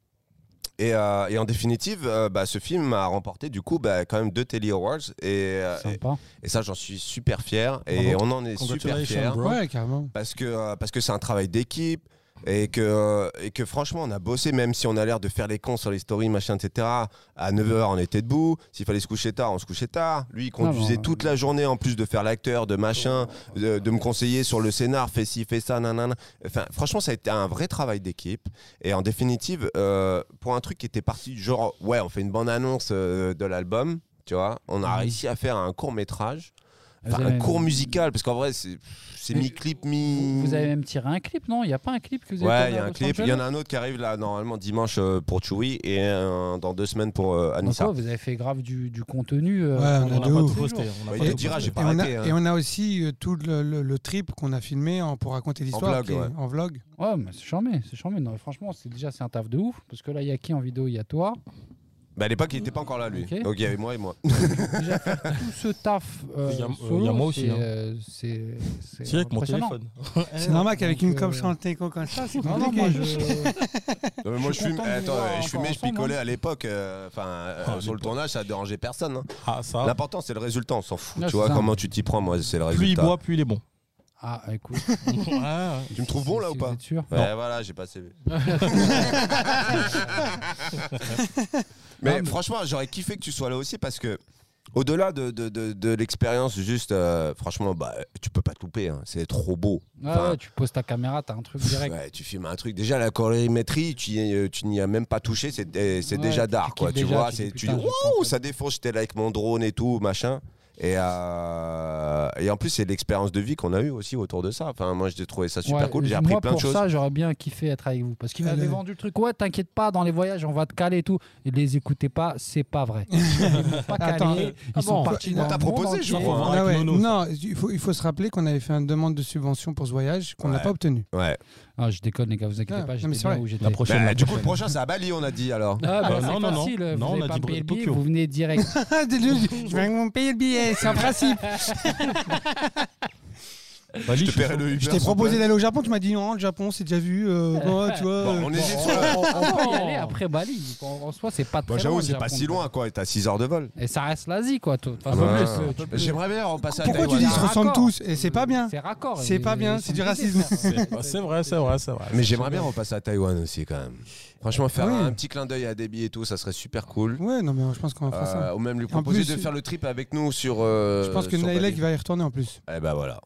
Speaker 1: Et, euh, et en définitive, euh, bah, ce film a remporté du coup bah, quand même deux Telly Awards et, euh, et,
Speaker 4: sympa.
Speaker 1: et ça j'en suis super fier et on en est super
Speaker 5: Congratulations,
Speaker 1: fier
Speaker 5: bro.
Speaker 3: Ouais, carrément.
Speaker 1: parce que euh, parce que c'est un travail d'équipe et que euh, et que franchement on a bossé même si on a l'air de faire les cons sur les stories machin etc à 9h on était debout s'il fallait se coucher tard on se couchait tard lui il conduisait
Speaker 4: Ah bon.
Speaker 1: toute la journée en plus de faire l'acteur de machin de, de me conseiller sur le scénar fais ci fais ça nanana enfin franchement ça a été un vrai travail d'équipe et en définitive euh, pour un truc qui était parti du genre ouais on fait une bande annonce de l'album tu vois on a
Speaker 4: Mhm.
Speaker 1: réussi à faire un court métrage
Speaker 4: Vous
Speaker 1: enfin
Speaker 4: avez-
Speaker 1: un court musical parce qu'en vrai c'est c'est
Speaker 4: Mais
Speaker 1: mi-clip, mi.
Speaker 4: Vous avez même tiré un clip, non Il n'y a pas un clip que vous avez
Speaker 1: Ouais,
Speaker 4: tourné
Speaker 1: il y
Speaker 4: à
Speaker 1: a un
Speaker 4: Los
Speaker 1: clip. Il y en
Speaker 4: Angeles
Speaker 1: a un autre qui arrive là, normalement, dimanche euh, pour Chewy et un dans deux semaines pour euh,
Speaker 4: Donc
Speaker 1: Anissa.
Speaker 4: ouais, vous avez fait grave du, du contenu. euh,
Speaker 3: Ouais, on a
Speaker 4: pendant
Speaker 3: de
Speaker 5: On n'a
Speaker 4: la
Speaker 5: pas
Speaker 3: ouf.
Speaker 5: tout
Speaker 4: jour.
Speaker 5: posté. on n'a
Speaker 1: Ouais,
Speaker 5: pas
Speaker 1: il
Speaker 5: tout
Speaker 1: te dira,
Speaker 5: posté.
Speaker 1: j'ai pas
Speaker 3: Et on, a,
Speaker 1: arrêté. hein.
Speaker 3: et on a aussi euh, tout le, le- le trip qu'on a filmé en- pour raconter l'histoire
Speaker 1: vlog,
Speaker 3: qui est-
Speaker 1: ouais.
Speaker 3: en vlog.
Speaker 4: Oh, Ouais, mais c'est charmé, c'est charmé. Non, franchement, c'est déjà c'est un taf de ouf parce que là, il y a qui en vidéo Il y a toi,
Speaker 1: Bah, à l'époque, il était pas encore là, lui.
Speaker 4: Ok.
Speaker 1: Donc il y avait moi et moi. [laughs]
Speaker 4: Déjà, faire tout ce taf. euh,
Speaker 5: Il y a- euh,
Speaker 4: solo,
Speaker 5: il y a moi aussi,
Speaker 4: c'est,
Speaker 5: hein.
Speaker 4: euh, C'est c'est
Speaker 5: C'est avec mon
Speaker 4: impressionnant.
Speaker 5: téléphone.
Speaker 3: C'est normal qu'avec
Speaker 4: donc,
Speaker 3: une com
Speaker 4: euh,
Speaker 3: chantée comme ça, c'est
Speaker 4: Non, non, moi,
Speaker 3: compliqué.
Speaker 4: je-
Speaker 1: [laughs] Non, mais moi,
Speaker 4: Je
Speaker 1: je,
Speaker 4: suis
Speaker 1: fume-
Speaker 4: content de vous
Speaker 1: attends, euh,
Speaker 4: voir
Speaker 1: je fumais,
Speaker 4: encore
Speaker 1: je
Speaker 4: ensemble, hein.
Speaker 1: picolais à l'époque. euh, Enfin, euh,
Speaker 5: Ah,
Speaker 1: sur le
Speaker 5: l'époque.
Speaker 1: tournage, ça dérangeait personne. hein.
Speaker 5: Ah, ça.
Speaker 1: L'important, c'est le résultat. On s'en fout.
Speaker 4: Ah,
Speaker 1: tu
Speaker 4: c'est
Speaker 1: vois
Speaker 4: ça.
Speaker 1: comment tu t'y prends, moi, c'est le
Speaker 5: Plus il
Speaker 1: résultat.
Speaker 5: boit, plus il est bon.
Speaker 4: Ah, écoute.
Speaker 5: Ah,
Speaker 1: tu me trouves bon là
Speaker 4: si
Speaker 1: ou
Speaker 4: vous
Speaker 1: pas
Speaker 4: êtes sûr.
Speaker 1: Ouais, voilà, j'ai
Speaker 4: [laughs]
Speaker 1: passé.
Speaker 4: Non,
Speaker 1: mais
Speaker 4: Ah, mais-
Speaker 1: franchement, j'aurais kiffé que tu sois là aussi parce que. Au-delà de, de, de, de l'expérience, juste, euh, franchement, bah, tu peux pas te louper, hein, c'est trop beau.
Speaker 4: Ah
Speaker 1: Enfin,
Speaker 4: ouais, tu poses ta caméra, t'as un truc direct.
Speaker 1: Ouais, tu filmes un truc. Déjà, la colorimétrie, tu, y es- euh, tu n'y as même pas touché. C'est eh, c'est
Speaker 4: Ouais,
Speaker 1: déjà
Speaker 4: tu
Speaker 1: d'art,
Speaker 4: kiffes
Speaker 1: quoi. Tu
Speaker 4: déjà,
Speaker 1: vois,
Speaker 4: tu
Speaker 1: c'est
Speaker 4: dis,
Speaker 1: tu dis,
Speaker 4: putain, j'ai pas
Speaker 1: waouh,
Speaker 4: fait.
Speaker 1: ça défonce. J'étais là avec mon drone et tout, machin. Et, euh, et en plus, c'est l'expérience de vie qu'on a eue aussi autour de ça. Enfin, moi, j'ai trouvé ça super
Speaker 4: Ouais,
Speaker 1: cool. J'ai
Speaker 4: moi,
Speaker 1: appris plein de
Speaker 4: pour
Speaker 1: choses.
Speaker 4: ça, j'aurais bien kiffé être avec vous. Parce qu'ils m'avaient
Speaker 3: Allez.
Speaker 4: vendu le truc. Ouais, t'inquiète pas, dans les voyages, on va te caler et tout. Et les écoutez pas, c'est pas vrai. Ils m'ont pas
Speaker 3: Attends.
Speaker 4: calé. Ils
Speaker 6: Ah
Speaker 4: sont
Speaker 6: bon
Speaker 4: partis
Speaker 1: On
Speaker 4: dans
Speaker 1: t'a
Speaker 4: le monde
Speaker 1: proposé,
Speaker 4: entier.
Speaker 1: je
Speaker 5: crois.
Speaker 3: Ah
Speaker 5: voir avec
Speaker 3: ouais,
Speaker 5: Nono,
Speaker 3: Non, il faut, il faut se rappeler qu'on avait fait une demande de subvention pour ce voyage qu'on n'a
Speaker 1: Ouais.
Speaker 3: pas obtenu.
Speaker 1: Ouais.
Speaker 4: Ah, je déconne, les gars, vous inquiétez
Speaker 3: Ah,
Speaker 4: pas.
Speaker 3: non,
Speaker 4: J'étais
Speaker 3: mais c'est
Speaker 4: bien
Speaker 3: vrai.
Speaker 4: où j'étais.
Speaker 5: la prochaine.
Speaker 1: Bah,
Speaker 5: la
Speaker 1: du coup,
Speaker 5: prochaine.
Speaker 1: le prochain, c'est à Bali, on a dit alors.
Speaker 4: Ah, bah,
Speaker 5: Bah,
Speaker 4: c'est
Speaker 5: non, non, non.
Speaker 4: facile, vous
Speaker 5: Non, on
Speaker 4: avez
Speaker 5: a
Speaker 4: pas
Speaker 5: dit
Speaker 4: payé le billet,
Speaker 5: Tokyo.
Speaker 4: vous venez direct.
Speaker 3: Des lieux, je vais me payer le billet, c'est un principe.
Speaker 5: Bali,
Speaker 1: Je te
Speaker 5: suis
Speaker 1: paierai le Uber,
Speaker 3: Je
Speaker 1: s'il
Speaker 3: t'ai
Speaker 1: te
Speaker 3: proposé
Speaker 1: plaît.
Speaker 3: d'aller au Japon, tu m'as dit non, le Japon, c'est déjà vu. euh, bon, tu vois,
Speaker 1: Bon,
Speaker 3: euh,
Speaker 1: on hésite
Speaker 4: Bon,
Speaker 1: sur la-
Speaker 3: [laughs]
Speaker 4: on, on- on peut y aller après Bali. Donc, en, en soi, c'est pas très
Speaker 1: Bon,
Speaker 4: loin,
Speaker 1: j'avoue,
Speaker 4: le
Speaker 1: c'est pas
Speaker 4: Japon.
Speaker 1: si loin, quoi. T'as 6 heures de vol.
Speaker 4: Et ça reste l'Asie, quoi. tout- enfin,
Speaker 3: Ah,
Speaker 4: un peu
Speaker 1: Ouais.
Speaker 4: plus, un peu plus.
Speaker 1: J'aimerais bien repasser à
Speaker 3: euh, Pourquoi tu
Speaker 1: Taïwan.
Speaker 3: dis
Speaker 1: hein.
Speaker 3: se ressemblent tous Et c'est pas bien.
Speaker 4: C'est raccord.
Speaker 3: C'est pas bien, c'est du racisme.
Speaker 5: Bah, c'est vrai, c'est vrai, c'est vrai.
Speaker 1: Mais j'aimerais bien repasser à Taïwan aussi, quand même. Franchement, faire
Speaker 3: Oui.
Speaker 1: un petit clin d'œil à Debbie et tout, ça serait super cool.
Speaker 3: Ouais, non, mais je pense qu'on va faire ça.
Speaker 1: Euh, ou même lui
Speaker 3: En
Speaker 1: proposer
Speaker 3: plus,
Speaker 1: de faire le trip avec nous sur. euh,
Speaker 3: Je pense que
Speaker 1: sur
Speaker 3: Nailek
Speaker 1: Bali.
Speaker 3: va y retourner en plus.
Speaker 1: Eh ben voilà.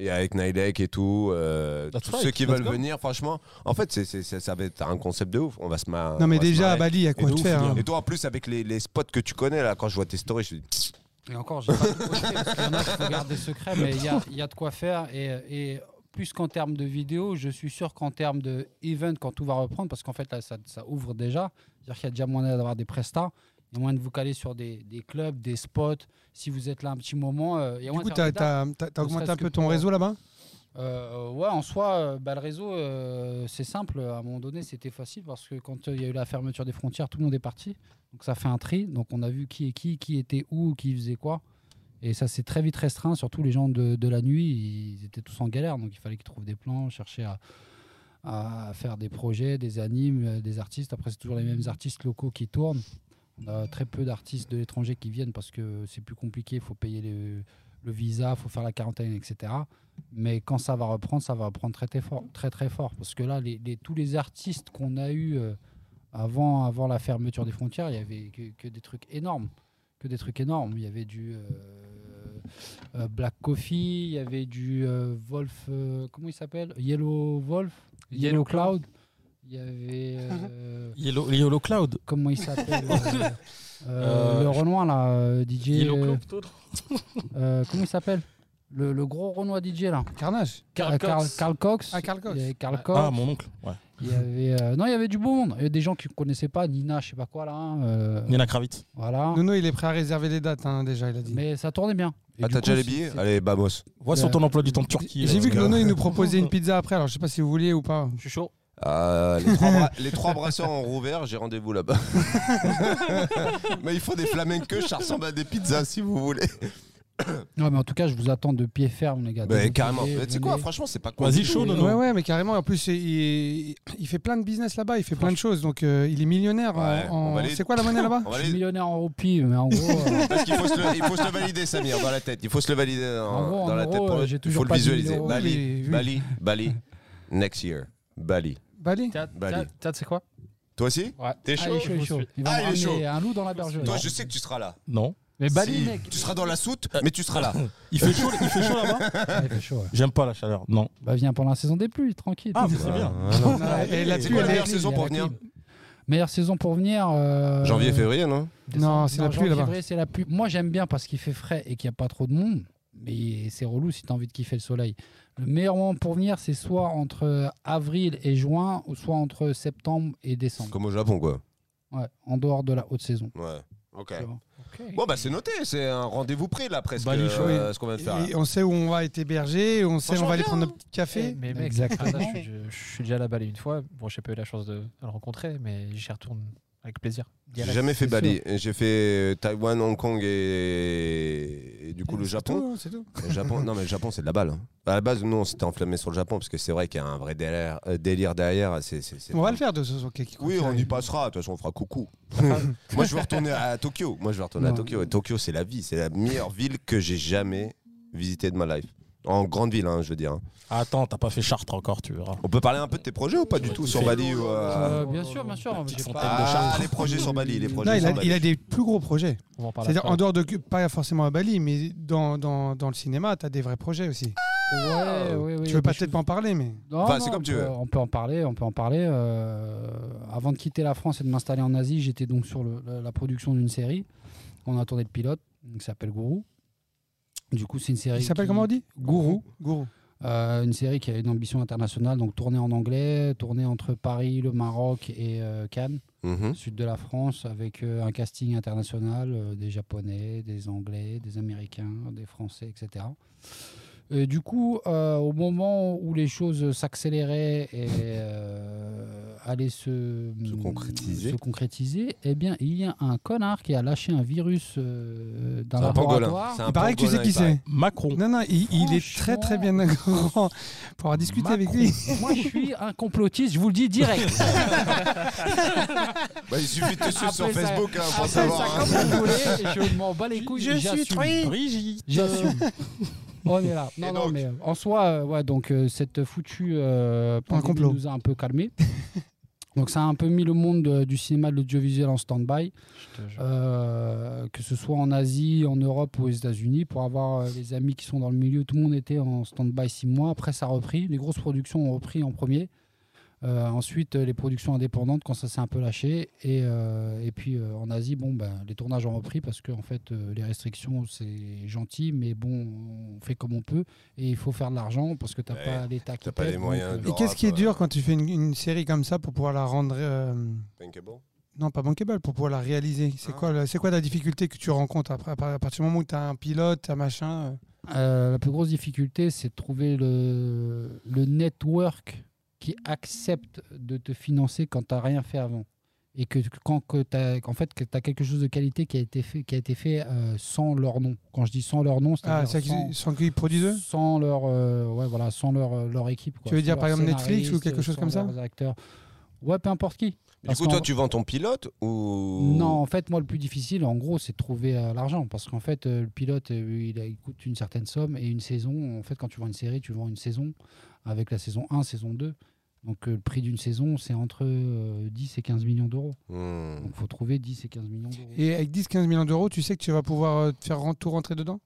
Speaker 1: Et avec Nailek et tout, euh,
Speaker 5: That's
Speaker 1: tous
Speaker 5: right,
Speaker 1: ceux qui
Speaker 5: let's
Speaker 1: veulent
Speaker 5: go.
Speaker 1: venir, franchement, en fait, c'est c'est- c'est- ça va être un concept de ouf. On va se marrer.
Speaker 3: Non, mais
Speaker 1: Euh, on va se
Speaker 3: déjà à
Speaker 1: marrer.
Speaker 3: Bali, il y a quoi
Speaker 5: de
Speaker 3: de
Speaker 5: ouf,
Speaker 3: faire.
Speaker 5: il y a-
Speaker 3: hein.
Speaker 1: Et toi, en plus, avec les, les spots que tu connais, là, quand je vois tes stories, je me dis,
Speaker 4: Et encore, j'ai pas tout posté, parce qu'il y en a qui faut garder secret, mais il y a, il y a de quoi faire. Et, et plus qu'en termes de vidéo, je suis sûr qu'en termes de event, quand tout va reprendre, parce qu'en fait, là, ça, ça ouvre déjà. C'est-à-dire qu'il y a déjà moyen d'avoir des prestats. Il y a moyen de vous caler sur des, des clubs, des spots. Si vous êtes là un petit moment, euh, il y a
Speaker 3: Du
Speaker 4: moyen
Speaker 3: coup,
Speaker 4: de faire
Speaker 3: t'as
Speaker 4: des dates.
Speaker 3: t'as- t'as- t'as
Speaker 4: Ne
Speaker 3: augmenté
Speaker 4: serait-ce
Speaker 3: un peu
Speaker 4: que
Speaker 3: ton
Speaker 4: pour-
Speaker 3: réseau là-bas
Speaker 4: Euh, ouais, en soi, euh, bah, le réseau, euh, c'est simple. À un moment donné, c'était facile parce que quand euh, il y a eu la fermeture des frontières, tout le monde est parti. Donc ça fait un tri. Donc on a vu qui est qui, qui était où, qui faisait quoi. Et ça s'est très vite restreint. Surtout les gens de, de la nuit, ils étaient tous en galère. Donc il fallait qu'ils trouvent des plans, chercher à, à faire des projets, des animes, euh, des artistes. Après, c'est toujours les mêmes artistes locaux qui tournent. On a très peu d'artistes de l'étranger qui viennent parce que c'est plus compliqué. Il faut payer le, le visa, il faut faire la quarantaine, etc. Mais quand ça va reprendre, ça va reprendre très très fort. Très, très fort parce que là, les, les- tous les artistes qu'on a eus euh, avant, avant la fermeture des frontières, il y avait que, que des trucs énormes. Que des trucs énormes. Il y avait du euh, euh, Black Coffee, il y avait du euh, Wolf, euh, comment il s'appelle Yellow Wolf Yellow,
Speaker 6: Yellow
Speaker 4: Cloud. Il y avait. [laughs] euh,
Speaker 5: Yellow, Yellow Cloud.
Speaker 4: comment il
Speaker 3: [laughs]
Speaker 4: s'appelle euh, euh,
Speaker 5: Euh,
Speaker 4: Le Renoir, là, euh, DJ.
Speaker 5: Yellow
Speaker 4: euh,
Speaker 5: Cloud, tout.
Speaker 4: euh, comment il s'appelle le, le gros Renoir DJ, là.
Speaker 3: Carnage.
Speaker 5: Karl
Speaker 4: Euh,
Speaker 5: Cox.
Speaker 4: Karl Cox.
Speaker 3: Ah, Karl Cox.
Speaker 4: Il y avait Karl Cox.
Speaker 5: Ah, mon oncle. Ouais.
Speaker 4: Il y avait, euh, non, il y avait du beau monde. Il y avait des gens qui ne connaissaient pas, Nina, je sais pas quoi, là. hein, euh,
Speaker 5: Nina Kravitz.
Speaker 4: voilà.
Speaker 3: Nono, il est prêt à réserver les dates hein, déjà, il a dit.
Speaker 4: Mais ça tournait bien. Et
Speaker 1: ah,
Speaker 4: du
Speaker 1: t'as
Speaker 4: coup,
Speaker 1: déjà les
Speaker 4: c'est-
Speaker 1: billets
Speaker 4: c'est-
Speaker 1: Allez, vamos.
Speaker 5: Vois sur ton emploi du temps de Turquie.
Speaker 3: J'ai
Speaker 5: euh,
Speaker 3: vu que
Speaker 5: gars.
Speaker 3: Nono, il
Speaker 1: [laughs]
Speaker 3: nous proposait une pizza après, alors je sais pas si vous voulez ou pas.
Speaker 6: Je suis chaud.
Speaker 1: Ah, les, trois bras- les trois brasseurs ont rouvert, j'ai rendez-vous
Speaker 4: [laughs]
Speaker 1: là-bas. mais il faut des flamencos, ça ressemble à des pizzas si vous voulez.
Speaker 4: Ouais, mais en tout cas, je vous attends de pied ferme, les gars.
Speaker 1: Mais
Speaker 4: Désolé,
Speaker 1: Bah, carrément. Mais Tu sais quoi,
Speaker 4: venez.
Speaker 1: franchement, c'est pas con.
Speaker 5: Vas-y, chaud, Nono.
Speaker 3: Ouais, ouais, mais carrément. En plus, il, il- il fait plein de business là-bas, il fait plein de choses. Donc, euh, il est millionnaire. en-
Speaker 1: Ouais, bah, on
Speaker 3: en-
Speaker 1: valide.
Speaker 3: C'est quoi la
Speaker 1: [laughs]
Speaker 3: monnaie là-bas
Speaker 1: On va
Speaker 4: Je
Speaker 1: aller-
Speaker 4: suis millionnaire en roupies, mais en
Speaker 1: [laughs]
Speaker 4: gros, euh,
Speaker 1: Parce qu'il faut, se le- il faut se le valider, Samir, dans la tête. Il faut se le valider dans,
Speaker 4: En gros, en
Speaker 1: dans la
Speaker 4: euros,
Speaker 1: tête.
Speaker 4: euh,
Speaker 1: le-
Speaker 4: j'ai
Speaker 1: il
Speaker 4: toujours
Speaker 1: faut le
Speaker 4: pas dit
Speaker 1: visualiser.
Speaker 4: euros,
Speaker 1: Bali,
Speaker 3: mais oui.
Speaker 1: Bali, Bali, next year. Bali.
Speaker 3: Bali
Speaker 6: Théâtre,
Speaker 1: Bali.
Speaker 6: théâtre, théâtre, c'est quoi
Speaker 1: Toi aussi
Speaker 6: Ouais.
Speaker 1: T'es
Speaker 4: ah, il
Speaker 1: chaud
Speaker 4: est chaud, il est chaud. Il va
Speaker 1: Ah,
Speaker 4: me
Speaker 1: il est
Speaker 4: ramener un loup dans la bergerie.
Speaker 1: Toi, je sais que tu seras là.
Speaker 5: Non.
Speaker 6: Mais Bali,
Speaker 1: Si,
Speaker 6: mec.
Speaker 1: Tu seras dans la soute,
Speaker 4: Euh,
Speaker 1: mais tu seras là.
Speaker 5: Il fait chaud, il fait chaud là-bas
Speaker 4: Ah, il fait chaud, ouais.
Speaker 5: J'aime pas la chaleur. Non.
Speaker 4: Bah, viens pendant la saison des pluies, tranquille.
Speaker 5: Ah, mais c'est bien.
Speaker 3: Ah, Et la
Speaker 1: C'est
Speaker 3: pluie,
Speaker 1: quoi la
Speaker 3: elle est-
Speaker 1: meilleure saison pour venir
Speaker 4: Meilleure saison pour venir. euh,
Speaker 1: Janvier, février, non
Speaker 4: décembre.
Speaker 3: Non, c'est la pluie,
Speaker 4: janvier,
Speaker 3: là-bas.
Speaker 4: février, c'est la pluie. Moi, j'aime bien parce qu'il fait frais et qu'il n'y a pas trop de monde. Mais c'est relou si tu as envie de kiffer le soleil. Le meilleur moment pour venir, c'est soit entre avril et juin, ou soit entre septembre et décembre.
Speaker 1: Comme au Japon, quoi.
Speaker 4: Ouais, en dehors de la haute saison.
Speaker 1: Ouais. Ok.
Speaker 4: tu vois.
Speaker 1: Bon, bah, c'est noté. C'est un rendez-vous pris, là, presque.
Speaker 3: Bali, chaud,
Speaker 1: euh, ce qu'on vient de faire. là.
Speaker 3: Et on sait où on va être hébergé, on sait où on va aller prendre notre petit
Speaker 6: Eh,
Speaker 3: café.
Speaker 6: mais mec,
Speaker 4: Exactement.
Speaker 6: Arda, je, suis, je suis déjà à la balle une fois. Bon, j'ai pas eu la chance de le rencontrer, mais j'y retourne Avec plaisir.
Speaker 1: J'ai jamais fait Bali. J'ai fait euh, Taïwan, Hong Kong et, et du coup le
Speaker 3: C'est
Speaker 1: Japon.
Speaker 3: tout, hein, C'est tout.
Speaker 1: Le Japon, non mais le Japon c'est de la balle. hein. À la base, nous on s'était enflammé sur le Japon parce que c'est vrai qu'il y a un vrai délire, euh, délire derrière. c'est- c'est- c'est-
Speaker 3: On va le faire de ce soir.
Speaker 1: Oui, on y passera. De toute façon, on fera
Speaker 3: [laughs]
Speaker 1: coucou. Moi, je vais retourner à Tokyo. Moi, je vais retourner à
Speaker 4: Non.
Speaker 1: Tokyo. Et Tokyo, c'est la vie. C'est la meilleure ville que j'ai jamais visitée de ma life. En grande ville, hein, je veux dire.
Speaker 5: Attends, t'as pas fait Chartres encore, tu verras.
Speaker 1: On peut parler un peu de tes projets ou pas du tout sur Bali ou, euh,
Speaker 6: Euh, bien sûr, bien sûr.
Speaker 5: petite
Speaker 6: j'ai
Speaker 5: fontaine
Speaker 6: pas-
Speaker 1: ah, les projets sur Bali, les projets
Speaker 3: Non, il
Speaker 1: sur
Speaker 3: a,
Speaker 1: Bali.
Speaker 3: il a des plus gros projets.
Speaker 6: On va en parler
Speaker 3: C'est-à-dire,
Speaker 6: après. hein.
Speaker 3: en dehors de. Pas forcément à Bali, mais dans, dans, dans le cinéma, tu as des vrais projets aussi.
Speaker 4: Ouais, ouais, ouais,
Speaker 3: tu
Speaker 4: y a
Speaker 3: veux pas
Speaker 4: des
Speaker 3: peut-être pas en parler, mais.
Speaker 4: Non,
Speaker 1: Enfin,
Speaker 4: non,
Speaker 1: c'est comme
Speaker 4: on
Speaker 1: tu
Speaker 4: peut-
Speaker 1: veux.
Speaker 4: On peut en parler, on peut en parler. Euh, avant de quitter la France et de m'installer en Asie, j'étais donc sur le- le- la production d'une série. On a tourné le pilote, donc, qui s'appelle Gourou. Du coup, c'est une série.
Speaker 3: Il s'appelle
Speaker 4: qui-
Speaker 3: comment on dit
Speaker 4: Gourou.
Speaker 3: Gourou.
Speaker 4: Euh, une série qui a une ambition internationale, donc tournée en anglais, tournée entre Paris, le Maroc et euh, Cannes,
Speaker 1: Mhm.
Speaker 4: sud de la France, avec euh, un casting international, euh, des Japonais, des Anglais, des Américains, des Français, etc. Et du coup, euh, au moment où les choses s'accéléraient et euh, allaient se, mmh,
Speaker 1: Se concrétiser.
Speaker 4: se concrétiser, eh bien, il y a un connard qui a lâché un virus euh, d'un
Speaker 1: C'est un pangolin.
Speaker 4: laboratoire.
Speaker 1: C'est un
Speaker 3: Il paraît que tu sais
Speaker 1: pangolin,
Speaker 3: qui
Speaker 1: il paraît.
Speaker 3: c'est.
Speaker 4: [laughs]
Speaker 5: Macron.
Speaker 3: Non, non, il, il est très très bien grand [laughs] pour avoir discuté avec lui.
Speaker 4: Moi, je suis un complotiste, je vous le dis direct.
Speaker 1: [laughs] Bah, il suffit de te suivre sur
Speaker 4: Appelez ça-
Speaker 1: Facebook hein, pour
Speaker 4: Appelez
Speaker 1: savoir.
Speaker 4: ça
Speaker 1: hein.
Speaker 4: comme vous voulez, je m'en bats les couilles. j'assume.
Speaker 5: Brigitte.
Speaker 4: J'assume. [laughs] On est là.
Speaker 1: Et
Speaker 4: Non, non,
Speaker 1: donc
Speaker 4: mais euh, en soi, euh, ouais, donc euh, cette foutue euh, pandémie
Speaker 3: complot.
Speaker 4: nous a un peu [laughs] calmés. Donc ça a un peu mis le monde euh, du cinéma, de l'audiovisuel en stand-by,
Speaker 6: Je te jure.
Speaker 4: euh, que ce soit en Asie, en Europe ou aux États-Unis, pour avoir euh, les amis qui sont dans le milieu. Tout le monde était en stand-by six mois. Après, ça a repris. Les grosses productions ont repris en premier. Euh, ensuite, euh, les productions indépendantes, quand ça s'est un peu lâché. Et, euh, et puis euh, en Asie, bon, ben, les tournages ont repris parce que en fait, euh, les restrictions, c'est gentil, mais bon, on fait comme on peut. Et il faut faire de l'argent parce que tu n'as
Speaker 1: Ouais,
Speaker 4: pas l'État qui
Speaker 1: t'as pas
Speaker 4: t'aide,
Speaker 1: les moyens
Speaker 4: donc, euh,
Speaker 1: de-
Speaker 3: Et qu'est-ce qui est
Speaker 1: Europe,
Speaker 3: dur
Speaker 1: ouais.
Speaker 3: quand tu fais une, une série comme ça pour pouvoir la rendre. euh,
Speaker 1: Thinkable.
Speaker 3: Non, pas bankable, pour pouvoir la réaliser. C'est
Speaker 1: Ah.
Speaker 3: quoi, le- c'est quoi la difficulté que tu rencontres après, à par- à partir du moment où tu as un pilote, un machin euh,
Speaker 4: Euh, la plus grosse difficulté, c'est de trouver le, le network qui accepte de te financer quand tu n'as rien fait avant. Et que que- quand que t'as- qu'en fait, que tu as quelque chose de qualité qui a été fait, qui a été fait euh, sans leur nom. Quand je dis sans leur nom,
Speaker 3: Ah,
Speaker 4: c'est-à-dire
Speaker 3: c'est-à-dire
Speaker 4: sans,
Speaker 3: qu'ils- sans qu'ils produisent eux
Speaker 4: sans leur, euh, ouais, voilà, sans leur, euh, leur équipe. quoi.
Speaker 3: Tu veux
Speaker 4: Sans
Speaker 3: dire, par
Speaker 4: leur
Speaker 3: exemple, Netflix ou quelque
Speaker 4: scénariste,
Speaker 3: chose comme
Speaker 4: sans
Speaker 3: ça
Speaker 4: leurs acteurs. Ouais, peu importe qui.
Speaker 1: Du
Speaker 4: Parce
Speaker 1: coup, toi,
Speaker 4: qu'en-
Speaker 1: tu vends ton pilote ou.
Speaker 4: Non, en fait, moi, le plus difficile, en gros, c'est de trouver euh, l'argent. Parce qu'en fait, euh, le pilote, euh, il, a- il coûte une certaine somme. Et une saison, en fait, quand tu vends une série, tu vends une saison avec la saison 1, saison 2. Donc, euh, le prix d'une saison, c'est entre euh, 10 et 15 millions d'euros.
Speaker 1: Hmm.
Speaker 4: Donc, il faut trouver 10 et 15 millions d'euros.
Speaker 3: Et avec 10-15 millions d'euros, tu sais que tu vas pouvoir euh, te faire ren- tout rentrer dedans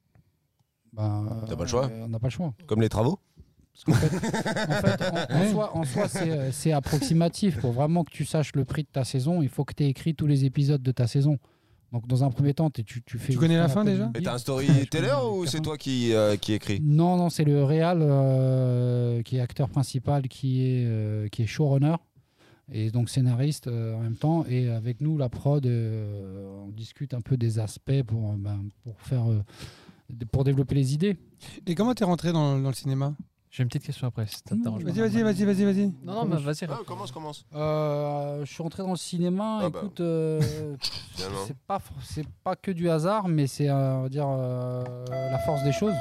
Speaker 4: Ben, euh,
Speaker 1: T'as pas le choix.
Speaker 4: On n'a pas le choix.
Speaker 1: Comme les travaux
Speaker 4: Parce qu'en fait, en, fait, en- en soi, en soi, c'est, euh, c'est approximatif. Pour vraiment que tu saches le prix de ta saison, il faut que tu aies écrit tous les épisodes de ta saison. Donc, dans un premier temps, t'es- tu, tu fais.
Speaker 3: Tu connais
Speaker 4: ce qu'on
Speaker 3: la fin
Speaker 4: appelle
Speaker 3: déjà
Speaker 4: une
Speaker 1: Et t'as un
Speaker 4: Ouais, je
Speaker 1: storyteller
Speaker 4: connais
Speaker 1: ou
Speaker 4: les
Speaker 1: c'est
Speaker 4: personnes.
Speaker 1: toi qui, euh, qui écris
Speaker 4: Non, non, c'est le réal euh, qui est acteur principal, qui est, euh, qui est showrunner et donc scénariste euh, en même temps. Et avec nous, la prod, euh, on discute un peu des aspects pour, euh, ben, pour faire. euh, d- pour développer les idées.
Speaker 3: Et comment t'es rentré dans, dans le cinéma
Speaker 6: J'ai une petite question après. si ça te dérange pas.
Speaker 3: Vas-y, vas-y, vas-y, vas-y, vas-y.
Speaker 6: Non, non, mais vas-y.
Speaker 1: Ah, Commence, commence.
Speaker 4: Euh, je suis entré dans le cinéma.
Speaker 1: Ah bah.
Speaker 4: écoute, euh,
Speaker 1: [laughs] Finalement.
Speaker 4: c'est pas for- c'est pas que du hasard, mais c'est euh, on va dire euh, la force des choses.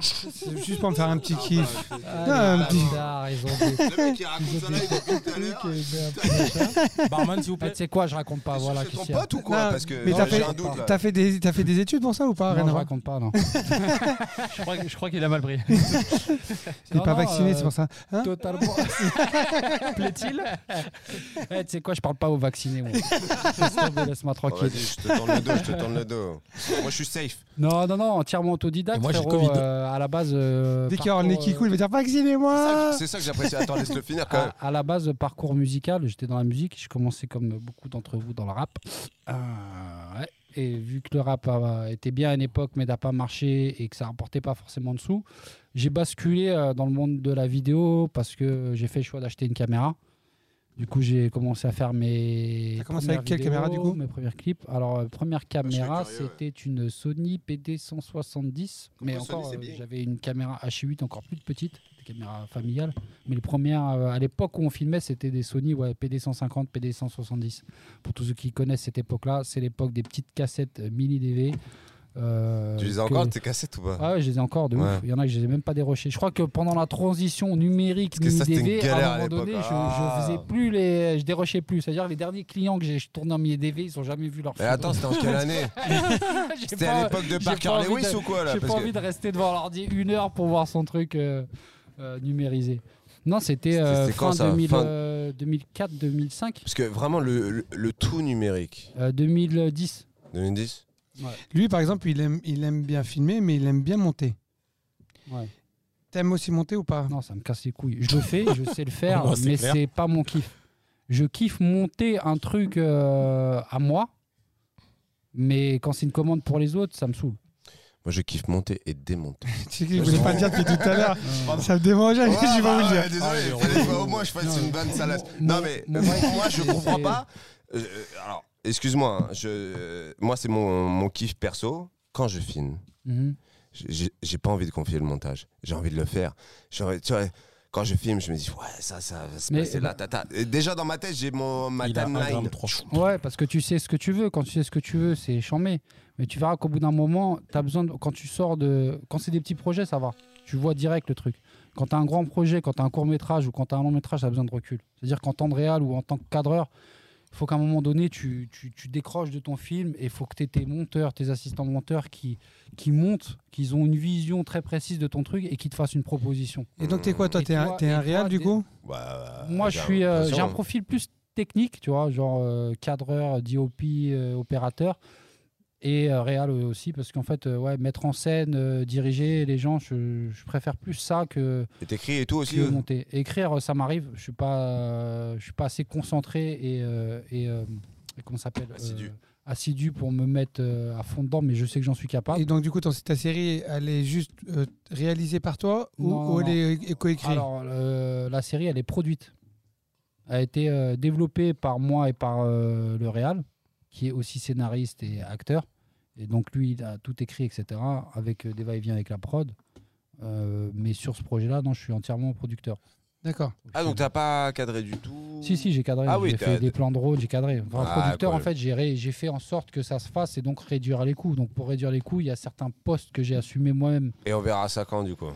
Speaker 3: C'est juste pour me faire un petit kiff.
Speaker 1: bah,
Speaker 4: Ah,
Speaker 3: un
Speaker 4: les
Speaker 3: petit-
Speaker 4: bâtards, ils ont des-
Speaker 1: Le mec, il [laughs] raconte
Speaker 4: ils ont des trucs, euh, ben, [laughs]
Speaker 5: Barman, s'il vous
Speaker 4: Ah,
Speaker 5: plaît.
Speaker 4: tu sais quoi, je raconte pas. Voilà,
Speaker 1: C'est ton
Speaker 4: Christian.
Speaker 1: pote ou quoi
Speaker 3: Non,
Speaker 1: Parce que
Speaker 3: mais t'as
Speaker 1: euh, j'ai
Speaker 3: fait-
Speaker 1: un doute là.
Speaker 3: T'as fait, des- t'as fait des études pour ça ou pas rien
Speaker 4: non,
Speaker 3: à
Speaker 4: je
Speaker 3: voir
Speaker 4: raconte pas, non.
Speaker 6: [laughs] Je crois, je crois qu'il a mal pris.
Speaker 3: Il n'est
Speaker 4: Non,
Speaker 3: pas
Speaker 4: non,
Speaker 3: vacciné,
Speaker 4: euh,
Speaker 3: c'est pour ça. Hein [laughs]
Speaker 4: Totalement.
Speaker 6: Plaît-il
Speaker 4: Eh, tu sais quoi, je parle pas aux vaccinés. moi. Laisse tomber, Laisse-moi
Speaker 1: Oh,
Speaker 4: tranquille.
Speaker 1: vas-y, je te tourne le dos, je te tourne le dos. [laughs] Moi, je suis safe.
Speaker 4: non, non, non, entièrement autodidacte.
Speaker 5: Et moi, j'ai le
Speaker 4: frérot,
Speaker 5: Covid.
Speaker 4: euh, à la base. euh,
Speaker 3: Dès qu'il va avoir le nez
Speaker 4: parcours,
Speaker 3: qui coule, il va dire vaccinez-moi
Speaker 1: C'est ça que j'apprécie. Attends, laisse le finir quand même.
Speaker 4: à, à la base, parcours musical, j'étais dans la musique. Je commençais comme beaucoup d'entre vous dans le rap. Euh, ouais. Et vu que le rap a- était bien à une époque, mais n'a pas marché et que ça rapportait pas forcément de sous, j'ai basculé euh, dans le monde de la vidéo parce que j'ai fait le choix d'acheter une caméra. Du coup, j'ai commencé à faire mes.
Speaker 3: T'as commencé
Speaker 4: premières
Speaker 3: avec quelle
Speaker 4: vidéos,
Speaker 3: caméra, du coup Ah,
Speaker 4: Mes premiers clips. Alors, euh, première caméra,
Speaker 1: curieux, ouais.
Speaker 4: c'était une Sony PD170. Mais
Speaker 1: Sony,
Speaker 4: encore,
Speaker 1: c'est
Speaker 4: euh,
Speaker 1: bien.
Speaker 4: j'avais une caméra H8 encore plus petite, des caméras familiales. Mais les premières, euh, à l'époque où on filmait, c'était des Sony ouais, PD150, PD170. Pour tous ceux qui connaissent cette époque-là, c'est l'époque des petites cassettes euh, mini DV. euh,
Speaker 1: Tu les as
Speaker 4: que-
Speaker 1: encore, tes cassettes ou pas
Speaker 4: ah ouais, je les ai encore de
Speaker 1: Ouais.
Speaker 4: ouf. Il y en a que je les ai même pas dérochés. Je crois que pendant la transition numérique
Speaker 1: Parce que ça, c'était une
Speaker 4: mini-DV,
Speaker 1: galère
Speaker 4: à
Speaker 1: à
Speaker 4: un moment donné, je,
Speaker 1: l'époque.
Speaker 4: je
Speaker 1: Ah.
Speaker 4: faisais plus les, je dérochais plus. C'est-à-dire les derniers clients que j'ai tournés en mini DV, ils ont jamais vu leur.
Speaker 1: Mais
Speaker 4: film.
Speaker 1: attends, c'était en quelle année
Speaker 4: [laughs] J'ai
Speaker 1: C'était
Speaker 4: pas-
Speaker 1: à l'époque de
Speaker 4: j'ai
Speaker 1: Parker
Speaker 4: pas envie
Speaker 1: Lewis
Speaker 4: de-
Speaker 1: ou quoi là
Speaker 4: J'ai pas
Speaker 1: Parce que-
Speaker 4: envie de rester devant l'ordi une heure pour voir son truc euh, euh, numérisé. Non, c'était
Speaker 1: C'était-
Speaker 4: euh,
Speaker 1: c'était
Speaker 4: fin,
Speaker 1: quand, ça
Speaker 4: 2000,
Speaker 1: Fin-
Speaker 4: euh, 2004, 2005,
Speaker 1: Parce que vraiment, le, le- le tout numérique.
Speaker 4: euh, 2010.
Speaker 1: 2010
Speaker 3: Lui, par exemple, il aime, il aime bien filmer, mais il aime bien monter.
Speaker 4: Ouais.
Speaker 3: T'aimes aussi monter ou pas
Speaker 4: Non, ça me casse les couilles. Je le fais, je
Speaker 1: [laughs]
Speaker 4: sais le faire,
Speaker 5: Non, c'est
Speaker 4: mais
Speaker 5: clair.
Speaker 4: c'est pas mon kiff. Je kiffe monter un truc euh, à moi, mais quand c'est une commande pour les autres, ça me saoule.
Speaker 1: Moi, je kiffe monter et
Speaker 4: [laughs]
Speaker 1: démonter.
Speaker 3: [laughs] Tu sais qu'il voulait pas le dire depuis tout à l'heure. Ça me démangeait, [laughs]
Speaker 1: Ouais,
Speaker 3: j'ai pas
Speaker 1: bah
Speaker 3: voulu le
Speaker 1: ouais,
Speaker 3: dire.
Speaker 1: Désolé,
Speaker 5: Ah,
Speaker 1: fallait
Speaker 5: mais
Speaker 1: que,
Speaker 5: on-
Speaker 1: au moins je fasse
Speaker 4: non.
Speaker 1: une bonne salace.
Speaker 4: Mon-
Speaker 1: Non mais
Speaker 4: mon vrai
Speaker 1: moi je
Speaker 4: kiff, c'est-
Speaker 1: comprends
Speaker 4: c'est-
Speaker 1: pas. Euh, alors, excuse-moi, hein, je, euh, moi c'est mon, mon kiff perso. Quand je filme,
Speaker 4: Mhm.
Speaker 1: j'ai- j'ai j'ai pas envie de confier le montage. J'ai envie de le faire. J'ai envie- tu vois, quand je filme, je me dis ouais ça ça va se
Speaker 4: Mais- bah
Speaker 1: passer là, tata. Et déjà dans ma tête j'ai mon ma
Speaker 5: Il a un
Speaker 1: timeline.
Speaker 5: gramme trois.
Speaker 4: Ouais, parce que tu sais ce que tu veux. Quand tu sais ce que tu veux, c'est chambé. Mais tu verras qu'au bout d'un moment, as besoin de- quand tu sors de. Quand c'est des petits projets, ça va. Tu vois direct le truc. Quand tu as un grand projet, quand tu as un court métrage ou quand tu as un long métrage, tu as besoin de recul. C'est-à-dire qu'en temps de réal ou en tant que cadreur, il faut qu'à un moment donné, tu, tu- tu décroches de ton film et il faut que tu aies tes monteurs, tes assistants monteurs qui, qui montent, qu'ils ont une vision très précise de ton truc et qui te fassent une proposition.
Speaker 3: Et donc, t'es quoi, toi
Speaker 4: Et
Speaker 3: T'es un,
Speaker 4: toi-
Speaker 3: t'es un
Speaker 4: et
Speaker 3: réal,
Speaker 4: toi,
Speaker 3: du
Speaker 4: t'es-
Speaker 3: coup
Speaker 1: Bah,
Speaker 4: Moi,
Speaker 1: j'ai
Speaker 4: je suis, euh, j'ai
Speaker 1: l'impression,
Speaker 4: un profil plus technique, tu vois, genre euh, cadreur, DOP, euh, opérateur et euh, réal aussi, parce qu'en fait, euh, ouais, mettre en scène, euh, diriger les gens, je, je préfère plus ça que,
Speaker 1: hein. Et t'écris et tout aussi.
Speaker 4: que
Speaker 1: euh
Speaker 4: monter. Écrire, euh, ça m'arrive, je suis pas, euh, je suis pas assez concentré et, euh, et, euh, et comment ça s'appelle euh,
Speaker 1: Assidu.
Speaker 4: assidu pour me mettre euh, à fond dedans, mais je sais que j'en suis capable.
Speaker 3: Et donc, du coup, ton- ta série, elle est juste euh, réalisée par toi ou,
Speaker 4: Non, non,
Speaker 3: ou elle est euh, coécrite
Speaker 4: Alors, euh, la série, elle est produite. Elle a été euh, développée par moi et par euh, le Real, qui est aussi scénariste et acteur. Et donc, lui, il a tout écrit, etc., avec euh, des va-et-vient avec la prod. Euh, mais sur ce projet-là, non, je suis entièrement producteur.
Speaker 3: D'accord.
Speaker 1: Ah donc t'as pas cadré du tout.
Speaker 4: Si, si, j'ai cadré.
Speaker 1: Ah oui,
Speaker 4: j'ai
Speaker 1: t'as-
Speaker 4: fait des plans de rôle, j'ai cadré. Enfin,
Speaker 1: Ah,
Speaker 4: producteur, en
Speaker 1: incroyable.
Speaker 4: fait, j'ai ré- j'ai fait en sorte que ça se fasse et donc réduire les coûts. Donc, pour réduire les coûts, il y a certains postes que j'ai assumés moi-même
Speaker 1: Et on verra ça quand du coup.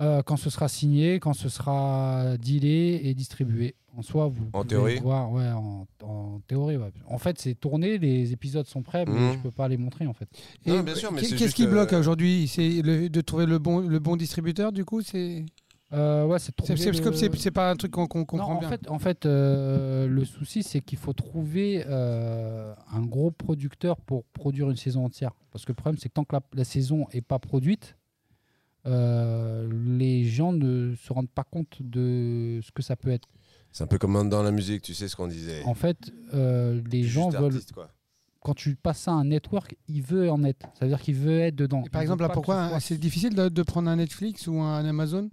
Speaker 4: Euh, quand ce sera signé, quand ce sera dealé et distribué. En soi, vous
Speaker 1: En
Speaker 4: pouvez
Speaker 1: théorie
Speaker 4: voir, ouais, en, en théorie. ouais. En fait, c'est tourné, les épisodes sont prêts, mais
Speaker 1: Mhm.
Speaker 4: je peux pas les montrer en fait.
Speaker 1: Non,
Speaker 3: Et
Speaker 1: bien sûr, mais
Speaker 3: qu'est-
Speaker 1: c'est
Speaker 3: Qu'est-ce
Speaker 1: juste,
Speaker 3: qui
Speaker 1: euh,
Speaker 3: bloque aujourd'hui C'est le- de trouver le bon, le bon distributeur, du coup C'est
Speaker 4: Euh, ouais, c'est
Speaker 3: c'est-
Speaker 4: trouver
Speaker 3: c'est parce
Speaker 4: le-
Speaker 3: que c'est- c'est pas un truc qu'on qu'on comprend
Speaker 4: Non, en
Speaker 3: bien.
Speaker 4: fait, en fait euh, le souci, c'est qu'il faut trouver euh, un gros producteur pour produire une saison entière. Parce que le problème, c'est que tant que la, la saison est pas produite, euh, les gens ne se rendent pas compte de ce que ça peut être.
Speaker 1: C'est un peu comme dans la musique, tu sais ce qu'on disait.
Speaker 4: En fait, euh, les
Speaker 1: Juste
Speaker 4: gens veulent
Speaker 1: artiste, quoi.
Speaker 4: quand tu passes à un network, il veut en être. Ça veut dire qu'il veut être dedans.
Speaker 3: Et par
Speaker 4: Il
Speaker 3: exemple,
Speaker 4: veut
Speaker 3: là,
Speaker 4: pas
Speaker 3: pourquoi
Speaker 4: que ce
Speaker 3: hein,
Speaker 4: soit-
Speaker 3: c'est difficile de, de prendre un Netflix ou un Amazon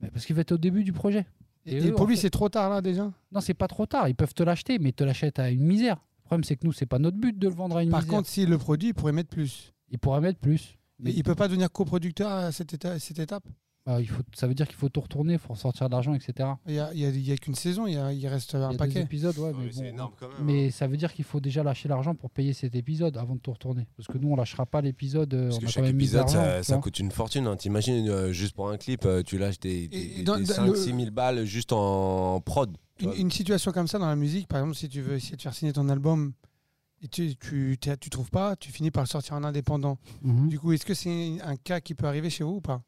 Speaker 4: Mais Parce qu'il va être au début du projet.
Speaker 3: Et,
Speaker 4: Et
Speaker 3: et
Speaker 4: eux,
Speaker 3: pour
Speaker 4: en
Speaker 3: lui,
Speaker 4: fait-
Speaker 3: c'est trop tard, là, déjà
Speaker 4: Non, c'est pas trop tard. Ils peuvent te l'acheter, mais ils te l'achètent à une misère. Le problème, c'est que nous, c'est pas notre but de le vendre à une
Speaker 3: Par
Speaker 4: misère.
Speaker 3: contre, s'il le produit, il pourrait mettre plus.
Speaker 4: il pourrait mettre plus.
Speaker 3: Mais il peut pas devenir coproducteur à cette, éta- à cette étape.
Speaker 4: Bah, il faut, ça veut dire qu'il faut tout retourner, il faut sortir de l'argent, etc.
Speaker 3: Il y a, il y a- il y a qu'une saison, il, y a- il reste
Speaker 4: il y
Speaker 3: un
Speaker 4: a deux
Speaker 3: paquet.
Speaker 4: épisodes, ouais,
Speaker 1: Ah
Speaker 4: mais
Speaker 1: oui, c'est
Speaker 4: bon,
Speaker 1: énorme quand même. hein.
Speaker 4: Mais euh, ça veut dire qu'il faut déjà lâcher l'argent pour payer cet épisode avant de tout retourner. Parce que nous, on lâchera pas l'épisode. euh,
Speaker 1: Parce
Speaker 4: on
Speaker 1: que
Speaker 4: a quand
Speaker 1: chaque
Speaker 4: même mis de
Speaker 1: épisode,
Speaker 4: l'argent,
Speaker 1: ça,
Speaker 4: tu
Speaker 1: ça
Speaker 4: vois.
Speaker 1: coûte une fortune. hein. T'imagines, euh, juste pour un clip, euh, tu lâches des, des,
Speaker 3: Et dans- dans le-
Speaker 1: 5-6 000 balles juste en prod. tu
Speaker 3: Une,
Speaker 1: vois.
Speaker 3: une situation comme ça dans la musique, par exemple, si tu veux essayer de faire signer ton album et tu, tu, t'as- tu trouves pas, tu finis par le sortir en indépendant.
Speaker 4: Mhm.
Speaker 3: Du coup, est-ce que c'est un cas qui peut arriver chez vous ou pas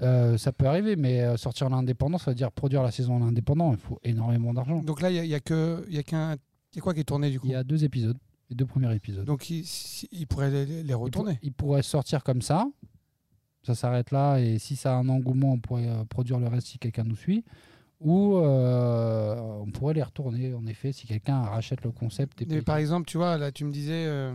Speaker 4: Euh, ça peut arriver, mais euh, sortir en indépendant, ça veut dire produire la saison en indépendant. Il faut énormément d'argent.
Speaker 3: Donc là, il y a, il y a que- il y a qu'un. Il y a quoi qui est tourné du coup
Speaker 4: Mm. Il y a deux épisodes, les deux premiers épisodes.
Speaker 3: Donc il, si- il pourrait les, les
Speaker 4: il, pour-
Speaker 3: retourner.
Speaker 4: il pourrait sortir comme ça, ça s'arrête là, et si ça a un engouement, on pourrait euh, produire le reste si quelqu'un nous suit. Ou euh, on pourrait les retourner, en effet, si quelqu'un rachète le concept. Et
Speaker 3: Mais
Speaker 4: paye.
Speaker 3: par exemple, tu vois, là, tu me disais. euh,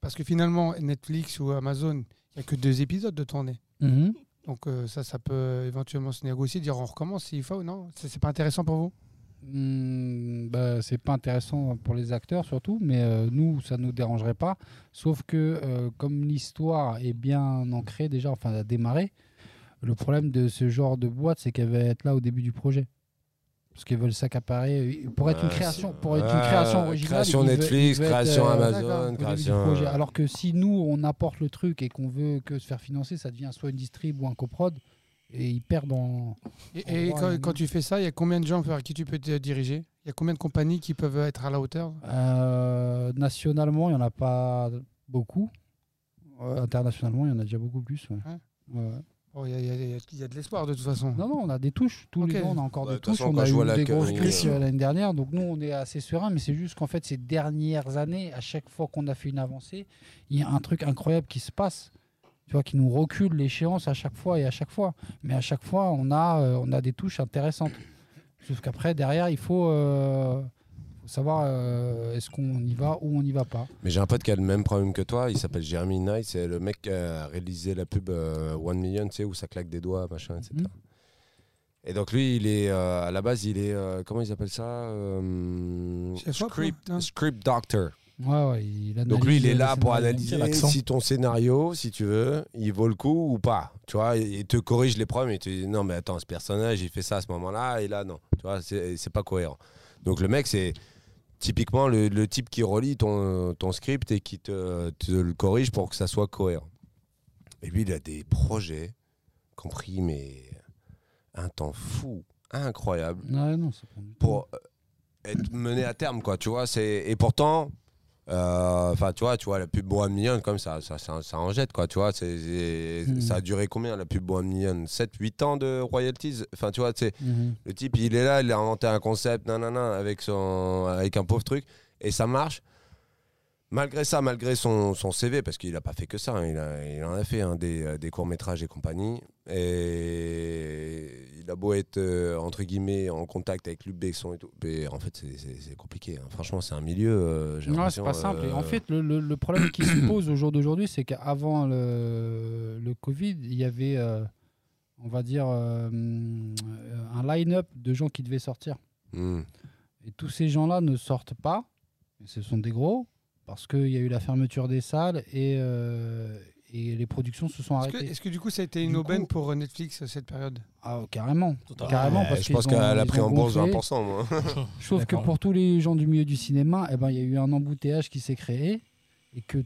Speaker 3: parce que finalement, Netflix ou Amazon, il n'y a que deux épisodes de tournée.
Speaker 4: Mhm.
Speaker 3: Donc euh, ça, ça peut éventuellement se négocier, dire on recommence s'il faut, non C'est c'est pas intéressant pour vous
Speaker 4: Hmm, bah, c'est pas intéressant pour les acteurs surtout, mais euh, nous, ça nous dérangerait pas. Sauf que euh, comme l'histoire est bien ancrée déjà, enfin elle a démarré, le problème de ce genre de boîte, c'est qu'elle va être là au début du projet. Parce qu'ils veulent s'accaparer. euh, Pour être une
Speaker 1: Ouais,
Speaker 4: création,
Speaker 1: c'est-
Speaker 4: pour être une
Speaker 1: Ouais,
Speaker 4: création originale.
Speaker 1: création
Speaker 4: ils veulent-
Speaker 1: Netflix,
Speaker 4: ils veulent être,
Speaker 1: création
Speaker 4: euh,
Speaker 1: Amazon,
Speaker 4: au début du
Speaker 1: création,
Speaker 4: projet.
Speaker 1: euh,
Speaker 4: Alors que si nous, on apporte le truc et qu'on veut que se faire financer, ça devient soit une distrib ou un coprod. Et ils perdent en.
Speaker 3: Et, et
Speaker 4: Endroit,
Speaker 3: quand,
Speaker 4: il y en a.
Speaker 3: quand tu fais ça, il y a combien de gens vers qui tu peux te diriger Il y a combien de compagnies qui peuvent être à la hauteur
Speaker 4: Euh, nationalement, il n'y en a pas beaucoup. Euh, internationalement, il y en a déjà beaucoup plus. ouais.
Speaker 3: Ouais.
Speaker 4: Ouais, ouais.
Speaker 3: Bon, Il y, a- il y a- il y a- il y a de l'espoir de toute façon.
Speaker 4: Non, non, on a des touches. Tous
Speaker 3: Ok.
Speaker 4: les ans, on a encore
Speaker 1: Bah,
Speaker 4: des
Speaker 1: de toute
Speaker 4: touches.
Speaker 1: façon,
Speaker 4: On
Speaker 1: quand
Speaker 4: a
Speaker 1: je vois
Speaker 4: eu
Speaker 1: la
Speaker 4: des grosses
Speaker 1: queue-
Speaker 4: touches euh, l'année dernière. Donc, nous, on est assez serein. Mais c'est juste qu'en fait, ces dernières années, à chaque fois qu'on a fait une avancée, il y a un truc incroyable qui se passe. Tu vois, qui nous recule l'échéance à chaque fois et à chaque fois. Mais à chaque fois, on a, euh, on a des touches intéressantes. Sauf qu'après, derrière, il faut, euh, faut savoir euh, est-ce qu'on y va ou on n'y va pas.
Speaker 1: Mais j'ai un pote qui a le même problème que toi, il s'appelle Jeremy Knight, c'est le mec qui a réalisé la pub euh, One Million, tu sais, où ça claque des doigts, machin, etc.
Speaker 4: Mhm.
Speaker 1: Et donc lui, il est euh, à la base, il est euh, comment ils appellent ça euh,
Speaker 3: Chef op,
Speaker 1: script,
Speaker 3: non
Speaker 1: script doctor.
Speaker 4: Ouais, ouais, il analyse
Speaker 1: Donc lui, il est
Speaker 4: les
Speaker 1: là pour
Speaker 4: scénarios.
Speaker 1: analyser
Speaker 5: Quel accent.
Speaker 1: si ton scénario, si tu veux, il vaut le coup ou pas. Tu vois, il il te corrige les problèmes et te dit non, mais attends, ce personnage, il fait ça à ce moment-là et là, non. Tu vois, c'est c'est pas cohérent. Donc le mec, c'est typiquement le, le type qui relit ton, ton script et qui te, te le corrige pour que ça soit cohérent. Et lui, il a des projets compris, mais un temps fou, incroyable
Speaker 4: Ouais, non, ça prend du temps.
Speaker 1: pour euh, être mené à terme quoi tu vois c'est et pourtant euh, enfin tu vois tu vois la pub One Million comme ça ça, ça, ça en jette quoi tu vois c'est c'est-
Speaker 4: Mm.
Speaker 1: ça a duré combien la pub One Million 7 8 ans de royalties enfin tu vois c'est
Speaker 4: Mhm.
Speaker 1: le type il est là il a inventé un concept nanana avec son avec un pauvre truc et ça marche Malgré ça, malgré son, son CV, parce qu'il n'a pas fait que ça, hein, il, a- il en a fait hein, des, euh, des courts-métrages et compagnie, et il a beau être, euh, entre guillemets, en contact avec Lubeson et tout, mais en fait, c'est- c'est c'est compliqué. hein. Franchement, c'est un milieu, euh, j'ai
Speaker 4: Non, c'est
Speaker 1: l'impression,
Speaker 4: pas simple. Et en
Speaker 1: euh,
Speaker 4: fait, le, le- le problème qui se pose au jour d'aujourd'hui, c'est qu'avant le, le Covid, il y avait, euh, on va dire, euh, hum, euh, un line-up de gens qui devaient sortir.
Speaker 1: hmm.
Speaker 4: Et tous ces gens-là ne sortent pas. Et Ce sont des gros, parce qu'il y a eu la fermeture des salles et, euh, et les productions se sont
Speaker 3: Est-ce que,
Speaker 4: arrêtées.
Speaker 3: est-ce que du coup, ça a été une
Speaker 4: Du
Speaker 3: aubaine
Speaker 4: coup-
Speaker 3: pour euh, Netflix cette période
Speaker 4: Ah, carrément.
Speaker 5: Totalement.
Speaker 4: Carrément,
Speaker 1: Euh,
Speaker 4: parce
Speaker 1: je
Speaker 4: qu'ils
Speaker 1: pense
Speaker 4: ont-
Speaker 1: qu'elle a
Speaker 4: ils
Speaker 1: pris
Speaker 4: ont
Speaker 1: en bourse
Speaker 4: gonflé.
Speaker 1: 20%, moi.
Speaker 4: Sauf que
Speaker 5: D'accord.
Speaker 4: pour tous les gens du milieu du cinéma, eh ben, il y a eu un embouteillage qui s'est créé et que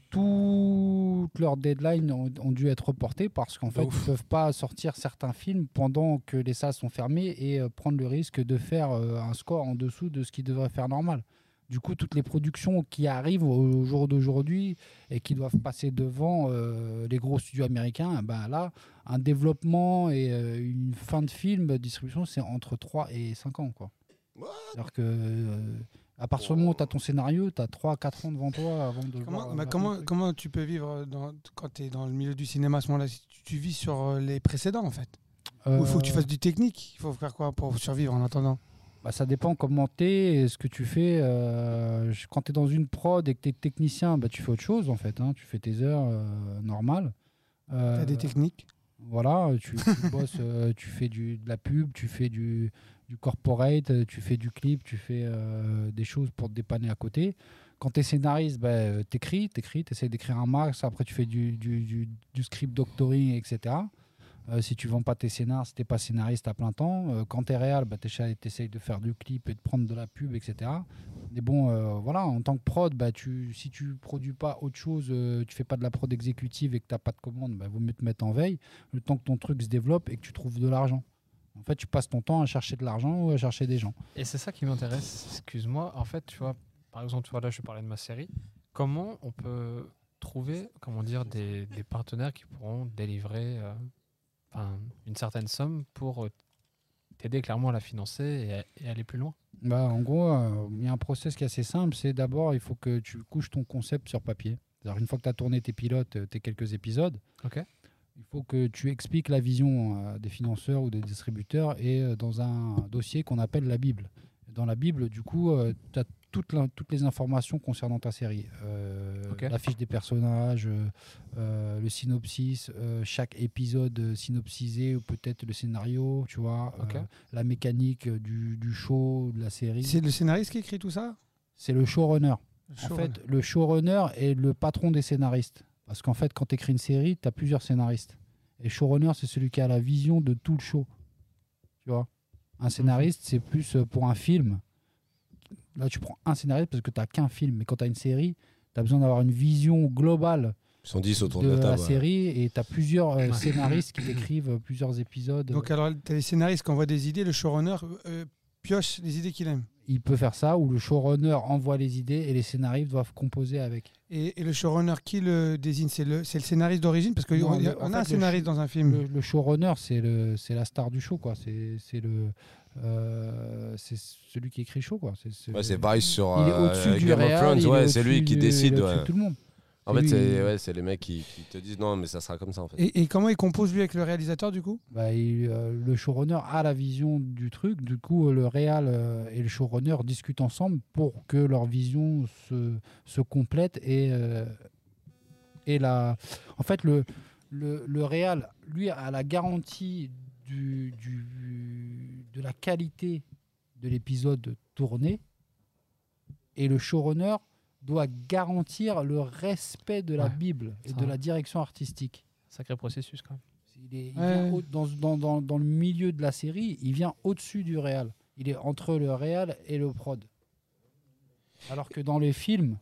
Speaker 4: toutes leurs deadlines ont, ont dû être reportées parce qu'en fait, ils ne peuvent pas sortir certains films pendant que les salles sont fermées et euh, prendre le risque de faire euh, un score en dessous de ce qu'ils devraient faire normal. Du coup, toutes les productions qui arrivent au jour d'aujourd'hui et qui doivent passer devant euh, les gros studios américains, eh ben là, un développement et euh, une fin de film, distribution, c'est entre 3 et 5 ans. Quoi.
Speaker 1: What
Speaker 4: Alors que, euh, à partir du moment où tu as ton scénario, tu as 3-4 ans devant toi avant de
Speaker 3: Comment,
Speaker 4: voir,
Speaker 3: bah,
Speaker 4: euh,
Speaker 3: comment,
Speaker 4: le truc.
Speaker 3: comment tu peux vivre euh, dans- quand tu es dans le milieu du cinéma à ce moment-là si tu, tu vis sur euh, les précédents en fait Ou il faut que tu
Speaker 4: Euh,
Speaker 3: fasses du technique Il faut faire quoi pour survivre en attendant
Speaker 4: bah, ça dépend comment t'es et ce que tu fais. euh, je- quand tu es dans une prod et que tu es technicien, bah, tu fais autre chose en fait. hein. tu fais tes heures euh, normales.
Speaker 3: Tu
Speaker 4: Euh,
Speaker 3: as des techniques
Speaker 4: Voilà, tu, tu [laughs] bosses, euh, tu fais du, de la pub, tu fais du, du corporate, euh, tu fais du clip, tu fais euh, des choses pour te dépanner à côté. Quand tu es scénariste, bah, euh, t'écris, t'écris, t'essaies d'écrire un max, après tu fais du, du, du- du script doctoring, etc. Euh, si tu vends pas tes scénars, si t'es pas scénariste à plein temps, euh, quand t'es réal, bah, t'essayes t'essayes de faire du clip et de prendre de la pub, etc. Mais bon, euh, voilà, en tant que prod, bah, tu, si tu produis pas autre chose, euh, tu fais pas de la prod exécutive et que t'as pas de commande, bah, vaut mieux te mettre en veille le temps que ton truc se développe et que tu trouves de l'argent. En fait, tu passes ton temps à chercher de l'argent ou à chercher des gens.
Speaker 6: Et c'est ça qui m'intéresse, excuse-moi. En fait, tu vois, par exemple, tu vois, là, je parlais de ma série. Comment on peut trouver, comment dire, des, des partenaires qui pourront délivrer euh, enfin, une certaine somme pour euh, t'aider clairement à la financer et, à- et aller plus loin
Speaker 4: Bah, en gros, euh, il y a un process qui est assez simple. C'est d'abord, il faut que tu couches ton concept sur papier. C'est-à-dire, une fois que tu as tourné tes pilotes, euh, tes quelques épisodes,
Speaker 6: Ok.
Speaker 4: il faut que tu expliques la vision euh, des financeurs ou des distributeurs et euh, dans un dossier qu'on appelle la Bible. Dans la Bible, du coup, tu as toute la- toutes les informations concernant ta série. Euh,
Speaker 6: Ok.
Speaker 4: La fiche des personnages, euh, euh, le synopsis, euh, chaque épisode euh, synopsisé ou peut-être le scénario, tu vois,
Speaker 6: Ok.
Speaker 4: euh, la mécanique euh, du, du show, de la série.
Speaker 3: C'est le scénariste qui écrit tout ça
Speaker 4: C'est le showrunner. En
Speaker 3: Showrunner.
Speaker 4: fait, euh, le showrunner est le patron des scénaristes. Parce qu'en fait, quand tu écris une série, tu as plusieurs scénaristes. Et showrunner, c'est celui qui a la vision de tout le show. Tu vois
Speaker 3: Mhm.
Speaker 4: Un scénariste, c'est plus euh, pour un film. Là, tu prends un scénariste parce que tu qu'un film. Mais quand tu as une série, tu as besoin d'avoir une vision globale
Speaker 1: Ils sont 10 autour de,
Speaker 4: de
Speaker 1: la
Speaker 4: la
Speaker 1: table. ouais.
Speaker 4: série. Et tu as plusieurs euh, scénaristes qui écrivent euh, plusieurs épisodes.
Speaker 3: Donc alors, tu as les scénaristes qui envoient des idées, le showrunner euh, pioche les idées qu'il aime.
Speaker 4: Il peut faire ça, où le showrunner envoie les idées et les scénaristes doivent composer avec.
Speaker 3: Et, et le showrunner qui le désigne C'est le, c'est le scénariste d'origine Parce qu'on
Speaker 4: Non,
Speaker 3: on y a
Speaker 4: le- en
Speaker 3: on
Speaker 4: fait,
Speaker 3: a un
Speaker 4: le
Speaker 3: scénariste dans un film.
Speaker 4: le, le showrunner, c'est le, c'est la star du show, quoi. C'est, c'est le, euh, c'est celui qui écrit le show, quoi. C'est, c'est-
Speaker 1: Ouais, c'est pareil sur
Speaker 4: il est
Speaker 1: euh,
Speaker 4: au-dessus du
Speaker 1: Game
Speaker 4: réal,
Speaker 1: of Thrones,
Speaker 4: il est
Speaker 1: ouais, c'est
Speaker 4: au-dessus
Speaker 1: lui qui
Speaker 4: du- il
Speaker 1: décide.
Speaker 4: est au-dessus
Speaker 1: ouais.
Speaker 4: de tout le monde.
Speaker 1: En fait,
Speaker 4: Lui,
Speaker 1: c'est
Speaker 4: il-
Speaker 1: ouais, c'est les mecs qui, qui te disent non, mais ça sera comme ça en fait.
Speaker 3: Et, et comment il compose lui avec le réalisateur du coup
Speaker 4: Bah, il, euh, le showrunner a la vision du truc. Du coup, euh, le réal euh, et le showrunner discutent ensemble pour que leur vision se, se complète et euh, et la. En fait, le le, le réal, lui, a la garantie du, du- de la qualité de l'épisode tourné et le showrunner doit garantir le respect de la
Speaker 6: Ouais,
Speaker 4: Bible et
Speaker 6: ça
Speaker 4: de
Speaker 6: va.
Speaker 4: la direction artistique.
Speaker 6: Sacré processus, quand même.
Speaker 4: Il est, il
Speaker 3: Ouais.
Speaker 4: vient au- dans, dans- dans- dans le milieu de la série, il vient au-dessus du réal. Il est entre le réal et le prod. Alors que dans les films,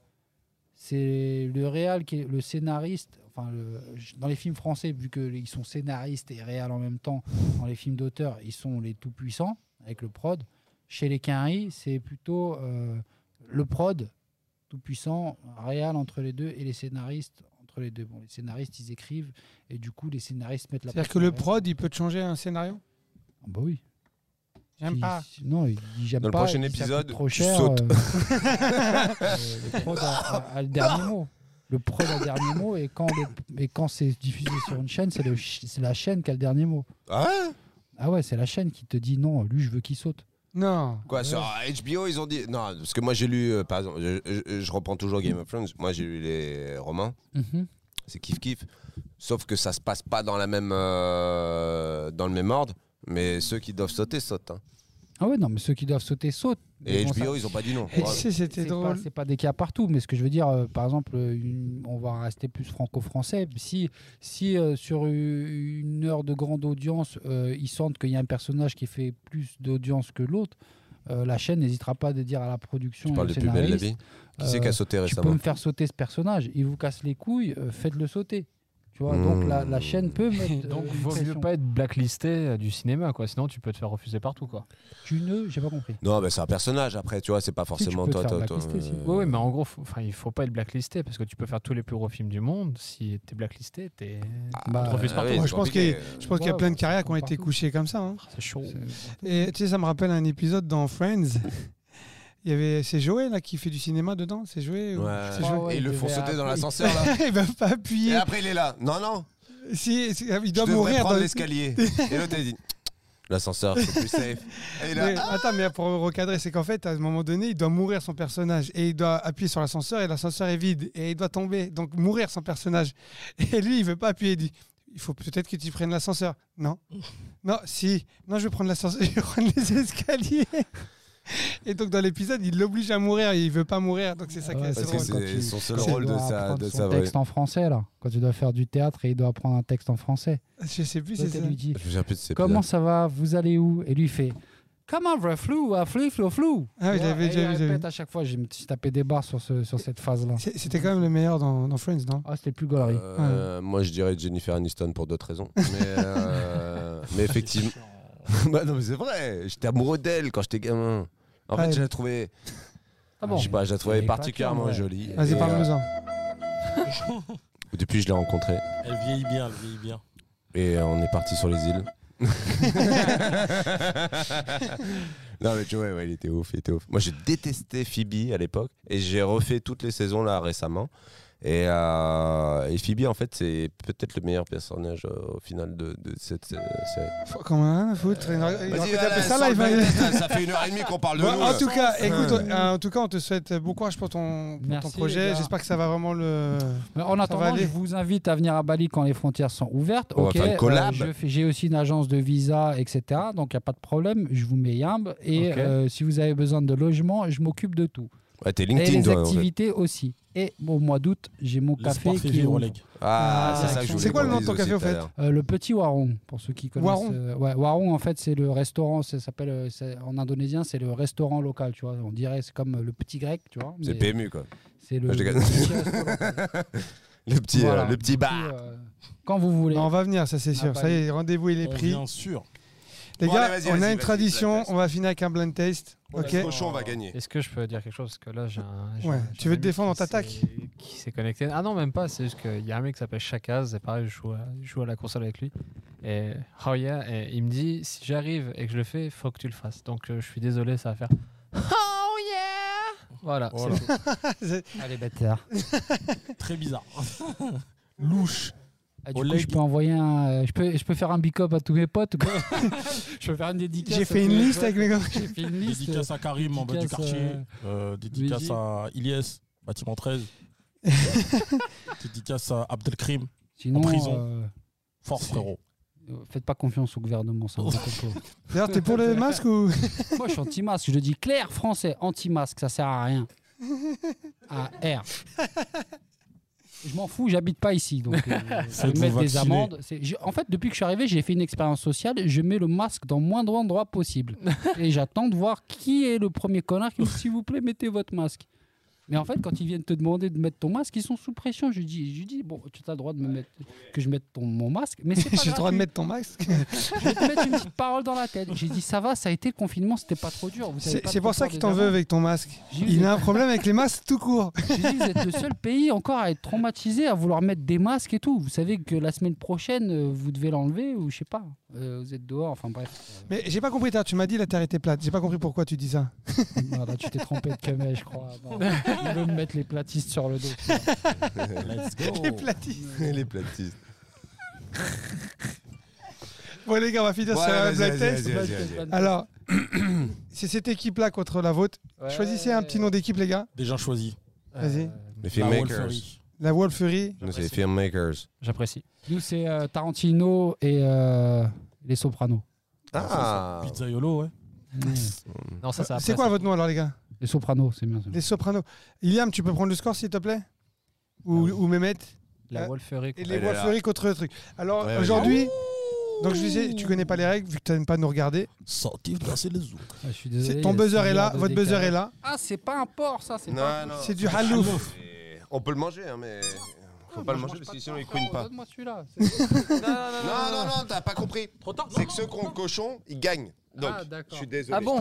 Speaker 4: c'est le réal qui est le scénariste. Enfin, le- dans les films français, vu qu'ils sont scénaristes et réal en même temps, dans les films d'auteur, ils sont les tout puissants avec le prod. Chez les Quinry, c'est plutôt euh, le prod tout puissant, réal entre les deux et les scénaristes entre les deux. Bon, les scénaristes, ils écrivent et du coup, les scénaristes mettent la.
Speaker 3: C'est-à-dire que
Speaker 4: pression
Speaker 3: le
Speaker 4: au réal.
Speaker 3: prod, il peut te changer un scénario
Speaker 4: Ah bah oui.
Speaker 3: J'aime
Speaker 4: Si-
Speaker 3: pas.
Speaker 4: si- non, il dit j'aime
Speaker 1: Dans le
Speaker 4: pas,
Speaker 1: prochain
Speaker 4: il dit ça
Speaker 1: épisode,
Speaker 4: coûte trop
Speaker 1: tu [laughs]
Speaker 4: cher,
Speaker 1: sautes.
Speaker 4: euh, euh, le prod a, a- a le dernier mot. Le prod a le dernier mot et quand, le- et quand c'est diffusé sur une chaîne, c'est le ch- c'est la chaîne qui a le dernier mot.
Speaker 1: Ah ouais
Speaker 4: Ah ouais, c'est la chaîne qui te dit non, lui je veux qu'il saute.
Speaker 3: Non.
Speaker 1: Quoi, sur HBO, ils ont dit. Non, parce que moi j'ai lu, euh, par exemple, je, je- je reprends toujours Game of Thrones, moi j'ai lu les romans, c'est kiff kiff. Sauf que ça se passe pas dans, la même, euh, dans le même ordre, mais ceux qui doivent sauter sautent. hein.
Speaker 4: Ah ouais, non, mais ceux qui doivent sauter sautent.
Speaker 1: Et
Speaker 4: Mais bon,
Speaker 1: HBO,
Speaker 4: ça-
Speaker 1: ils ont pas dit non.
Speaker 3: Et [laughs]
Speaker 1: Ouais.
Speaker 3: tu sais, c'était
Speaker 4: c'est pas,
Speaker 3: drôle.
Speaker 4: c'est pas des cas partout, mais ce que je veux dire, euh, par exemple, euh, une- on va rester plus franco-français. Si, si euh, sur u- une heure de grande audience, euh, ils sentent qu'il y a un personnage qui fait plus d'audience que l'autre, euh, la chaîne n'hésitera pas de dire à la production
Speaker 1: Tu
Speaker 4: et au
Speaker 1: parles de plus belle la
Speaker 4: scénariste,
Speaker 1: vie Qui c'est qui
Speaker 4: euh,
Speaker 1: a sauté
Speaker 4: tu peux
Speaker 1: récemment
Speaker 4: me faire sauter ce personnage, il vous casse les couilles, euh, faites-le sauter. Tu vois, donc la, la
Speaker 1: Mmh.
Speaker 4: chaîne peut mettre.
Speaker 6: Donc,
Speaker 4: euh, une
Speaker 6: vaut mieux
Speaker 4: pression.
Speaker 6: pas être blacklisté euh, du cinéma, quoi. Sinon, tu peux te faire refuser partout, quoi.
Speaker 4: Tu ne, j'ai pas compris.
Speaker 1: Non, mais c'est un personnage après, tu vois, c'est pas
Speaker 4: tu
Speaker 1: forcément
Speaker 4: peux te
Speaker 1: toi.
Speaker 4: faire
Speaker 1: toi,
Speaker 4: blacklister,
Speaker 1: toi,
Speaker 4: si.
Speaker 1: euh,
Speaker 6: Oui, oui, mais en gros, faut- enfin, il faut pas être blacklisté parce que tu peux faire tous les plus gros films du monde. Si t'es blacklisté, t'es.
Speaker 4: Bah,
Speaker 6: te refuse
Speaker 1: ah
Speaker 6: partout.
Speaker 1: oui,
Speaker 3: Moi,
Speaker 1: c'est
Speaker 3: je pense
Speaker 1: compliqué.
Speaker 3: Je pense qu'il y a
Speaker 4: Ouais,
Speaker 3: plein de
Speaker 4: ouais,
Speaker 3: carrières
Speaker 4: ça
Speaker 3: qui ont été
Speaker 4: partout.
Speaker 3: couchées comme ça. hein.
Speaker 6: Ah, C'est chaud.
Speaker 3: Et tu sais, ça me rappelle un épisode dans Friends. [laughs] Il y avait c'est Joey là qui fait du cinéma dedans. C'est Joey. ou-
Speaker 1: Ouais.
Speaker 3: C'est Joey.
Speaker 1: Et ils le font
Speaker 4: devait
Speaker 1: sauter dans
Speaker 4: appeler.
Speaker 1: l'ascenseur là.
Speaker 3: [laughs] Ils peuvent pas
Speaker 1: Et
Speaker 3: appuyer.
Speaker 1: après, il est là. Non, non,
Speaker 3: Si, si, il
Speaker 1: je
Speaker 3: doit
Speaker 1: devrais
Speaker 3: mourir
Speaker 1: prendre
Speaker 3: dans
Speaker 1: l'escalier. Et l'autre, il dit [laughs] L'ascenseur, c'est plus safe. Et il
Speaker 3: Mais,
Speaker 1: a.
Speaker 3: attends, mais pour recadrer, c'est qu'en fait, à un moment donné, il doit mourir son personnage et il doit appuyer sur l'ascenseur et l'ascenseur est vide et il doit tomber, donc mourir son personnage. [laughs] Et lui, il veut pas appuyer, il dit il faut peut-être que tu prennes l'ascenseur. Non, non, si, non, je vais prendre l'ascenseur, [laughs] je vais prendre les escaliers. Et donc dans l'épisode, il l'oblige à mourir, et il veut pas mourir, donc c'est ça qui est
Speaker 4: Ouais,
Speaker 3: assez
Speaker 1: Ah Parce que
Speaker 3: drôle.
Speaker 4: quand
Speaker 1: c'est
Speaker 4: il-
Speaker 1: son seul
Speaker 4: quand il
Speaker 1: rôle de
Speaker 4: doit
Speaker 1: sa.
Speaker 4: apprendre
Speaker 1: De
Speaker 4: son
Speaker 1: sa
Speaker 4: texte en français là. Quand tu dois faire du théâtre et il doit apprendre un texte en français.
Speaker 3: Je sais plus, c'est
Speaker 4: L'autre,
Speaker 3: ça.
Speaker 4: elle lui dit
Speaker 1: Je me souviens plus de ses
Speaker 4: Comment
Speaker 1: épisodes.
Speaker 4: ça va Vous allez où Et lui il fait Comment vrai flou, ah, flou, flou, flou.
Speaker 3: Ah
Speaker 4: Tu
Speaker 3: oui,
Speaker 4: vois,
Speaker 3: j'avais
Speaker 4: et
Speaker 3: déjà
Speaker 4: il
Speaker 3: vu, j'avais
Speaker 4: répète à chaque fois, j'ai tapé des barres sur, ce- sur cette phase-là.
Speaker 3: C'est- C'était quand même le meilleur dans, dans Friends, non
Speaker 4: Ah, c'était plus galerie.
Speaker 1: Euh, Moi, je dirais Jennifer Aniston pour d'autres raisons. Mais, [laughs] euh, mais effectivement. bah non, mais c'est vrai. J'étais amoureux d'elle quand j'étais gamin. En
Speaker 3: Ah,
Speaker 1: fait, je la trouvais.
Speaker 4: Ah bon
Speaker 1: Je sais pas, je la trouvais
Speaker 4: Elle est pas
Speaker 1: particulièrement
Speaker 4: con, ouais.
Speaker 1: jolie.
Speaker 3: Vas-y,
Speaker 1: Et,
Speaker 3: parle-nous-en.
Speaker 1: euh, Depuis, je l'ai rencontrée.
Speaker 5: Elle vieillit bien, elle vieillit bien.
Speaker 1: Et euh, on est parti sur les
Speaker 3: [laughs]
Speaker 1: îles. non mais tu vois, ouais, il était ouf, il était ouf. Moi j'ai détesté Phoebe à l'époque et j'ai refait toutes les saisons là récemment. Et, euh, et Phoebe, en fait, c'est peut-être le meilleur personnage euh, au final de, de cette euh, série.
Speaker 3: Faut- Quand même, hein, foutre.
Speaker 1: euh,
Speaker 3: Il aurait- il aurait peut-être appelé ça live. hein.
Speaker 1: ça fait une heure et demie qu'on parle de
Speaker 3: Bon,
Speaker 1: nous.
Speaker 3: en tout cas, écoute, on- en tout cas, on te souhaite bon courage pour ton, pour ton
Speaker 4: Merci, les
Speaker 3: projet.
Speaker 4: gars.
Speaker 3: J'espère que ça va vraiment le.
Speaker 4: Mais En attendant,
Speaker 3: aller.
Speaker 4: je vous invite à venir à Bali quand les frontières sont ouvertes.
Speaker 1: On va
Speaker 4: Ok, euh,
Speaker 1: faire une collab.
Speaker 4: je fais- J'ai aussi une agence de visa, etc. Donc il n'y a pas de problème. Je vous mets Yamb. Et
Speaker 6: Ok.
Speaker 4: euh, si vous avez besoin de logement, je m'occupe de tout.
Speaker 1: Ouais, t'es
Speaker 4: Et
Speaker 1: LinkedIn,
Speaker 4: les
Speaker 1: toi. en fait.
Speaker 4: activités aussi. Et au mois d'août, j'ai mon café
Speaker 5: L'espoir fait
Speaker 4: qui
Speaker 5: vivre,
Speaker 4: ouvre.
Speaker 5: Oleg.
Speaker 1: Ah, c'est ça que je
Speaker 4: C'est
Speaker 1: voulais
Speaker 3: quoi le
Speaker 1: qu'on
Speaker 3: nom de
Speaker 1: dise
Speaker 3: ton
Speaker 1: aussi
Speaker 3: café, au
Speaker 1: tout à
Speaker 3: fait
Speaker 1: l'heure.
Speaker 4: Euh, le petit Warung, pour ceux qui connaissent.
Speaker 3: Warung.
Speaker 4: euh, ouais, Warung, en fait, c'est le restaurant, ça s'appelle euh, c'est- en indonésien, c'est le restaurant local, tu vois. On dirait, c'est comme euh, le petit grec, tu vois.
Speaker 1: C'est
Speaker 4: mais
Speaker 1: PMU, quoi.
Speaker 4: C'est le,
Speaker 1: Ah, je
Speaker 4: le
Speaker 1: déconne.
Speaker 4: petit resto local.
Speaker 1: Le [laughs] petit, euh,
Speaker 4: Voilà,
Speaker 1: le petit bar.
Speaker 4: Puis, euh, quand vous voulez.
Speaker 3: Non, on va venir, ça c'est
Speaker 4: Ah,
Speaker 3: sûr.
Speaker 4: pas
Speaker 3: Ça y est, rendez-vous il est
Speaker 5: On
Speaker 3: pris.
Speaker 5: Bien sûr.
Speaker 3: Les
Speaker 1: Bon,
Speaker 3: gars,
Speaker 1: allez, vas-y,
Speaker 3: on
Speaker 1: vas-y,
Speaker 3: a une
Speaker 1: vas-y,
Speaker 3: tradition.
Speaker 1: blind test.
Speaker 3: On va finir avec un blind taste. Ok.
Speaker 1: Au chaud, on va gagner.
Speaker 6: Est-ce que je peux dire quelque chose Parce que là, j'ai un. j'ai
Speaker 3: Ouais,
Speaker 6: un-
Speaker 3: tu
Speaker 6: j'ai un
Speaker 3: veux te
Speaker 6: ami
Speaker 3: défendre,
Speaker 6: qui
Speaker 3: on t'attaque.
Speaker 6: s'est- Qui s'est connecté. Ah non, même pas. C'est juste qu'il y a un mec qui s'appelle Chakaz. C'est pareil, je joue, à, je joue à la console avec lui. Et oh yeah, et il me dit si j'arrive et que je le fais, faut que tu le fasses. Donc euh, je suis désolé, ça va faire. Oh yeah
Speaker 4: Ah,
Speaker 6: Voilà. c'est
Speaker 5: Voilà.
Speaker 6: tout.
Speaker 4: Allez, bâtard. [laughs]
Speaker 5: Très bizarre. Louche.
Speaker 4: Ah, du
Speaker 5: Au
Speaker 4: coup,
Speaker 5: leg.
Speaker 4: je peux envoyer un. euh, je, peux, je peux faire un big up à tous mes potes ou
Speaker 3: [laughs]
Speaker 4: quoi Je peux faire une dédicace.
Speaker 3: J'ai
Speaker 4: à
Speaker 3: fait
Speaker 4: tous
Speaker 3: une
Speaker 4: mes
Speaker 3: liste
Speaker 4: potes.
Speaker 3: avec mes gars.
Speaker 4: J'ai fait
Speaker 3: [laughs]
Speaker 4: une liste.
Speaker 5: Dédicace à Karim en bas du
Speaker 4: dédicace,
Speaker 5: quartier.
Speaker 4: euh,
Speaker 5: Euh, dédicace
Speaker 4: Luigi.
Speaker 5: à Ilyes, bâtiment 13.
Speaker 4: [laughs]
Speaker 5: dédicace à Abdelkrim.
Speaker 4: Sinon,
Speaker 5: prison.
Speaker 4: euh,
Speaker 5: Fort
Speaker 4: C'est-
Speaker 5: frérot.
Speaker 4: euh, faites pas confiance au gouvernement, ça. me
Speaker 3: [laughs]
Speaker 4: propose.
Speaker 3: D'ailleurs, t'es
Speaker 4: [laughs]
Speaker 3: pour le masque ou
Speaker 4: Moi, je suis anti-masque. Je le dis clair, français, anti-masque, ça sert à rien. À R. Je m'en fous, j'habite pas ici.
Speaker 3: [laughs]
Speaker 4: Donc, euh, je vais
Speaker 5: Faites-vous
Speaker 4: mettre des
Speaker 5: vacciner.
Speaker 4: amendes. C'est- j'ai- En fait, depuis que je suis arrivé, j'ai fait une expérience sociale. Je mets le masque dans le moindre endroit
Speaker 3: [laughs]
Speaker 4: possible. Et j'attends de voir qui est le premier connard qui dit S'il vous plaît, mettez votre masque. Mais en fait, quand ils viennent te demander de mettre ton masque, ils sont sous pression. Je lui dis, je lui dis Bon, tu as le droit de me mettre, que je mette ton, mon masque. Mais
Speaker 3: [laughs]
Speaker 4: c'est pas
Speaker 3: J'ai le droit
Speaker 4: gratuit.
Speaker 3: de mettre ton masque.
Speaker 4: Je vais te mettre une petite parole dans la tête. J'ai dit ça va, ça a été le confinement, c'était pas trop dur. vous avez
Speaker 3: C'est
Speaker 4: pas
Speaker 3: c'est
Speaker 4: trop
Speaker 3: pour ça
Speaker 4: peur
Speaker 3: qu'il
Speaker 4: des
Speaker 3: t'en veut
Speaker 4: amants.
Speaker 3: avec ton masque.
Speaker 4: J'ai dit,
Speaker 3: Il a un problème avec les masques tout
Speaker 4: [laughs]
Speaker 3: court.
Speaker 4: j'ai dit, vous êtes le seul pays encore à être traumatisé, à vouloir mettre des masques et tout. Vous savez que la semaine prochaine, euh, vous devez l'enlever ou je sais pas. Euh, vous êtes dehors, enfin [laughs] bref.
Speaker 3: Mais j'ai pas compris, t'as- tu m'as dit la terre était plate. J'ai pas compris pourquoi tu dis ça.
Speaker 4: Non, Ah, là, tu t'es trompé de camel, je crois. [laughs] Non, Il veut me mettre les platistes sur le dos.
Speaker 5: Let's
Speaker 4: Oh.
Speaker 5: go.
Speaker 3: [laughs] Les platistes.
Speaker 1: [laughs] Les platistes.
Speaker 3: Bon, les gars, on va finir sur
Speaker 1: Ouais,
Speaker 3: un
Speaker 1: vas-y,
Speaker 3: blind
Speaker 1: vas-y,
Speaker 3: test.
Speaker 1: vas-y, vas-y.
Speaker 4: Euh,
Speaker 3: Alors, [clears throat] c'est cette équipe-là contre la vôtre.
Speaker 6: Ouais. Euh,
Speaker 3: Choisissez un petit nom d'équipe, les gars.
Speaker 5: Déjà choisi.
Speaker 3: Vas-y.
Speaker 1: Les
Speaker 5: La
Speaker 1: filmmakers.
Speaker 5: Wolferie.
Speaker 3: La Wolfury.
Speaker 1: Nous, c'est les filmmakers.
Speaker 6: J'apprécie.
Speaker 4: Nous, c'est euh, Tarantino et euh, les Sopranos.
Speaker 1: Ah
Speaker 5: Pizzaiolo, ouais.
Speaker 4: Mm.
Speaker 6: Non, ça, ça
Speaker 3: C'est quoi votre nom alors, les gars
Speaker 4: Les Sopranos, c'est bien. ça.
Speaker 3: Les Sopranos. Iliam, tu peux prendre le score, s'il te plaît ou,
Speaker 6: Ah oui.
Speaker 3: ou Mehmet
Speaker 6: La
Speaker 3: Euh,
Speaker 6: Wolferie.
Speaker 3: Et
Speaker 1: Elle
Speaker 3: les
Speaker 1: est là.
Speaker 3: Wolfury contre le truc. Alors,
Speaker 1: Ouais,
Speaker 3: aujourd'hui, donc je disais, tu connais pas les règles, vu que tu n'aimes pas nous regarder.
Speaker 5: Sorti danser les zoos.
Speaker 4: Ah, je suis
Speaker 3: C'est-
Speaker 4: désolé, il y a
Speaker 3: ton
Speaker 4: six
Speaker 3: buzzer est là,
Speaker 4: heures de
Speaker 3: votre buzzer
Speaker 4: décalage.
Speaker 3: est là.
Speaker 4: Ah, c'est pas un porc, ça, c'est pas
Speaker 1: Non, non.
Speaker 3: C'est du halouf.
Speaker 1: Et On peut le manger, hein, mais. Faut pas le manger parce que sinon il couine pas.
Speaker 4: Donne-moi celui-là.
Speaker 1: Non, non, non, t'as pas compris.
Speaker 5: Trop tard.
Speaker 1: C'est que ceux qui ont cochon, ils gagnent. Donc,
Speaker 4: Ah, d'accord.
Speaker 1: je suis désolé.
Speaker 6: Ah bon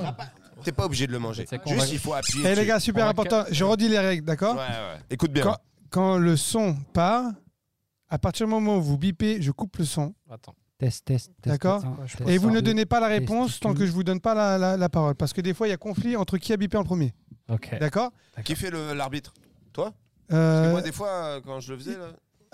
Speaker 1: T'es pas obligé de le manger.
Speaker 6: C'est con, on
Speaker 1: Juste,
Speaker 6: va-
Speaker 1: il faut appuyer.
Speaker 3: Eh les
Speaker 1: dessus.
Speaker 3: gars, super
Speaker 6: On va
Speaker 3: important. Je redis les règles,
Speaker 1: [laughs]
Speaker 3: d'accord
Speaker 1: Ouais, ouais. Écoute bien.
Speaker 3: Quand- Quand le son part, à partir du moment où vous bipez, je coupe le son.
Speaker 6: Attends.
Speaker 4: Test, test, test.
Speaker 3: D'accord.
Speaker 4: test, hein.
Speaker 3: Et
Speaker 4: Test,
Speaker 3: vous ne
Speaker 4: hein.
Speaker 3: donnez pas la réponse tant
Speaker 4: testicules.
Speaker 3: que je vous donne pas la, la- la parole. Parce que des fois, il y a conflit entre qui a bipé en premier.
Speaker 6: Ok.
Speaker 3: D'accord
Speaker 1: Qui fait le- l'arbitre Parce que
Speaker 3: euh,
Speaker 1: Moi, des fois, euh, quand je le faisais, là.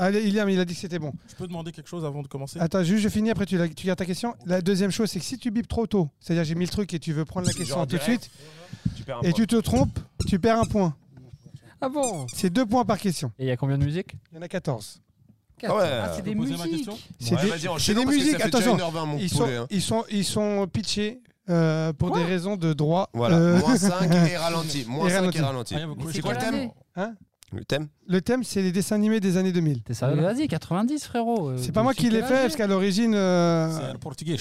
Speaker 3: Allez, Iliam, Ah, il a dit que c'était bon.
Speaker 5: Je peux demander quelque chose avant de commencer
Speaker 3: Attends, juste, je finis, après tu, la- tu gardes ta question. La deuxième chose, c'est que si tu bipes trop tôt, c'est-à-dire j'ai mis le truc et tu veux prendre la
Speaker 1: Genre
Speaker 3: question tout de
Speaker 1: direct,
Speaker 3: suite,
Speaker 1: Tu perds un
Speaker 3: et
Speaker 1: point.
Speaker 3: tu te trompes, tu perds un point.
Speaker 6: Ah bon
Speaker 3: C'est deux points par question.
Speaker 6: Et il y a combien de musique
Speaker 3: Il y en a 14.
Speaker 1: Ah ouais.
Speaker 4: Ah, c'est des
Speaker 5: Poser ma
Speaker 4: musiques.
Speaker 5: question
Speaker 3: C'est
Speaker 1: Ouais,
Speaker 3: des-
Speaker 1: vas-y, enchaînons
Speaker 3: c'est des
Speaker 1: parce que
Speaker 3: musiques,
Speaker 1: ça fait déjà
Speaker 3: attention.
Speaker 1: 1h20, mon
Speaker 3: Ils sont,
Speaker 1: poulet, hein.
Speaker 3: ils, sont, ils sont pitchés euh, pour
Speaker 6: Quoi
Speaker 3: des raisons de droit.
Speaker 1: Voilà,
Speaker 3: Euh,
Speaker 1: moins 5 et ralenti. Moins
Speaker 3: Et
Speaker 1: 5 et
Speaker 5: Ah,
Speaker 1: ralenti.
Speaker 5: il y a beaucoup-
Speaker 4: Mais
Speaker 1: C'est quoi le
Speaker 4: quelle
Speaker 1: thème
Speaker 4: année
Speaker 1: Le thème
Speaker 3: [laughs] le thème, c'est les dessins animés des années 2000.
Speaker 6: T'es
Speaker 4: Mais
Speaker 6: sérieux là
Speaker 4: Vas-y, 90, frérot. euh,
Speaker 3: C'est pas moi
Speaker 4: c'est
Speaker 3: qui l'ai
Speaker 4: quel
Speaker 3: fait,
Speaker 4: âge
Speaker 3: parce qu'à l'origine. euh,
Speaker 5: C'est le portugais.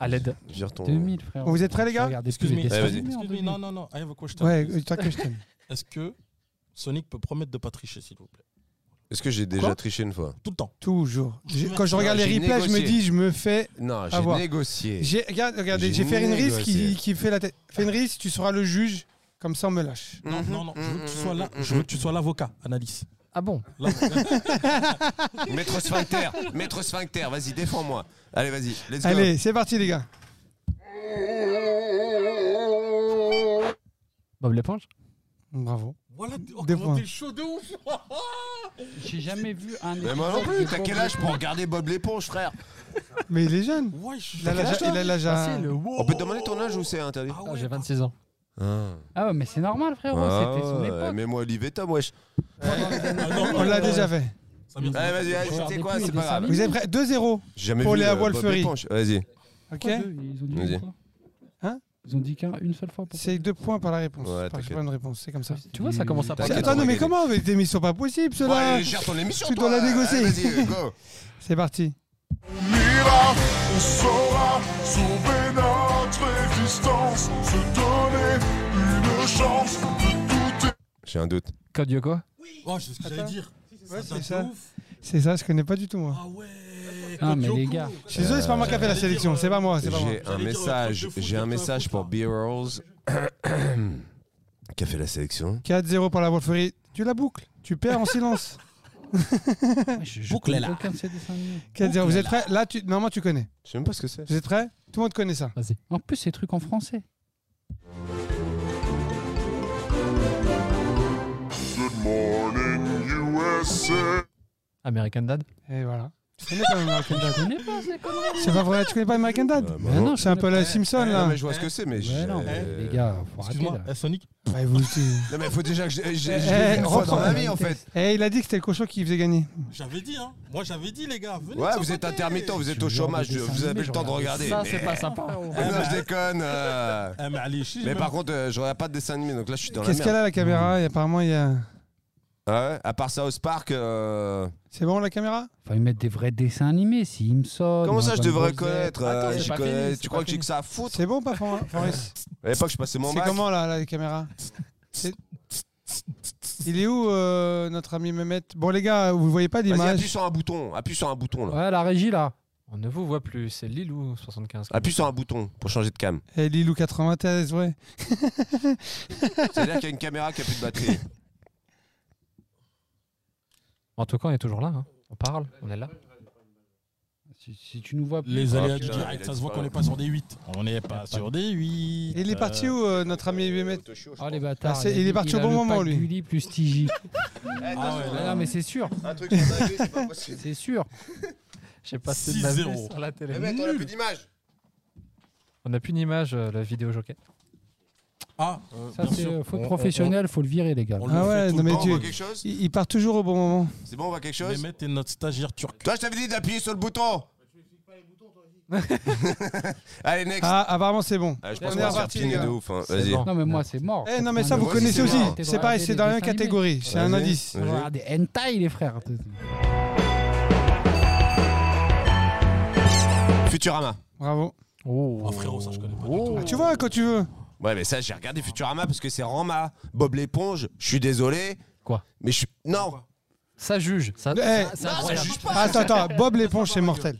Speaker 6: À l'aide.
Speaker 1: Vire ton.
Speaker 4: 2000, frérot.
Speaker 3: Vous êtes prêts, les gars
Speaker 4: Regardez plus les
Speaker 5: Excuse-moi.
Speaker 4: dessins
Speaker 1: Ouais, vas-y.
Speaker 4: animés en
Speaker 5: Excuse-moi,
Speaker 4: 2000.
Speaker 5: Non, non, non. I have a question.
Speaker 3: Ouais, toi que
Speaker 1: [laughs]
Speaker 3: je t'aime.
Speaker 5: Est-ce que Sonic peut promettre de pas tricher, s'il vous plaît
Speaker 1: Est-ce que j'ai déjà
Speaker 5: Quoi
Speaker 1: triché une fois
Speaker 5: Tout le temps.
Speaker 3: Toujours. J'ai- Quand je regarde
Speaker 1: Non,
Speaker 3: les
Speaker 1: j'ai
Speaker 3: replays, je me
Speaker 1: négocié.
Speaker 3: dis, je me fais.
Speaker 1: Non,
Speaker 3: À voir.
Speaker 1: j'ai négocié.
Speaker 3: j'ai- Regarde, regardez, j'ai
Speaker 1: J'ai
Speaker 3: Ferrinris qui,
Speaker 1: négocié.
Speaker 3: qui fait la tête. Ferrinris, tu seras le juge, comme ça on me lâche.
Speaker 5: Non,
Speaker 1: Mhm,
Speaker 5: non, non. Je veux que tu
Speaker 1: mhm,
Speaker 5: sois là.
Speaker 1: mhm,
Speaker 5: Je veux que tu sois l'avocat, Annalise.
Speaker 6: Ah bon
Speaker 5: L'avocat.
Speaker 1: mhm. Maître Sphincter, Maître Sphincter, vas-y, défends-moi. Allez, vas-y, let's go.
Speaker 3: Allez, c'est parti, les gars.
Speaker 6: Bob l'éponge
Speaker 3: Bravo.
Speaker 5: Oh là, oh,
Speaker 3: Des
Speaker 5: comment
Speaker 3: points.
Speaker 5: t'es chaud de ouf
Speaker 4: J'ai jamais vu un.
Speaker 1: Mais moi non
Speaker 4: épisode
Speaker 1: plus,
Speaker 4: de
Speaker 1: t'as quel
Speaker 4: Bob
Speaker 1: âge pour regarder Bob l'éponge, frère
Speaker 3: Mais il est jeune.
Speaker 5: [laughs] Wesh,
Speaker 3: Il a
Speaker 5: quel
Speaker 3: l'âge-
Speaker 5: âge toi
Speaker 3: il a l'âge à-
Speaker 6: Facile, wow.
Speaker 5: Oh.
Speaker 1: On peut te demander ton âge ou c'est interdit
Speaker 5: Ah
Speaker 6: Ah,
Speaker 5: ouais,
Speaker 6: J'ai 26 ans.
Speaker 1: Ah.
Speaker 4: Ah ouais, mais c'est normal, frérot,
Speaker 1: Ah
Speaker 4: c'était son
Speaker 1: ouais,
Speaker 4: époque.
Speaker 1: Mets-moi Livetta, wesh.
Speaker 5: Ah non,
Speaker 3: On l'a déjà fait.
Speaker 5: ça vient de-
Speaker 1: Allez, vas-y, allez, tu sais quoi, c'est pas grave.
Speaker 3: Vous êtes prêts 2-0.
Speaker 1: J'ai jamais
Speaker 3: Pour
Speaker 1: vu
Speaker 3: Léa
Speaker 1: euh, Bob
Speaker 3: Wolferi.
Speaker 1: l'éponge. Vas-y.
Speaker 3: Ok
Speaker 4: Pourquoi deux Ils ont dit
Speaker 1: Vas-y.
Speaker 4: une fois.
Speaker 3: Hein
Speaker 4: Ils ont dit qu'un une seule fois. Pour...
Speaker 3: C'est deux points par la réponse.
Speaker 1: Ouais,
Speaker 3: Par-
Speaker 1: t'inquiète.
Speaker 3: j'ai pas une réponse, c'est comme ça.
Speaker 6: Tu vois, ça commence à
Speaker 1: T'as
Speaker 3: C'est-
Speaker 6: partir.
Speaker 1: quatre
Speaker 3: Attends, non,
Speaker 1: ans,
Speaker 3: mais
Speaker 1: Gaël.
Speaker 3: comment mais Tes missions pas possibles,
Speaker 1: Bon,
Speaker 3: ceux-là
Speaker 1: allez, gère ton émission,
Speaker 3: tu
Speaker 1: toi,
Speaker 3: dois la
Speaker 1: allez,
Speaker 3: négocier.
Speaker 1: Vas-y, go
Speaker 3: C'est parti.
Speaker 8: Mira, on saura sauver notre existence, se donner une chance de douter.
Speaker 1: J'ai un doute.
Speaker 6: Code Yoko
Speaker 5: Oh, je sais ce que j'allais
Speaker 3: Attends.
Speaker 5: dire.
Speaker 3: Ouais,
Speaker 5: Ça
Speaker 3: c'est
Speaker 5: date
Speaker 3: ça.
Speaker 5: de ouf.
Speaker 3: C'est ça, je connais pas du tout, moi.
Speaker 5: Ah ouais.
Speaker 4: Ah,
Speaker 5: Comme
Speaker 4: mais
Speaker 5: Yoko.
Speaker 4: les gars.
Speaker 3: Je suis désolé, c'est pas moi qui a fait la
Speaker 5: J'allais
Speaker 3: sélection,
Speaker 5: dire,
Speaker 3: c'est pas moi, Ah, c'est pas moi.
Speaker 1: J'ai un
Speaker 5: J'allais dire,
Speaker 1: message,
Speaker 5: euh, club de foot,
Speaker 1: j'ai un
Speaker 5: club de
Speaker 1: message
Speaker 5: foot,
Speaker 1: pour
Speaker 5: là.
Speaker 1: B-Rolls qui a fait la sélection.
Speaker 3: 4-0 pour la Wolferie. Tu la boucles. Tu perds en silence.
Speaker 5: Boucle, là.
Speaker 4: Aucun de ces dessins animés.
Speaker 3: 4-0. Vous êtes prêts Là, tu... normalement, tu connais.
Speaker 1: Je sais même pas ce que c'est.
Speaker 3: Vous êtes prêts Tout le monde connaît ça.
Speaker 6: Vas-y.
Speaker 4: En plus, ces trucs en français.
Speaker 8: Good morning, USA.
Speaker 6: American Dad
Speaker 3: Et voilà. Tu connais quand même American Dad.
Speaker 4: Je connais pas ces conneries.
Speaker 3: C'est pas vrai, tu connais pas American Dad
Speaker 1: Euh,
Speaker 4: Mais non,
Speaker 3: C'est un peu la Simpson,
Speaker 1: Non,
Speaker 3: là.
Speaker 1: mais je vois ce que c'est, mais j'ai-
Speaker 4: Ouais, non,
Speaker 1: Euh,
Speaker 4: mais les gars, faut arrêter
Speaker 5: Excuse-moi,
Speaker 4: là.
Speaker 5: eh, Sonic.
Speaker 3: Ouais, vous aussi.
Speaker 1: Non, mais faut déjà que j'ai j'ai-
Speaker 3: Eh,
Speaker 1: je l'ai vu une fois
Speaker 3: reprends.
Speaker 1: dans ma vie en fait.
Speaker 3: Eh, il a dit que c'était le cochon qui faisait gagner.
Speaker 5: J'avais dit, hein. Moi, j'avais dit, les gars. Venez
Speaker 1: Ouais,
Speaker 5: de
Speaker 1: vous
Speaker 5: ce
Speaker 1: êtes
Speaker 5: côté.
Speaker 1: intermittent, vous êtes au
Speaker 4: Je
Speaker 1: chômage,
Speaker 4: regarde des
Speaker 1: vous avez le temps de
Speaker 4: dessins
Speaker 1: regarder.
Speaker 6: Ça,
Speaker 1: mais-
Speaker 6: c'est pas sympa.
Speaker 1: Non, je déconne.
Speaker 5: [laughs]
Speaker 1: euh.
Speaker 5: Eh, mais allez, chill.
Speaker 1: Mais
Speaker 5: même.
Speaker 1: par contre, euh, je regarde pas de dessin animé, donc là je suis dans la
Speaker 3: Qu'est-ce qu'elle
Speaker 1: merde. Mmh.
Speaker 3: a, la caméra Et apparemment, il y a.
Speaker 1: Ah ouais, à part South Park, euh,
Speaker 3: C'est bon, la caméra
Speaker 4: Faut y mettre des vrais dessins animés, si Simpson.
Speaker 1: comment ça je
Speaker 4: Dragon
Speaker 1: devrais
Speaker 4: Ball Z.
Speaker 1: connaître euh,
Speaker 6: Attends, c'est
Speaker 1: je
Speaker 6: pas
Speaker 1: connais-
Speaker 6: fini, c'est
Speaker 1: Tu crois
Speaker 6: pas
Speaker 1: que j'ai
Speaker 6: fini.
Speaker 1: que ça à foutre
Speaker 3: C'est bon,
Speaker 1: [laughs]
Speaker 3: pas For- Forrest
Speaker 1: À l'époque, je passais mon
Speaker 3: C'est
Speaker 1: bac.
Speaker 3: comment, là, la caméra C'est- Il est où, euh, notre ami Mehmet Bon, les gars, vous voyez pas
Speaker 1: Vas-y, appuie
Speaker 3: d'image.
Speaker 1: sur un bouton, appuie sur un bouton là.
Speaker 4: Ouais, la régie là.
Speaker 6: On ne vous voit plus, c'est Lilou 75.
Speaker 1: Appuie sur un bouton pour changer de
Speaker 3: [laughs]
Speaker 1: cam.
Speaker 3: Eh, Lilou 93, ouais.
Speaker 1: C'est-à-dire qu'il y a une caméra qui a plus de
Speaker 3: [laughs]
Speaker 1: batterie.
Speaker 6: En tout cas, on est toujours là. hein. On parle, on est là.
Speaker 4: Si, si tu nous vois plus.
Speaker 5: Les aléas du
Speaker 1: putain, il
Speaker 5: direct,
Speaker 1: a
Speaker 5: ça se voit
Speaker 1: disparu.
Speaker 5: qu'on n'est pas sur des 8. On n'est pas sur des 8.
Speaker 3: Et Il est parti où, euh, notre ami Mehmet
Speaker 4: Oh les bâtards.
Speaker 3: Ah, c'est- il est
Speaker 4: dit-
Speaker 3: parti au
Speaker 4: a
Speaker 3: bon
Speaker 4: le
Speaker 3: moment,
Speaker 4: pack
Speaker 3: lui.
Speaker 4: du lit plus Stigi.
Speaker 5: Ah ouais,
Speaker 4: Ah,
Speaker 5: là.
Speaker 4: non, mais c'est sûr,
Speaker 1: Un truc sur la c'est
Speaker 4: [laughs]
Speaker 1: pas possible.
Speaker 4: c'est sûr.
Speaker 6: J'ai passé ma
Speaker 5: 6-0.
Speaker 6: vie sur la télé.
Speaker 1: on a plus d'image.
Speaker 6: On n'a plus d'image, euh, la vidéo jockey.
Speaker 5: Ah, euh,
Speaker 4: Ça,
Speaker 5: bien
Speaker 4: c'est
Speaker 5: sûr.
Speaker 4: euh,
Speaker 5: On-
Speaker 4: faute
Speaker 5: on-
Speaker 4: professionnelle, faut le virer, les gars.
Speaker 5: on- on le
Speaker 3: Ah
Speaker 5: fait
Speaker 3: ouais,
Speaker 5: tout
Speaker 3: non
Speaker 5: le
Speaker 3: mais
Speaker 1: Bon, on
Speaker 3: tu.
Speaker 1: voit quelque chose
Speaker 3: Il il part toujours au bon moment.
Speaker 1: C'est bon, on voit quelque
Speaker 5: temps.
Speaker 1: chose
Speaker 5: Mehmet est notre stagiaire turc.
Speaker 1: Toi, je t'avais dit d'appuyer sur le bouton. [laughs] Allez, next.
Speaker 3: Ah, apparemment c'est bon.
Speaker 1: Ah, je
Speaker 3: on
Speaker 1: pense
Speaker 3: est
Speaker 1: qu'on va se faire
Speaker 3: reparti, les
Speaker 1: pigner
Speaker 3: gars.
Speaker 1: de ouf. hein.
Speaker 6: C'est
Speaker 1: Vas-y.
Speaker 6: bon.
Speaker 4: Non, mais moi, c'est mort.
Speaker 3: Eh non mais ça vous
Speaker 1: Moi
Speaker 3: connaissez aussi.
Speaker 1: c'est
Speaker 4: mort.
Speaker 3: C'est pareil, c'est dans la même catégorie. C'est un
Speaker 1: Vas-y.
Speaker 3: indice.
Speaker 1: Vas-y.
Speaker 4: Regardez, des hentai, les frères.
Speaker 1: Futurama.
Speaker 3: Bravo.
Speaker 6: Oh,
Speaker 5: Ah, frérot, ça, je connais pas du
Speaker 6: Oh.
Speaker 3: Ah, tu vois quand tu veux.
Speaker 1: Ouais, mais ça, j'ai regardé Futurama parce que c'est Rama, Bob l'éponge. Je suis désolé.
Speaker 6: Quoi
Speaker 1: Mais je suis. Non.
Speaker 6: Ça juge. Ça,
Speaker 3: Eh.
Speaker 6: ça- ça-
Speaker 1: Non, ça juge pas.
Speaker 3: Attends attends, Bob l'éponge c'est mortel.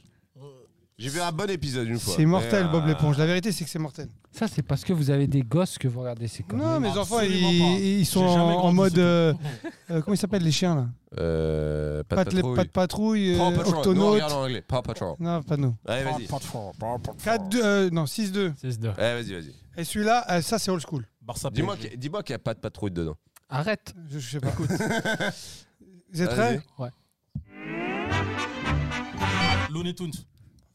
Speaker 1: J'ai vu un bon épisode une fois.
Speaker 3: C'est mortel
Speaker 1: Mais,
Speaker 3: Bob
Speaker 1: euh,
Speaker 3: l'éponge. La vérité c'est que c'est mortel.
Speaker 4: Ça, c'est parce que vous avez des gosses que vous regardez ces conneries.
Speaker 3: Non mes
Speaker 5: Absolument
Speaker 3: enfants
Speaker 5: pas.
Speaker 3: ils, ils sont
Speaker 5: J'ai
Speaker 3: en,
Speaker 5: jamais
Speaker 3: en
Speaker 5: grandi,
Speaker 3: mode
Speaker 5: c'est
Speaker 3: euh, euh, comment ils s'appellent les chiens là
Speaker 1: Euh. Pas
Speaker 3: Pas
Speaker 1: de
Speaker 3: de
Speaker 1: patrouille.
Speaker 3: pas de patrouille, euh,
Speaker 1: Paw Patrol. Nous, on
Speaker 3: octonautes.
Speaker 1: regarde en anglais. Paw Patrol.
Speaker 3: Non pas nous.
Speaker 1: Allez, vas-y.
Speaker 3: 4 2 euh, non 6 2.
Speaker 6: c'est de-
Speaker 1: Allez, Eh, vas-y, vas-y.
Speaker 3: Et celui-là euh, ça c'est old school.
Speaker 5: Barça
Speaker 1: Dis-moi
Speaker 5: PSG.
Speaker 1: qu'il dis-moi qu'il n'y a pas de patrouille dedans.
Speaker 6: Arrête.
Speaker 3: Je, je sais pas. [laughs] Vous êtes prêts
Speaker 1: Vas-y.
Speaker 5: Looney Tunes.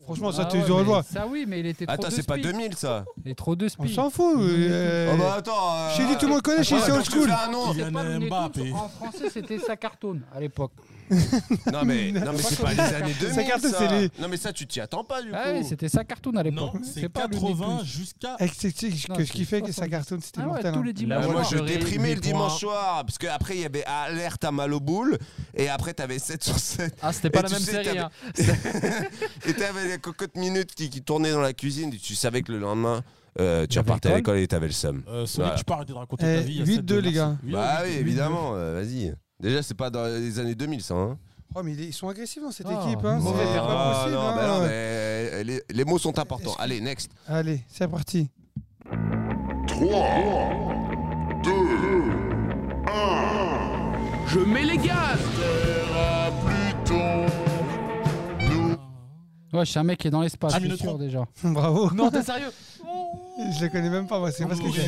Speaker 3: Franchement ça
Speaker 4: Ah
Speaker 3: tu
Speaker 4: ouais,
Speaker 3: tu revois.
Speaker 4: mais Ça, oui, mais il était trop.
Speaker 1: Attends,
Speaker 4: de
Speaker 1: c'est pas
Speaker 4: speed.
Speaker 1: 2000 ça.
Speaker 4: Il est trop de
Speaker 3: On
Speaker 4: speed.
Speaker 3: s'en fout. euh,
Speaker 1: Oh bah attends.
Speaker 3: J'ai dit tout le monde connaît, chez
Speaker 1: Ouais,
Speaker 3: c'est old
Speaker 1: quand tu
Speaker 3: school.
Speaker 1: fais un nom,
Speaker 5: Kylian
Speaker 4: pas le nez
Speaker 5: Mbappé.
Speaker 4: tout, En français, c'était sa cartoon à l'époque.
Speaker 1: Non
Speaker 3: [laughs]
Speaker 1: mais, non, mais c'est pas les années 2000
Speaker 3: Sa carte,
Speaker 1: ça.
Speaker 3: c'est les-
Speaker 1: Non mais ça tu t'y attends pas du
Speaker 4: Ah oui,
Speaker 1: coup.
Speaker 4: c'était sa cartoon à l'époque.
Speaker 5: Non, c'est
Speaker 4: pas le nez
Speaker 5: 80
Speaker 4: tout.
Speaker 5: jusqu'à.
Speaker 3: Eh, c'est- c'est-
Speaker 4: Non,
Speaker 3: que ce qui
Speaker 4: c'est
Speaker 3: fait que sa
Speaker 4: 70.
Speaker 3: cartoon c'était
Speaker 4: Ah ouais,
Speaker 3: mortel.
Speaker 4: tous
Speaker 3: hein.
Speaker 4: les
Speaker 1: Ah,
Speaker 4: dimanches.
Speaker 1: moi je
Speaker 6: J'aurais
Speaker 1: déprimais
Speaker 6: eu
Speaker 1: le
Speaker 6: des points.
Speaker 1: dimanche soir parce qu'après il y avait alerte à mal au boule et après t'avais 7 sur 7
Speaker 6: Ah, c'était pas
Speaker 1: Et
Speaker 6: la
Speaker 1: tu
Speaker 6: même
Speaker 1: sais,
Speaker 6: série.
Speaker 1: t'avais-
Speaker 6: hein.
Speaker 1: et t'avais les cocottes minutes qui, qui tournaient dans la cuisine et tu savais que le lendemain euh, tu
Speaker 4: J'avais
Speaker 1: repartais à
Speaker 4: l'école.
Speaker 1: l'école et t'avais le seum.
Speaker 5: Euh, Sonic,
Speaker 1: Voilà.
Speaker 5: tu peux arrêter de raconter
Speaker 3: Eh,
Speaker 5: ta vie. il y a
Speaker 3: 8-2,
Speaker 5: sept
Speaker 3: les gars.
Speaker 5: personnes.
Speaker 1: Bah oui évidemment euh, vas-y. Déjà c'est pas dans les années 2000 ça. Hein.
Speaker 3: Oh, mais ils sont agressifs dans cette
Speaker 4: Oh,
Speaker 6: Ah,
Speaker 3: équipe.
Speaker 4: bah
Speaker 3: Hein.
Speaker 6: bon.
Speaker 3: c'est
Speaker 6: Ah,
Speaker 3: pas
Speaker 1: non,
Speaker 3: possible.
Speaker 1: non,
Speaker 3: hein.
Speaker 1: bah non, mais euh, les, les mots sont importants.
Speaker 3: Est-ce que-
Speaker 1: Allez next.
Speaker 3: Allez, c'est parti. [laughs]
Speaker 8: 3, 2, 1. Je mets les gaz. Terre à Pluton. Nous
Speaker 4: Ouais, je suis un mec qui est dans l'espace,
Speaker 5: Ah,
Speaker 4: je suis
Speaker 5: Minotron.
Speaker 4: sûr déjà.
Speaker 3: Bravo.
Speaker 6: Non, t'es sérieux
Speaker 3: Je le connais même pas, moi. C'est pas ce que j'ai.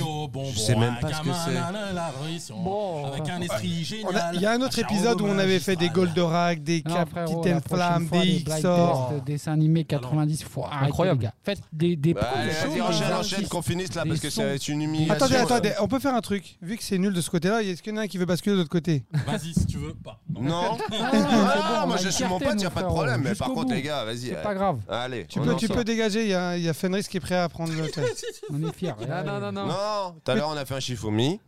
Speaker 5: Je
Speaker 1: sais même pas ce que c'est.
Speaker 5: la réussite,
Speaker 6: Bon.
Speaker 5: avec un esprit génial.
Speaker 3: On a- Il y a un autre épisode où on avait fait des
Speaker 5: Golden
Speaker 3: Goldorak, des
Speaker 4: Ah Non, frérot,
Speaker 3: Capitaine
Speaker 4: la prochaine
Speaker 3: Flamme,
Speaker 4: fois,
Speaker 3: des
Speaker 4: les blagues
Speaker 3: XOR.
Speaker 4: test, dessins animés
Speaker 5: Ah
Speaker 4: 90, faut arrêter,
Speaker 6: Incroyable.
Speaker 4: les gars. Faites des, des Ah,
Speaker 1: Bah, allez,
Speaker 4: propositions,
Speaker 1: vas-y,
Speaker 4: des
Speaker 1: enchaîne,
Speaker 4: artistes.
Speaker 1: enchaîne, qu'on finisse là, parce
Speaker 4: Des
Speaker 1: que ça va
Speaker 4: sons.
Speaker 1: être une humiliation.
Speaker 3: Attendez, attendez, on peut faire un truc. Vu que c'est nul de ce côté-là, est-ce qu'il y en a un qui veut basculer de l'autre côté
Speaker 5: Vas-y, si tu veux. Pas.
Speaker 1: Non,
Speaker 4: Ah,
Speaker 1: Ah,
Speaker 4: on
Speaker 1: moi
Speaker 4: va
Speaker 1: je suis mon
Speaker 4: écarter,
Speaker 1: pote, y a
Speaker 4: mon
Speaker 1: pas de
Speaker 4: frérot,
Speaker 1: problème. Mais
Speaker 4: jusqu'au
Speaker 1: par contre,
Speaker 4: bout.
Speaker 1: les gars, vas-y.
Speaker 4: C'est
Speaker 1: allez.
Speaker 4: pas grave,
Speaker 1: Allez.
Speaker 3: Tu
Speaker 1: on
Speaker 3: peux,
Speaker 1: en
Speaker 3: tu
Speaker 1: sort.
Speaker 3: peux dégager, il y a, il y a Fenris qui est prêt à prendre
Speaker 4: [laughs]
Speaker 3: le test.
Speaker 4: on est fiers.
Speaker 6: Non, non, non, non.
Speaker 1: Non, tout à l'heure on a fait un Shifumi.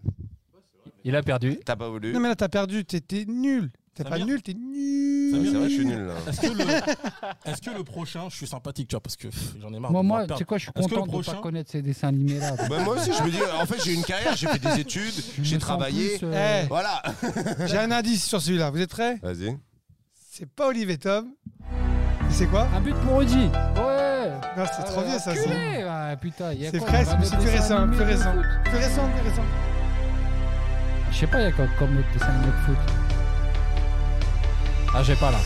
Speaker 6: Il a perdu.
Speaker 1: T'as pas voulu.
Speaker 3: Non, mais là, t'as perdu, t'es t'es nul. T'es pas
Speaker 5: Samir
Speaker 3: nul, t'es nul.
Speaker 1: Ouais, Ah,
Speaker 5: Samir,
Speaker 1: C'est vrai, je suis nul là.
Speaker 5: Est-ce que, le... est-ce que le prochain, je suis sympathique, tu vois, parce que pff, j'en ai marre
Speaker 4: Moi,
Speaker 5: de
Speaker 4: moi tu
Speaker 5: m'en
Speaker 4: sais
Speaker 5: perdre.
Speaker 4: quoi, je suis
Speaker 5: Est-ce que
Speaker 4: content
Speaker 5: le
Speaker 4: de
Speaker 5: prochain
Speaker 4: pas connaître ces dessins
Speaker 5: [laughs]
Speaker 4: animés-là.
Speaker 1: Bah, moi aussi, je me dis, en fait, j'ai eu une carrière, j'ai fait des études,
Speaker 4: Je
Speaker 1: j'ai
Speaker 4: me sens
Speaker 1: travaillé.
Speaker 4: plus, euh,
Speaker 3: Eh.
Speaker 1: Voilà.
Speaker 3: J'ai un indice sur celui-là, vous êtes prêts
Speaker 1: Vas-y.
Speaker 3: C'est pas Olivier Tom. Et C'est quoi
Speaker 4: Un but pour Rudy. Ouais.
Speaker 6: Ah,
Speaker 3: Non, c'est trop vieux Eh. ça. C'est
Speaker 4: Culé, ah, putain, il y a
Speaker 3: C'est
Speaker 4: quoi,
Speaker 3: presque,
Speaker 4: on a
Speaker 3: mais
Speaker 4: des
Speaker 3: c'est plus
Speaker 4: dessins
Speaker 3: récent,
Speaker 4: animés
Speaker 3: plus
Speaker 4: de
Speaker 3: récent.
Speaker 4: foot.
Speaker 3: Plus récent, plus récent.
Speaker 4: Je sais pas, il y a quoi comme autre dessin animé de foot.
Speaker 6: Ah, j'ai pas là.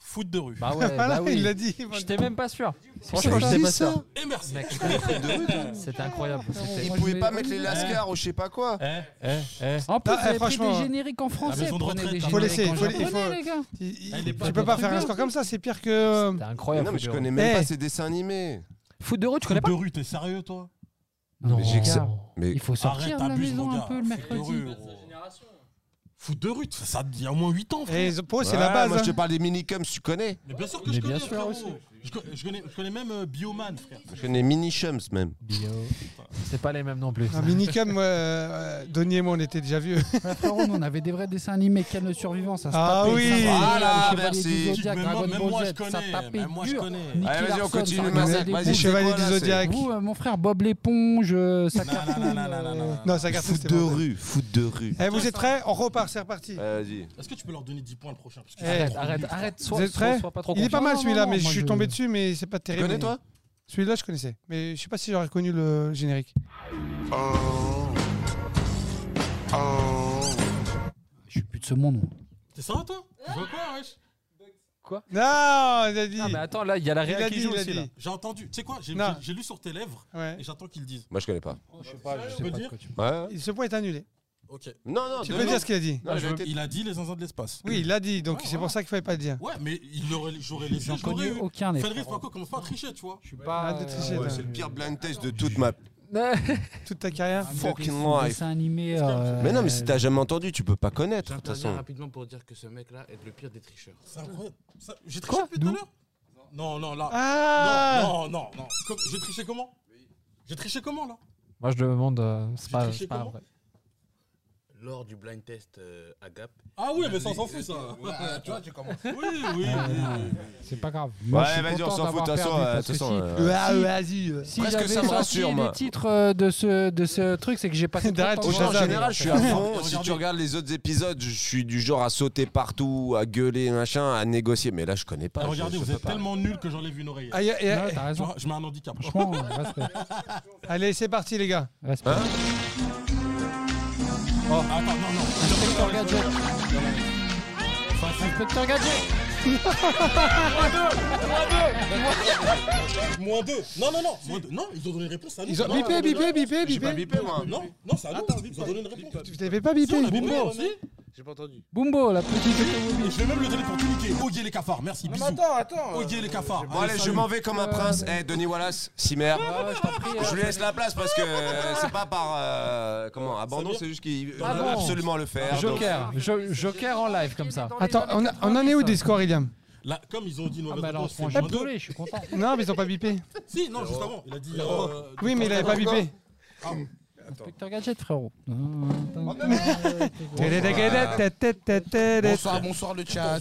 Speaker 5: Foot de rue.
Speaker 6: Bah
Speaker 3: [laughs]
Speaker 6: ouais,
Speaker 3: Voilà,
Speaker 6: bah oui.
Speaker 3: Ah, il l'a dit.
Speaker 6: J'étais même pas sûr.
Speaker 1: ça
Speaker 6: Franchement,
Speaker 1: que
Speaker 6: j'étais
Speaker 1: je
Speaker 6: pas
Speaker 1: dis ça.
Speaker 6: sûr.
Speaker 5: Et merci.
Speaker 6: Mec, je comprends. C'était incroyable. C'était-
Speaker 1: Ils
Speaker 4: Moi, je
Speaker 1: pouvaient
Speaker 4: vais-
Speaker 1: pas mettre les lascars ou je sais pas quoi.
Speaker 5: Eh,
Speaker 6: Eh, eh.
Speaker 4: En plus,
Speaker 3: Ah, eh,
Speaker 4: vous avez pris
Speaker 3: franchement,
Speaker 4: des génériques en français.
Speaker 5: Ah, maison de
Speaker 4: prenez des
Speaker 5: retraite, hein.
Speaker 3: faut
Speaker 4: génériques
Speaker 3: laisser,
Speaker 4: en
Speaker 3: faut la- il
Speaker 4: japonais,
Speaker 3: faut-
Speaker 4: les gars.
Speaker 3: Il-
Speaker 5: Elle
Speaker 3: il-
Speaker 5: est pas
Speaker 3: Tu peux
Speaker 6: de
Speaker 3: pas faire un
Speaker 4: truc.
Speaker 3: score comme ça, c'est pire que. euh,
Speaker 6: C'était
Speaker 1: Mais
Speaker 6: incroyable.
Speaker 1: Non, mais je
Speaker 6: Foudeau.
Speaker 1: connais même
Speaker 3: Eh.
Speaker 1: pas ces dessins animés.
Speaker 6: Foot de rue, tu connais
Speaker 5: Foot
Speaker 6: pas
Speaker 5: de rue, t'es sérieux, toi
Speaker 4: Non,
Speaker 1: Mais
Speaker 4: les
Speaker 1: j'ai que
Speaker 4: gars,
Speaker 1: ça. Mais
Speaker 4: Il faut sortir
Speaker 5: Arrête,
Speaker 4: de la
Speaker 5: abuse,
Speaker 4: maison
Speaker 5: mon
Speaker 4: un
Speaker 5: gars.
Speaker 4: peu le
Speaker 5: Foot de
Speaker 4: mercredi.
Speaker 5: rue. gros. Foot de rue, ça, ça devient au moins 8 ans, frère.
Speaker 3: Et pour eux, c'est
Speaker 1: Ouais,
Speaker 3: la base.
Speaker 1: Moi, je
Speaker 3: hein.
Speaker 1: te parle des minicums, tu connais.
Speaker 3: Eh,
Speaker 5: Mais bien sûr que
Speaker 6: Mais
Speaker 5: je
Speaker 6: bien
Speaker 5: connais,
Speaker 6: sûr,
Speaker 5: frérot.
Speaker 6: aussi.
Speaker 5: Je, co- je connais, je connais même euh, Bioman, frère.
Speaker 1: Je connais minichums même.
Speaker 6: Bio. C'est pas les mêmes non plus.
Speaker 3: Un minicum, euh, euh, Donny et moi, on était déjà vieux.
Speaker 4: Ouais, frérot, nous, on avait des vrais dessins animés. Quel le survivant, ça se
Speaker 3: Ah
Speaker 4: tapait,
Speaker 3: oui.
Speaker 4: ça se tapait,
Speaker 1: Voilà,
Speaker 4: les Chevaliers
Speaker 1: merci.
Speaker 4: du Zodiac,
Speaker 5: Même moi-
Speaker 4: Dragon
Speaker 5: même
Speaker 4: Ball
Speaker 5: moi, je
Speaker 4: Z, ça
Speaker 5: connais.
Speaker 4: tapait
Speaker 5: Même moi, je
Speaker 4: dur.
Speaker 5: connais.
Speaker 1: Allez,
Speaker 4: Nicky
Speaker 1: vas-y, on
Speaker 4: Larson, ça
Speaker 1: continue,
Speaker 4: regardait
Speaker 1: Mazak.
Speaker 4: des
Speaker 1: Vas-y,
Speaker 4: boules.
Speaker 3: Les
Speaker 1: c'est quoi,
Speaker 3: Chevaliers
Speaker 1: là,
Speaker 3: du
Speaker 1: c'est-
Speaker 3: Zodiac.
Speaker 4: Vous, euh, mon frère, Bob l'éponge, euh, ça
Speaker 5: Non, non, non, non, non, non, non, non.
Speaker 3: Non, ça garde
Speaker 1: Foot de rue, foot de rue.
Speaker 3: Eh, vous êtes prêts On repart, c'est reparti.
Speaker 1: Ouais, Vas-y.
Speaker 5: Est-ce que tu peux leur donner 10 points le prochain Parce que
Speaker 3: Eh,
Speaker 5: c'est
Speaker 6: Arrête,
Speaker 5: trop
Speaker 6: arrête,
Speaker 5: nul.
Speaker 6: arrête.
Speaker 3: Vous
Speaker 6: Sois,
Speaker 3: êtes prêts
Speaker 6: sois, sois pas trop
Speaker 3: Il est pas
Speaker 6: confiant.
Speaker 3: mal
Speaker 4: non,
Speaker 3: celui-là,
Speaker 4: non,
Speaker 3: mais je
Speaker 4: moi,
Speaker 3: suis
Speaker 4: je-
Speaker 3: tombé dessus, mais c'est pas
Speaker 1: Tu
Speaker 3: terrible.
Speaker 1: connais toi
Speaker 3: Celui-là, je connaissais. Mais je sais pas si j'aurais connu le générique.
Speaker 8: Oh. Oh.
Speaker 4: Je suis plus de ce monde. moi.
Speaker 5: T'es ça, toi Je vois quoi, wesh
Speaker 3: Non, il a dit.
Speaker 6: Ah, mais attends, là, il y a la
Speaker 3: Il
Speaker 6: réa
Speaker 3: a
Speaker 6: qui
Speaker 3: dit,
Speaker 6: joue
Speaker 3: il a
Speaker 6: aussi là.
Speaker 3: dit.
Speaker 5: J'ai entendu. Tu sais quoi J'ai
Speaker 3: Non.
Speaker 5: j'ai- j'ai lu sur tes lèvres
Speaker 3: Ouais.
Speaker 5: et j'attends qu'ils le disent.
Speaker 1: Moi, je connais pas.
Speaker 4: Je sais pas, je
Speaker 5: sais
Speaker 4: sais
Speaker 5: pas
Speaker 4: pas
Speaker 5: de quoi
Speaker 1: Ouais.
Speaker 3: Ce point est annulé.
Speaker 5: Ok.
Speaker 1: Non, non,
Speaker 3: Tu
Speaker 1: de
Speaker 3: peux
Speaker 1: nous.
Speaker 3: dire ce qu'il a dit
Speaker 1: Non, je vais
Speaker 5: Je-
Speaker 1: te-
Speaker 5: Il a dit les zinzins de l'espace.
Speaker 3: Oui, il l'a dit, donc
Speaker 5: Ouais,
Speaker 3: c'est
Speaker 5: voilà.
Speaker 3: pour ça qu'il fallait pas le dire.
Speaker 5: Ouais, mais il l'aurait- j'aurais laissé,
Speaker 4: J'en
Speaker 5: je l'aurais
Speaker 4: connais
Speaker 5: eu.
Speaker 4: aucun des
Speaker 5: Fenris,
Speaker 4: frérots.
Speaker 5: Franco, commence pas à tricher, tu vois.
Speaker 6: Je suis pas. euh,
Speaker 3: Arrête de tricher,
Speaker 1: Ouais,
Speaker 3: là.
Speaker 1: C'est le pire blind test de toute ma
Speaker 3: Toute ta carrière.
Speaker 1: fucking
Speaker 4: Des
Speaker 1: life.
Speaker 4: dessins animés, euh,
Speaker 1: Mais non, mais si t'as jamais entendu, tu peux pas connaître. De toute
Speaker 9: J'interviens
Speaker 1: façon.
Speaker 9: rapidement pour dire que ce mec-là est le pire des tricheurs.
Speaker 5: C'est incroyable. Ça- J'ai triché depuis tout à l'heure Non, non, là.
Speaker 3: Ah
Speaker 5: Non, non, non. Com- J'ai triché comment J'ai triché comment, là
Speaker 6: [laughs] Moi, je demande. euh, C'est
Speaker 5: J'ai
Speaker 6: pas,
Speaker 5: triché
Speaker 6: c'est pas
Speaker 5: comment
Speaker 6: vrai.
Speaker 9: Lors du blind test euh, à Gap.
Speaker 5: Ah oui, mais ça, on s'en fout, ça.
Speaker 9: tu vois, tu commences.
Speaker 5: [laughs] Oui, oui,
Speaker 3: Ah,
Speaker 5: oui.
Speaker 4: C'est pas grave. Moi, je
Speaker 1: Ouais,
Speaker 4: suis
Speaker 1: vas-y, on
Speaker 4: content
Speaker 1: s'en fout. De toute
Speaker 4: d'avoir
Speaker 1: façon,
Speaker 4: perdu,
Speaker 1: euh, de
Speaker 4: parce
Speaker 1: toute
Speaker 4: que
Speaker 1: façon,
Speaker 4: si-
Speaker 1: euh,
Speaker 3: Ah,
Speaker 4: Si-
Speaker 3: vas-y. euh.
Speaker 4: Si
Speaker 1: Presque
Speaker 4: j'avais
Speaker 1: ça me
Speaker 4: sorti
Speaker 1: rassure, moi.
Speaker 4: les titres euh, de ce, de ce truc, c'est que j'ai passé
Speaker 3: D'arrête,
Speaker 4: trop
Speaker 1: Au
Speaker 4: de temps
Speaker 1: genre
Speaker 3: Regardez.
Speaker 4: à chercher.
Speaker 1: général, je suis à fond. Si
Speaker 5: Regardez.
Speaker 1: tu regardes les autres épisodes, je suis du genre à sauter partout, à gueuler, machin, à négocier. Mais là, je connais pas.
Speaker 5: Ah,
Speaker 1: je-
Speaker 5: Regardez,
Speaker 1: je
Speaker 5: vous
Speaker 1: peux
Speaker 5: êtes
Speaker 1: pas.
Speaker 5: tellement nuls que j'enlève une oreille.
Speaker 3: Ah, y a- y a-
Speaker 4: Ouais, T'as
Speaker 5: Tu
Speaker 4: raison.
Speaker 5: vois, je mets un handicap.
Speaker 4: Franchement, respect.
Speaker 3: Allez, c'est parti, les gars.
Speaker 4: respect.
Speaker 1: Hein
Speaker 5: Ah, Attends, non, non.
Speaker 4: Inspecteur Gadget. Inspecteur Gadget.
Speaker 5: Moins 2. Non, non, non. Moins deux. Non, ils ont donné une réponse à nous.
Speaker 3: Ils ont
Speaker 5: Non,
Speaker 3: bipé,
Speaker 5: non,
Speaker 3: bipé,
Speaker 5: non,
Speaker 3: bipé,
Speaker 1: J'ai pas
Speaker 3: bipé.
Speaker 1: bipé, moi.
Speaker 5: Non, non, c'est à nous. Ils ont donné une réponse.
Speaker 3: Tu t'avais pas
Speaker 5: Si,
Speaker 3: bipé
Speaker 5: on a bipé, on a-
Speaker 4: aussi.
Speaker 9: J'ai pas entendu.
Speaker 4: Bumbo, la petite.
Speaker 5: Et je vais même le donner pour tout niquer. Oguier les cafards, merci, bisous.
Speaker 9: attends, attends.
Speaker 5: Oguier les cafards.
Speaker 1: Bon, allez, je
Speaker 5: salut.
Speaker 1: m'en vais comme un prince. Eh, Denis Wallace, Simer. Ah
Speaker 6: euh,
Speaker 1: Je euh, lui laisse la place parce que euh, c'est pas par euh, comment abandon,
Speaker 5: Samir
Speaker 1: c'est juste qu'il veut
Speaker 6: Abandon.
Speaker 1: absolument le faire. donc-
Speaker 6: Joker, Jo- Joker en live comme ça.
Speaker 3: Attends, on, a- on en est où des scores, Iliam
Speaker 5: Là, comme ils ont dit une
Speaker 4: Ah
Speaker 5: mauvaise
Speaker 4: bah là, on
Speaker 5: réponse,
Speaker 4: se prend
Speaker 5: c'est moins
Speaker 4: un
Speaker 5: 2.
Speaker 4: je suis content.
Speaker 3: Non, mais ils ont pas bipé.
Speaker 5: Si, non, juste avant. Il a dit. euh,
Speaker 3: Oui, mais il avait pas bipé.
Speaker 4: Inspecteur Gadget, frérot.
Speaker 9: Bonsoir, bonsoir le chat.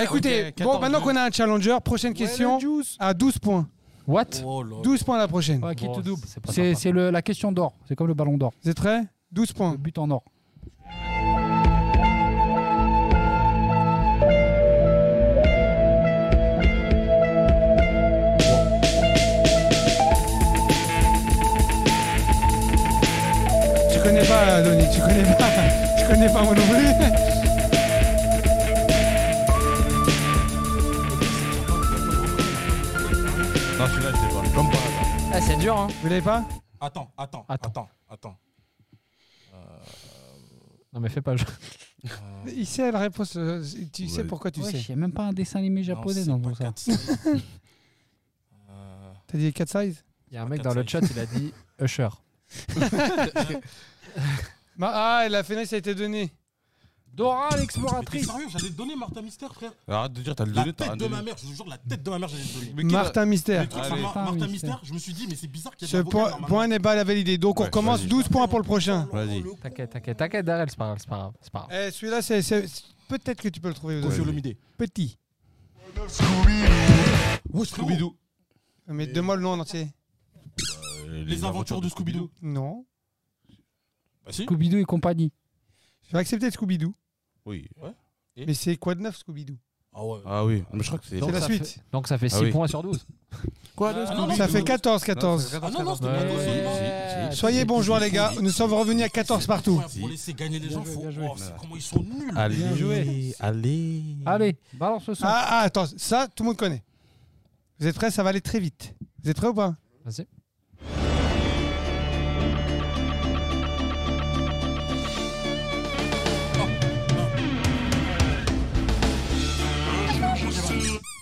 Speaker 3: Écoutez, bon, maintenant qu'on a un challenger, prochaine question à 12 points.
Speaker 4: What
Speaker 5: Oh là.
Speaker 3: 12 points la prochaine.
Speaker 4: Ouais, qui
Speaker 6: Bon,
Speaker 4: te double
Speaker 6: c'est pas
Speaker 4: C'est
Speaker 6: sympa.
Speaker 4: c'est le- la question d'or. C'est comme le ballon d'or.
Speaker 3: Vous êtes prêts 12
Speaker 4: Le
Speaker 3: points.
Speaker 4: but en or.
Speaker 3: Tu connais pas, euh, Donny, tu connais pas. Tu connais pas mon non plus.
Speaker 6: dur, hein.
Speaker 3: Vous l'avez pas
Speaker 5: Attends, attends,
Speaker 6: Attends.
Speaker 5: attends, attends.
Speaker 6: Non, mais fais pas le jeu.
Speaker 5: Euh,
Speaker 3: Il sait la réponse. euh, Tu sais
Speaker 1: Ouais.
Speaker 3: pourquoi tu
Speaker 4: Ouais,
Speaker 3: sais.
Speaker 4: Il n'y a même pas un dessin animé japonais
Speaker 5: non,
Speaker 4: dans
Speaker 5: c'est
Speaker 4: tout
Speaker 5: pas
Speaker 4: ça.
Speaker 5: quatre saisons. Euh,
Speaker 3: T'as dit 4 size
Speaker 6: Il y a un mec dans le chat, il a dit Usher.
Speaker 3: Bah, Ah, la fenêtre, ça a été donné.
Speaker 4: Dora
Speaker 5: mais t'es
Speaker 4: l'exploratrice
Speaker 5: sérieux, j'allais te donner Martin Mystère, frère.
Speaker 10: Bah, Arrête de dire, t'as le
Speaker 5: La
Speaker 10: donné, t'as
Speaker 5: tête
Speaker 10: rien
Speaker 5: de
Speaker 10: donné.
Speaker 5: ma mère, je vous jure, la tête de ma mère, j'allais te donner.
Speaker 10: Mais qui l'a-
Speaker 3: Martin Mystère.
Speaker 5: Le truc,
Speaker 10: Allez.
Speaker 5: enfin, Mar- Martin
Speaker 4: Putain,
Speaker 5: Mystère, je me suis dit, mais c'est bizarre qu'il y ait
Speaker 3: Ce
Speaker 5: de la
Speaker 3: point,
Speaker 5: vocale,
Speaker 3: point
Speaker 5: normalement.
Speaker 3: n'est pas validé. Donc on
Speaker 10: Ouais,
Speaker 3: recommence
Speaker 10: vas-y.
Speaker 3: 12 points pour le prochain.
Speaker 10: Vas-y.
Speaker 6: T'inquiète, t'inquiète, t'inquiète, Darrel, c'est pas grave, c'est pas grave. C'est pas grave.
Speaker 3: Eh, Celui-là, c'est- c'est- c'est- peut-être que tu peux le trouver. Odo.
Speaker 5: Monsieur Lomidé.
Speaker 3: Petit.
Speaker 5: Ouais, frérot,
Speaker 3: Mais donne-moi le nom en entier.
Speaker 10: Euh,
Speaker 5: Les aventures de Scooby-Doo.
Speaker 3: Non.
Speaker 5: Bah si.
Speaker 4: Scooby-Doo et compagnie.
Speaker 3: Je vais accepter Scooby-Doo.
Speaker 10: Oui.
Speaker 5: Et
Speaker 3: Mais c'est quoi de neuf Scooby-Doo
Speaker 5: Ah ouais.
Speaker 10: Ah oui, mais je crois que c'est.
Speaker 3: C'est la
Speaker 6: ça
Speaker 3: suite.
Speaker 6: Donc ça fait 6
Speaker 10: Ah oui.
Speaker 6: points sur 12.
Speaker 10: Quoi
Speaker 5: Ah, non, non,
Speaker 3: Ça
Speaker 5: mais-
Speaker 3: fait 14, 14.
Speaker 5: Ah non, non, c'était
Speaker 6: Ouais.
Speaker 5: pas possible.
Speaker 3: Soyez bons joueurs, les gars. Nous sommes revenus à 14 partout.
Speaker 5: Ouais, Pour laisser gagner les gens,
Speaker 4: joué,
Speaker 5: faut.
Speaker 4: bien joué.
Speaker 5: Oh, c'est comment ils sont nuls.
Speaker 10: Allez,
Speaker 5: joué.
Speaker 10: allez.
Speaker 4: Allez, balance le son.
Speaker 3: Ah, ah, attends, ça, tout le monde connaît. Vous êtes prêts Ça va aller très vite. Vous êtes prêts ou pas
Speaker 6: Vas-y.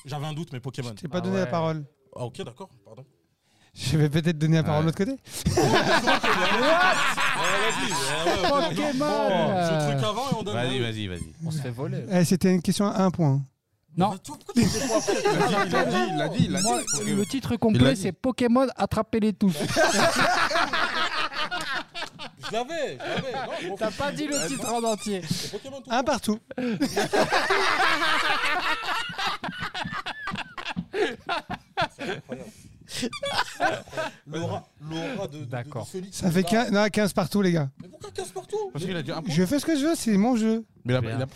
Speaker 5: J'avais un doute, mais Pokémon.
Speaker 3: Je t'ai pas
Speaker 6: Ah
Speaker 3: donné la
Speaker 6: ouais.
Speaker 3: parole.
Speaker 5: Ah ok, d'accord, pardon.
Speaker 3: Je vais peut-être donner la parole de l'autre côté.
Speaker 5: Ah,
Speaker 4: Pokémon
Speaker 5: Ce truc avant et on donne.
Speaker 10: Vas-y,
Speaker 5: la-
Speaker 10: vas-y, vas-y.
Speaker 6: On se fait voler.
Speaker 3: Eh, C'était une question à un point.
Speaker 4: Non.
Speaker 5: Tu vois, pourquoi tu fais quoi après
Speaker 10: Il l'a dit, il l'a dit, il l'a
Speaker 4: Moi,
Speaker 10: dit.
Speaker 4: le titre
Speaker 10: Il l'a
Speaker 4: complet,
Speaker 10: dit.
Speaker 4: c'est Pokémon, attrapez-les tous.
Speaker 5: Je l'avais, je l'avais. Non,
Speaker 4: T'as pas dit le titre en entier.
Speaker 5: c'est Pokémon tout.
Speaker 3: Un partout.
Speaker 5: L'aura, l'aura de- de. de-
Speaker 6: D'accord.
Speaker 5: de celui
Speaker 3: Ça
Speaker 5: qui
Speaker 3: fait
Speaker 5: l'a.
Speaker 3: 15, non, 15 partout, les gars.
Speaker 5: Mais pourquoi 15 partout
Speaker 10: Parce qu'il a dit un point.
Speaker 3: Je fais ce que je veux, c'est mon jeu.
Speaker 10: Mais il a- il a-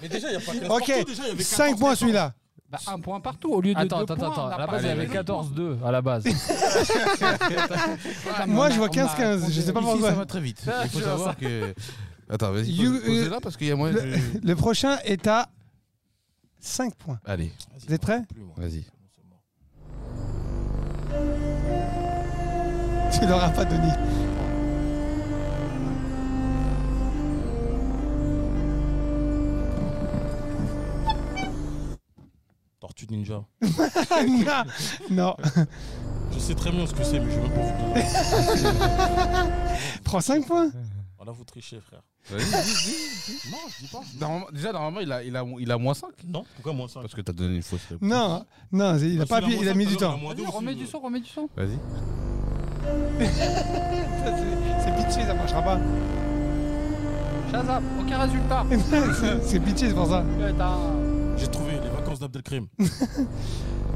Speaker 5: Mais déjà, il n'y a pas 15
Speaker 3: Ok,
Speaker 5: partout. Déjà, il y avait
Speaker 3: 5 points celui-là.
Speaker 4: Bah, un point partout au lieu de
Speaker 6: Attends,
Speaker 4: deux
Speaker 6: attends,
Speaker 4: points,
Speaker 6: attends.
Speaker 4: on a
Speaker 6: À la
Speaker 4: pas
Speaker 6: base, il y
Speaker 4: fait
Speaker 6: avait
Speaker 4: les
Speaker 6: 14-2 à la base.
Speaker 4: points.
Speaker 3: Moi,
Speaker 4: On
Speaker 3: je
Speaker 4: a-
Speaker 3: vois
Speaker 4: on a
Speaker 3: 15-15,
Speaker 4: raconté-
Speaker 3: je sais pas
Speaker 10: Ici,
Speaker 3: pourquoi.
Speaker 10: Ça va très vite. Il faut savoir que. Attends, vas-y.
Speaker 3: You-
Speaker 10: pose- Posez-la parce qu'il y a moyen.
Speaker 3: Le-
Speaker 10: de-
Speaker 3: Le prochain est à 5 points.
Speaker 10: Allez,
Speaker 3: Vous êtes prêts [laughs]
Speaker 10: vas-y.
Speaker 3: Tu l'auras pas donné.
Speaker 5: Tortue Ninja.
Speaker 3: non, [laughs] non.
Speaker 5: Je sais très bien ce que c'est, mais je veux pas vous donner.
Speaker 3: Prends 5 points.
Speaker 5: Voilà, vous trichez, frère.
Speaker 10: Non, je dis pas. Normalement- Déjà, normalement, il a, il a, il a moins 5.
Speaker 5: Non Pourquoi moins 5
Speaker 10: Parce que t'as donné une fausse réponse.
Speaker 3: Non, non, il a, pas appuyé, il a mis du temps.
Speaker 4: Vas-y, remets du son, remets du son.
Speaker 10: Vas-y.
Speaker 3: Ça, C'est c'est pitché, ça marchera pas.
Speaker 4: Shazam, aucun résultat.
Speaker 3: [laughs] C'est- c'est pitché, c'est pour ça.
Speaker 4: Putain.
Speaker 5: J'ai trouvé les vacances d'Abdelkrim.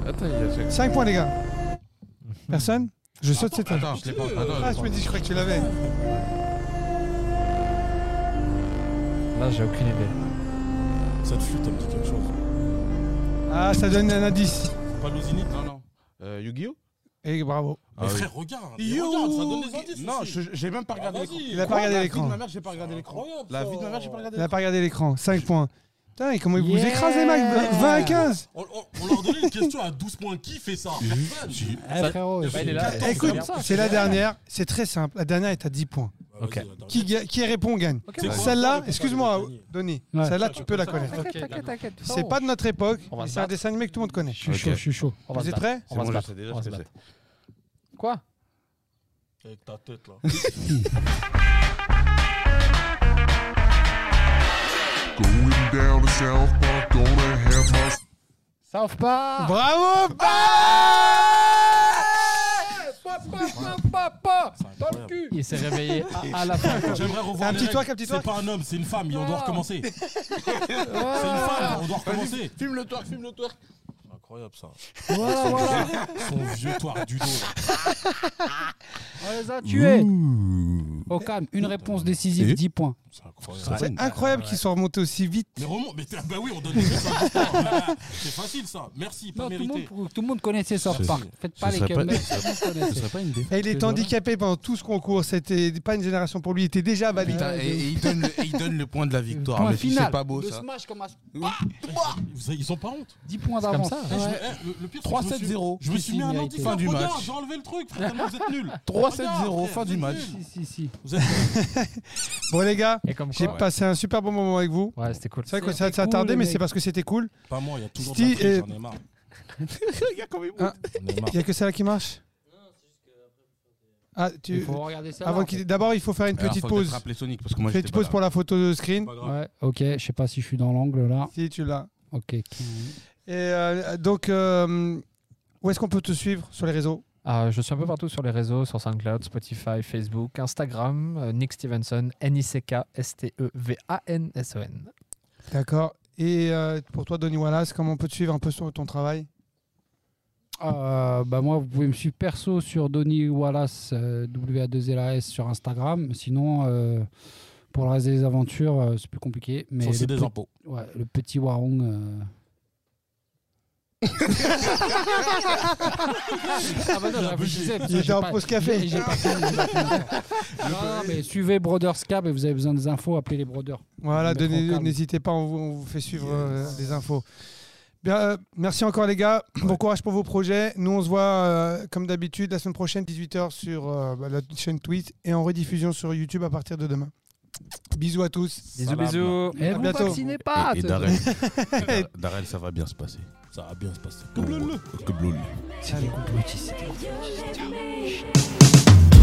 Speaker 10: Attends, il y a
Speaker 3: 5 points, les gars. Personne Je saute cette
Speaker 10: Attends, je l'ai pas.
Speaker 3: Ah, je me dis, je crois que tu l'avais.
Speaker 6: Là, j'ai aucune idée.
Speaker 5: Cette flûte, elle me dit quelque chose.
Speaker 3: Ah, ça donne un indice.
Speaker 5: Pas l'osinite
Speaker 10: Non, non. Euh, Yu-Gi-Oh
Speaker 3: Et bravo.
Speaker 5: Mais
Speaker 10: Ah oui.
Speaker 5: frère, regarde Regarde, ça donne des indices
Speaker 10: Non,
Speaker 5: aussi.
Speaker 10: je- j'ai même pas
Speaker 5: Ah,
Speaker 10: regardé l'écran.
Speaker 5: vas-y.
Speaker 3: Il a pas regardé l'écran.
Speaker 10: La vie de ma mère, j'ai pas regardé l'écran.
Speaker 5: Incroyable,
Speaker 10: La
Speaker 5: ça.
Speaker 10: vie de ma mère, j'ai pas regardé
Speaker 3: Il n'a
Speaker 10: l'écran.
Speaker 3: pas regardé l'écran. 5 points. Putain, et comment ils vous
Speaker 4: Yeah.
Speaker 3: écrasent, les mecs 20 à 15.
Speaker 5: On, on- on leur donnait une question à 12 points, qui fait ça
Speaker 10: Si.
Speaker 4: Eh, frérot,
Speaker 5: Bah, il est là.
Speaker 4: c'est
Speaker 3: Écoute,
Speaker 4: comme ça.
Speaker 3: c'est la dernière. C'est très simple. La dernière est à 10 points.
Speaker 5: Bah, vas-y,
Speaker 6: Ok.
Speaker 5: attends.
Speaker 3: Qui, ga- qui répond gagne.
Speaker 6: Ok,
Speaker 5: C'est
Speaker 6: bah,
Speaker 5: quoi
Speaker 3: Celle-là,
Speaker 5: Pourquoi je
Speaker 3: excuse-moi,
Speaker 5: l'ai gagné
Speaker 3: Donny.
Speaker 4: Ouais.
Speaker 3: Celle-là, tu peux la connaître.
Speaker 6: Ok,
Speaker 4: T'inquiète, t'inquiète,
Speaker 6: d'accord.
Speaker 4: t'inquiète.
Speaker 3: C'est pas de notre époque,
Speaker 6: On va
Speaker 3: mais
Speaker 6: se
Speaker 3: c'est un
Speaker 6: battre.
Speaker 3: dessin animé que tout le monde connaît.
Speaker 4: Je suis
Speaker 10: Ok.
Speaker 4: chaud, je suis chaud.
Speaker 6: on va
Speaker 3: Vous
Speaker 6: se
Speaker 3: êtes
Speaker 6: battre.
Speaker 3: prêts
Speaker 6: On va se
Speaker 10: C'est bon, je
Speaker 6: battre.
Speaker 10: sais déjà
Speaker 6: On va
Speaker 10: ce
Speaker 6: se
Speaker 10: que
Speaker 6: battre. Quoi
Speaker 5: Avec ta tête, là.
Speaker 8: Going down to South Park, gonna have my
Speaker 4: South Park.
Speaker 3: Bravo
Speaker 5: Ah,
Speaker 6: [laughs]
Speaker 4: Dans le cul.
Speaker 6: Il s'est réveillé à, à la fin.
Speaker 5: J'aimerais revoir
Speaker 3: Un
Speaker 5: les
Speaker 3: petit
Speaker 5: règles.
Speaker 3: toit, un petit toit.
Speaker 5: C'est pas un homme, c'est une femme, et on doit
Speaker 10: [laughs]
Speaker 5: recommencer. C'est une femme, on doit recommencer.
Speaker 10: Fume le toit, fume le toit.
Speaker 5: Incroyable, ça.
Speaker 4: Voilà, voilà.
Speaker 5: Son vieux toit du dos, là.
Speaker 4: On les a tués.
Speaker 10: Ouh.
Speaker 4: Au calme, une réponse décisive, 10 points.
Speaker 3: Ah, C'est incroyable qu'ils soient remontés aussi vite.
Speaker 5: Mais remonte, mais t'as- bah oui, on donne des jeux sur le sport. Là, là, C'est facile ça, merci, pas
Speaker 4: Non, tout, le monde,
Speaker 5: mérité.
Speaker 4: pour- tout le monde connaissait South
Speaker 5: Ce-
Speaker 4: Park. Faites pas
Speaker 5: ce
Speaker 4: les
Speaker 5: serait pas-
Speaker 4: cumbucks,
Speaker 5: ce
Speaker 4: tout le monde
Speaker 5: Ce
Speaker 4: connaissait.
Speaker 5: serait pas une idée.
Speaker 3: Et il est handicapé pendant tout ce concours. C'était pas une génération pour lui. Il était déjà valide.
Speaker 10: Putain, et, et il donne le, et il donne le point de la victoire.
Speaker 4: Point
Speaker 10: mais si
Speaker 4: final.
Speaker 10: c'est pas beau
Speaker 4: Le
Speaker 10: ça.
Speaker 4: smash comme un-
Speaker 5: Bah Vous avez- Ils ont pas honte.
Speaker 4: 10 points
Speaker 6: comme
Speaker 4: d'avance.
Speaker 6: ça.
Speaker 5: Eh, je me-
Speaker 4: Ouais.
Speaker 5: eh, le- le pire, c'est que je me suis-
Speaker 10: 3-7-0.
Speaker 5: Je me
Speaker 4: Si,
Speaker 5: suis
Speaker 4: si,
Speaker 5: mis un
Speaker 4: mérité.
Speaker 5: handicap.
Speaker 10: Fin du
Speaker 5: Regarde,
Speaker 10: match.
Speaker 5: J'ai enlevé le truc, frère, tellement vous êtes nuls.
Speaker 10: 3-7-0, fin
Speaker 5: Regarde,
Speaker 10: du
Speaker 5: vous êtes
Speaker 10: match.
Speaker 5: nuls.
Speaker 4: Si, si, si.
Speaker 5: Vous êtes nuls.
Speaker 3: Bon, les gars,
Speaker 6: Et comme
Speaker 3: j'ai
Speaker 6: quoi.
Speaker 3: passé un super bon moment avec vous.
Speaker 6: Ouais, c'était cool.
Speaker 3: C'est vrai que ça
Speaker 4: C'était
Speaker 3: ça a tardé,
Speaker 4: cool,
Speaker 3: mais
Speaker 4: les
Speaker 3: c'est parce que c'était cool.
Speaker 5: Pas moi, il y a toujours de
Speaker 3: Sti-
Speaker 5: la triche,
Speaker 3: euh,
Speaker 5: j'en ai marre. Ah. J'en ai marre.
Speaker 3: Il y a que celle-là qui marche Ah,
Speaker 4: Il
Speaker 3: tu.
Speaker 4: faut regarder ça.
Speaker 3: Avant
Speaker 4: là, en
Speaker 3: qu'il-
Speaker 4: fait.
Speaker 3: D'abord, il faut faire une
Speaker 10: Alors,
Speaker 3: petite
Speaker 10: faut peut-être
Speaker 3: pause.
Speaker 10: rappeler Sonic parce que moi j'étais
Speaker 3: Petite
Speaker 10: pas
Speaker 3: pause
Speaker 10: là.
Speaker 3: pour la photo de screen.
Speaker 5: Pas grave.
Speaker 4: Ouais, ok, je sais pas si je suis dans l'angle là.
Speaker 3: Si tu l'as.
Speaker 4: Ok.
Speaker 3: Et euh, donc, euh, où est-ce qu'on peut te suivre sur les réseaux
Speaker 6: Euh, je suis un peu partout sur les réseaux, sur SoundCloud, Spotify, Facebook, Instagram, euh, Nick Stevenson, E N-I-C-K-S-T-E-V-A-N-S-O-N.
Speaker 3: D'accord. Et euh, pour toi, Donny Wallace, comment on peut te suivre un peu sur ton travail
Speaker 4: Ah, Euh, bah moi, vous pouvez me suivre perso sur Donny Wallace, euh, WA2LAS sur Instagram. Sinon, euh, pour le reste des aventures, euh, c'est plus compliqué. Mais
Speaker 5: Ça, c'est
Speaker 4: le,
Speaker 5: des
Speaker 4: pe-
Speaker 5: impôts.
Speaker 4: ouais, le petit Warong. euh, ah bah non, je réfléchissais, parce que
Speaker 3: Il était
Speaker 4: j'ai
Speaker 3: en
Speaker 4: pas-
Speaker 3: pause café.
Speaker 4: j'ai- j'ai pas fini, j'ai pas fini. Non, non, mais suivez Brothers Cab et vous avez besoin des infos, appelez les Brothers.
Speaker 3: Voilà,
Speaker 4: Mettre au
Speaker 3: donnez-
Speaker 4: calme.
Speaker 3: n'hésitez pas, on vous, on vous fait suivre euh, des infos. Bien, euh, merci encore les gars, bon courage pour vos projets. Nous on se voit euh, comme d'habitude la semaine prochaine 18h sur euh, bah, la chaîne Twitch et en rediffusion sur YouTube à partir de demain. Bisous à tous.
Speaker 6: Bisous,
Speaker 5: Salam.
Speaker 6: bisous.
Speaker 4: Et
Speaker 3: À
Speaker 4: Eh, vous
Speaker 3: bientôt.
Speaker 4: vaccinez pas
Speaker 10: Et, et
Speaker 4: c'est-
Speaker 10: Darrell, Darrell, ça va bien se passer.
Speaker 5: Ça va bien se passer.
Speaker 10: Que bleu.
Speaker 3: Salut.
Speaker 11: You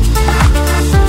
Speaker 11: left me.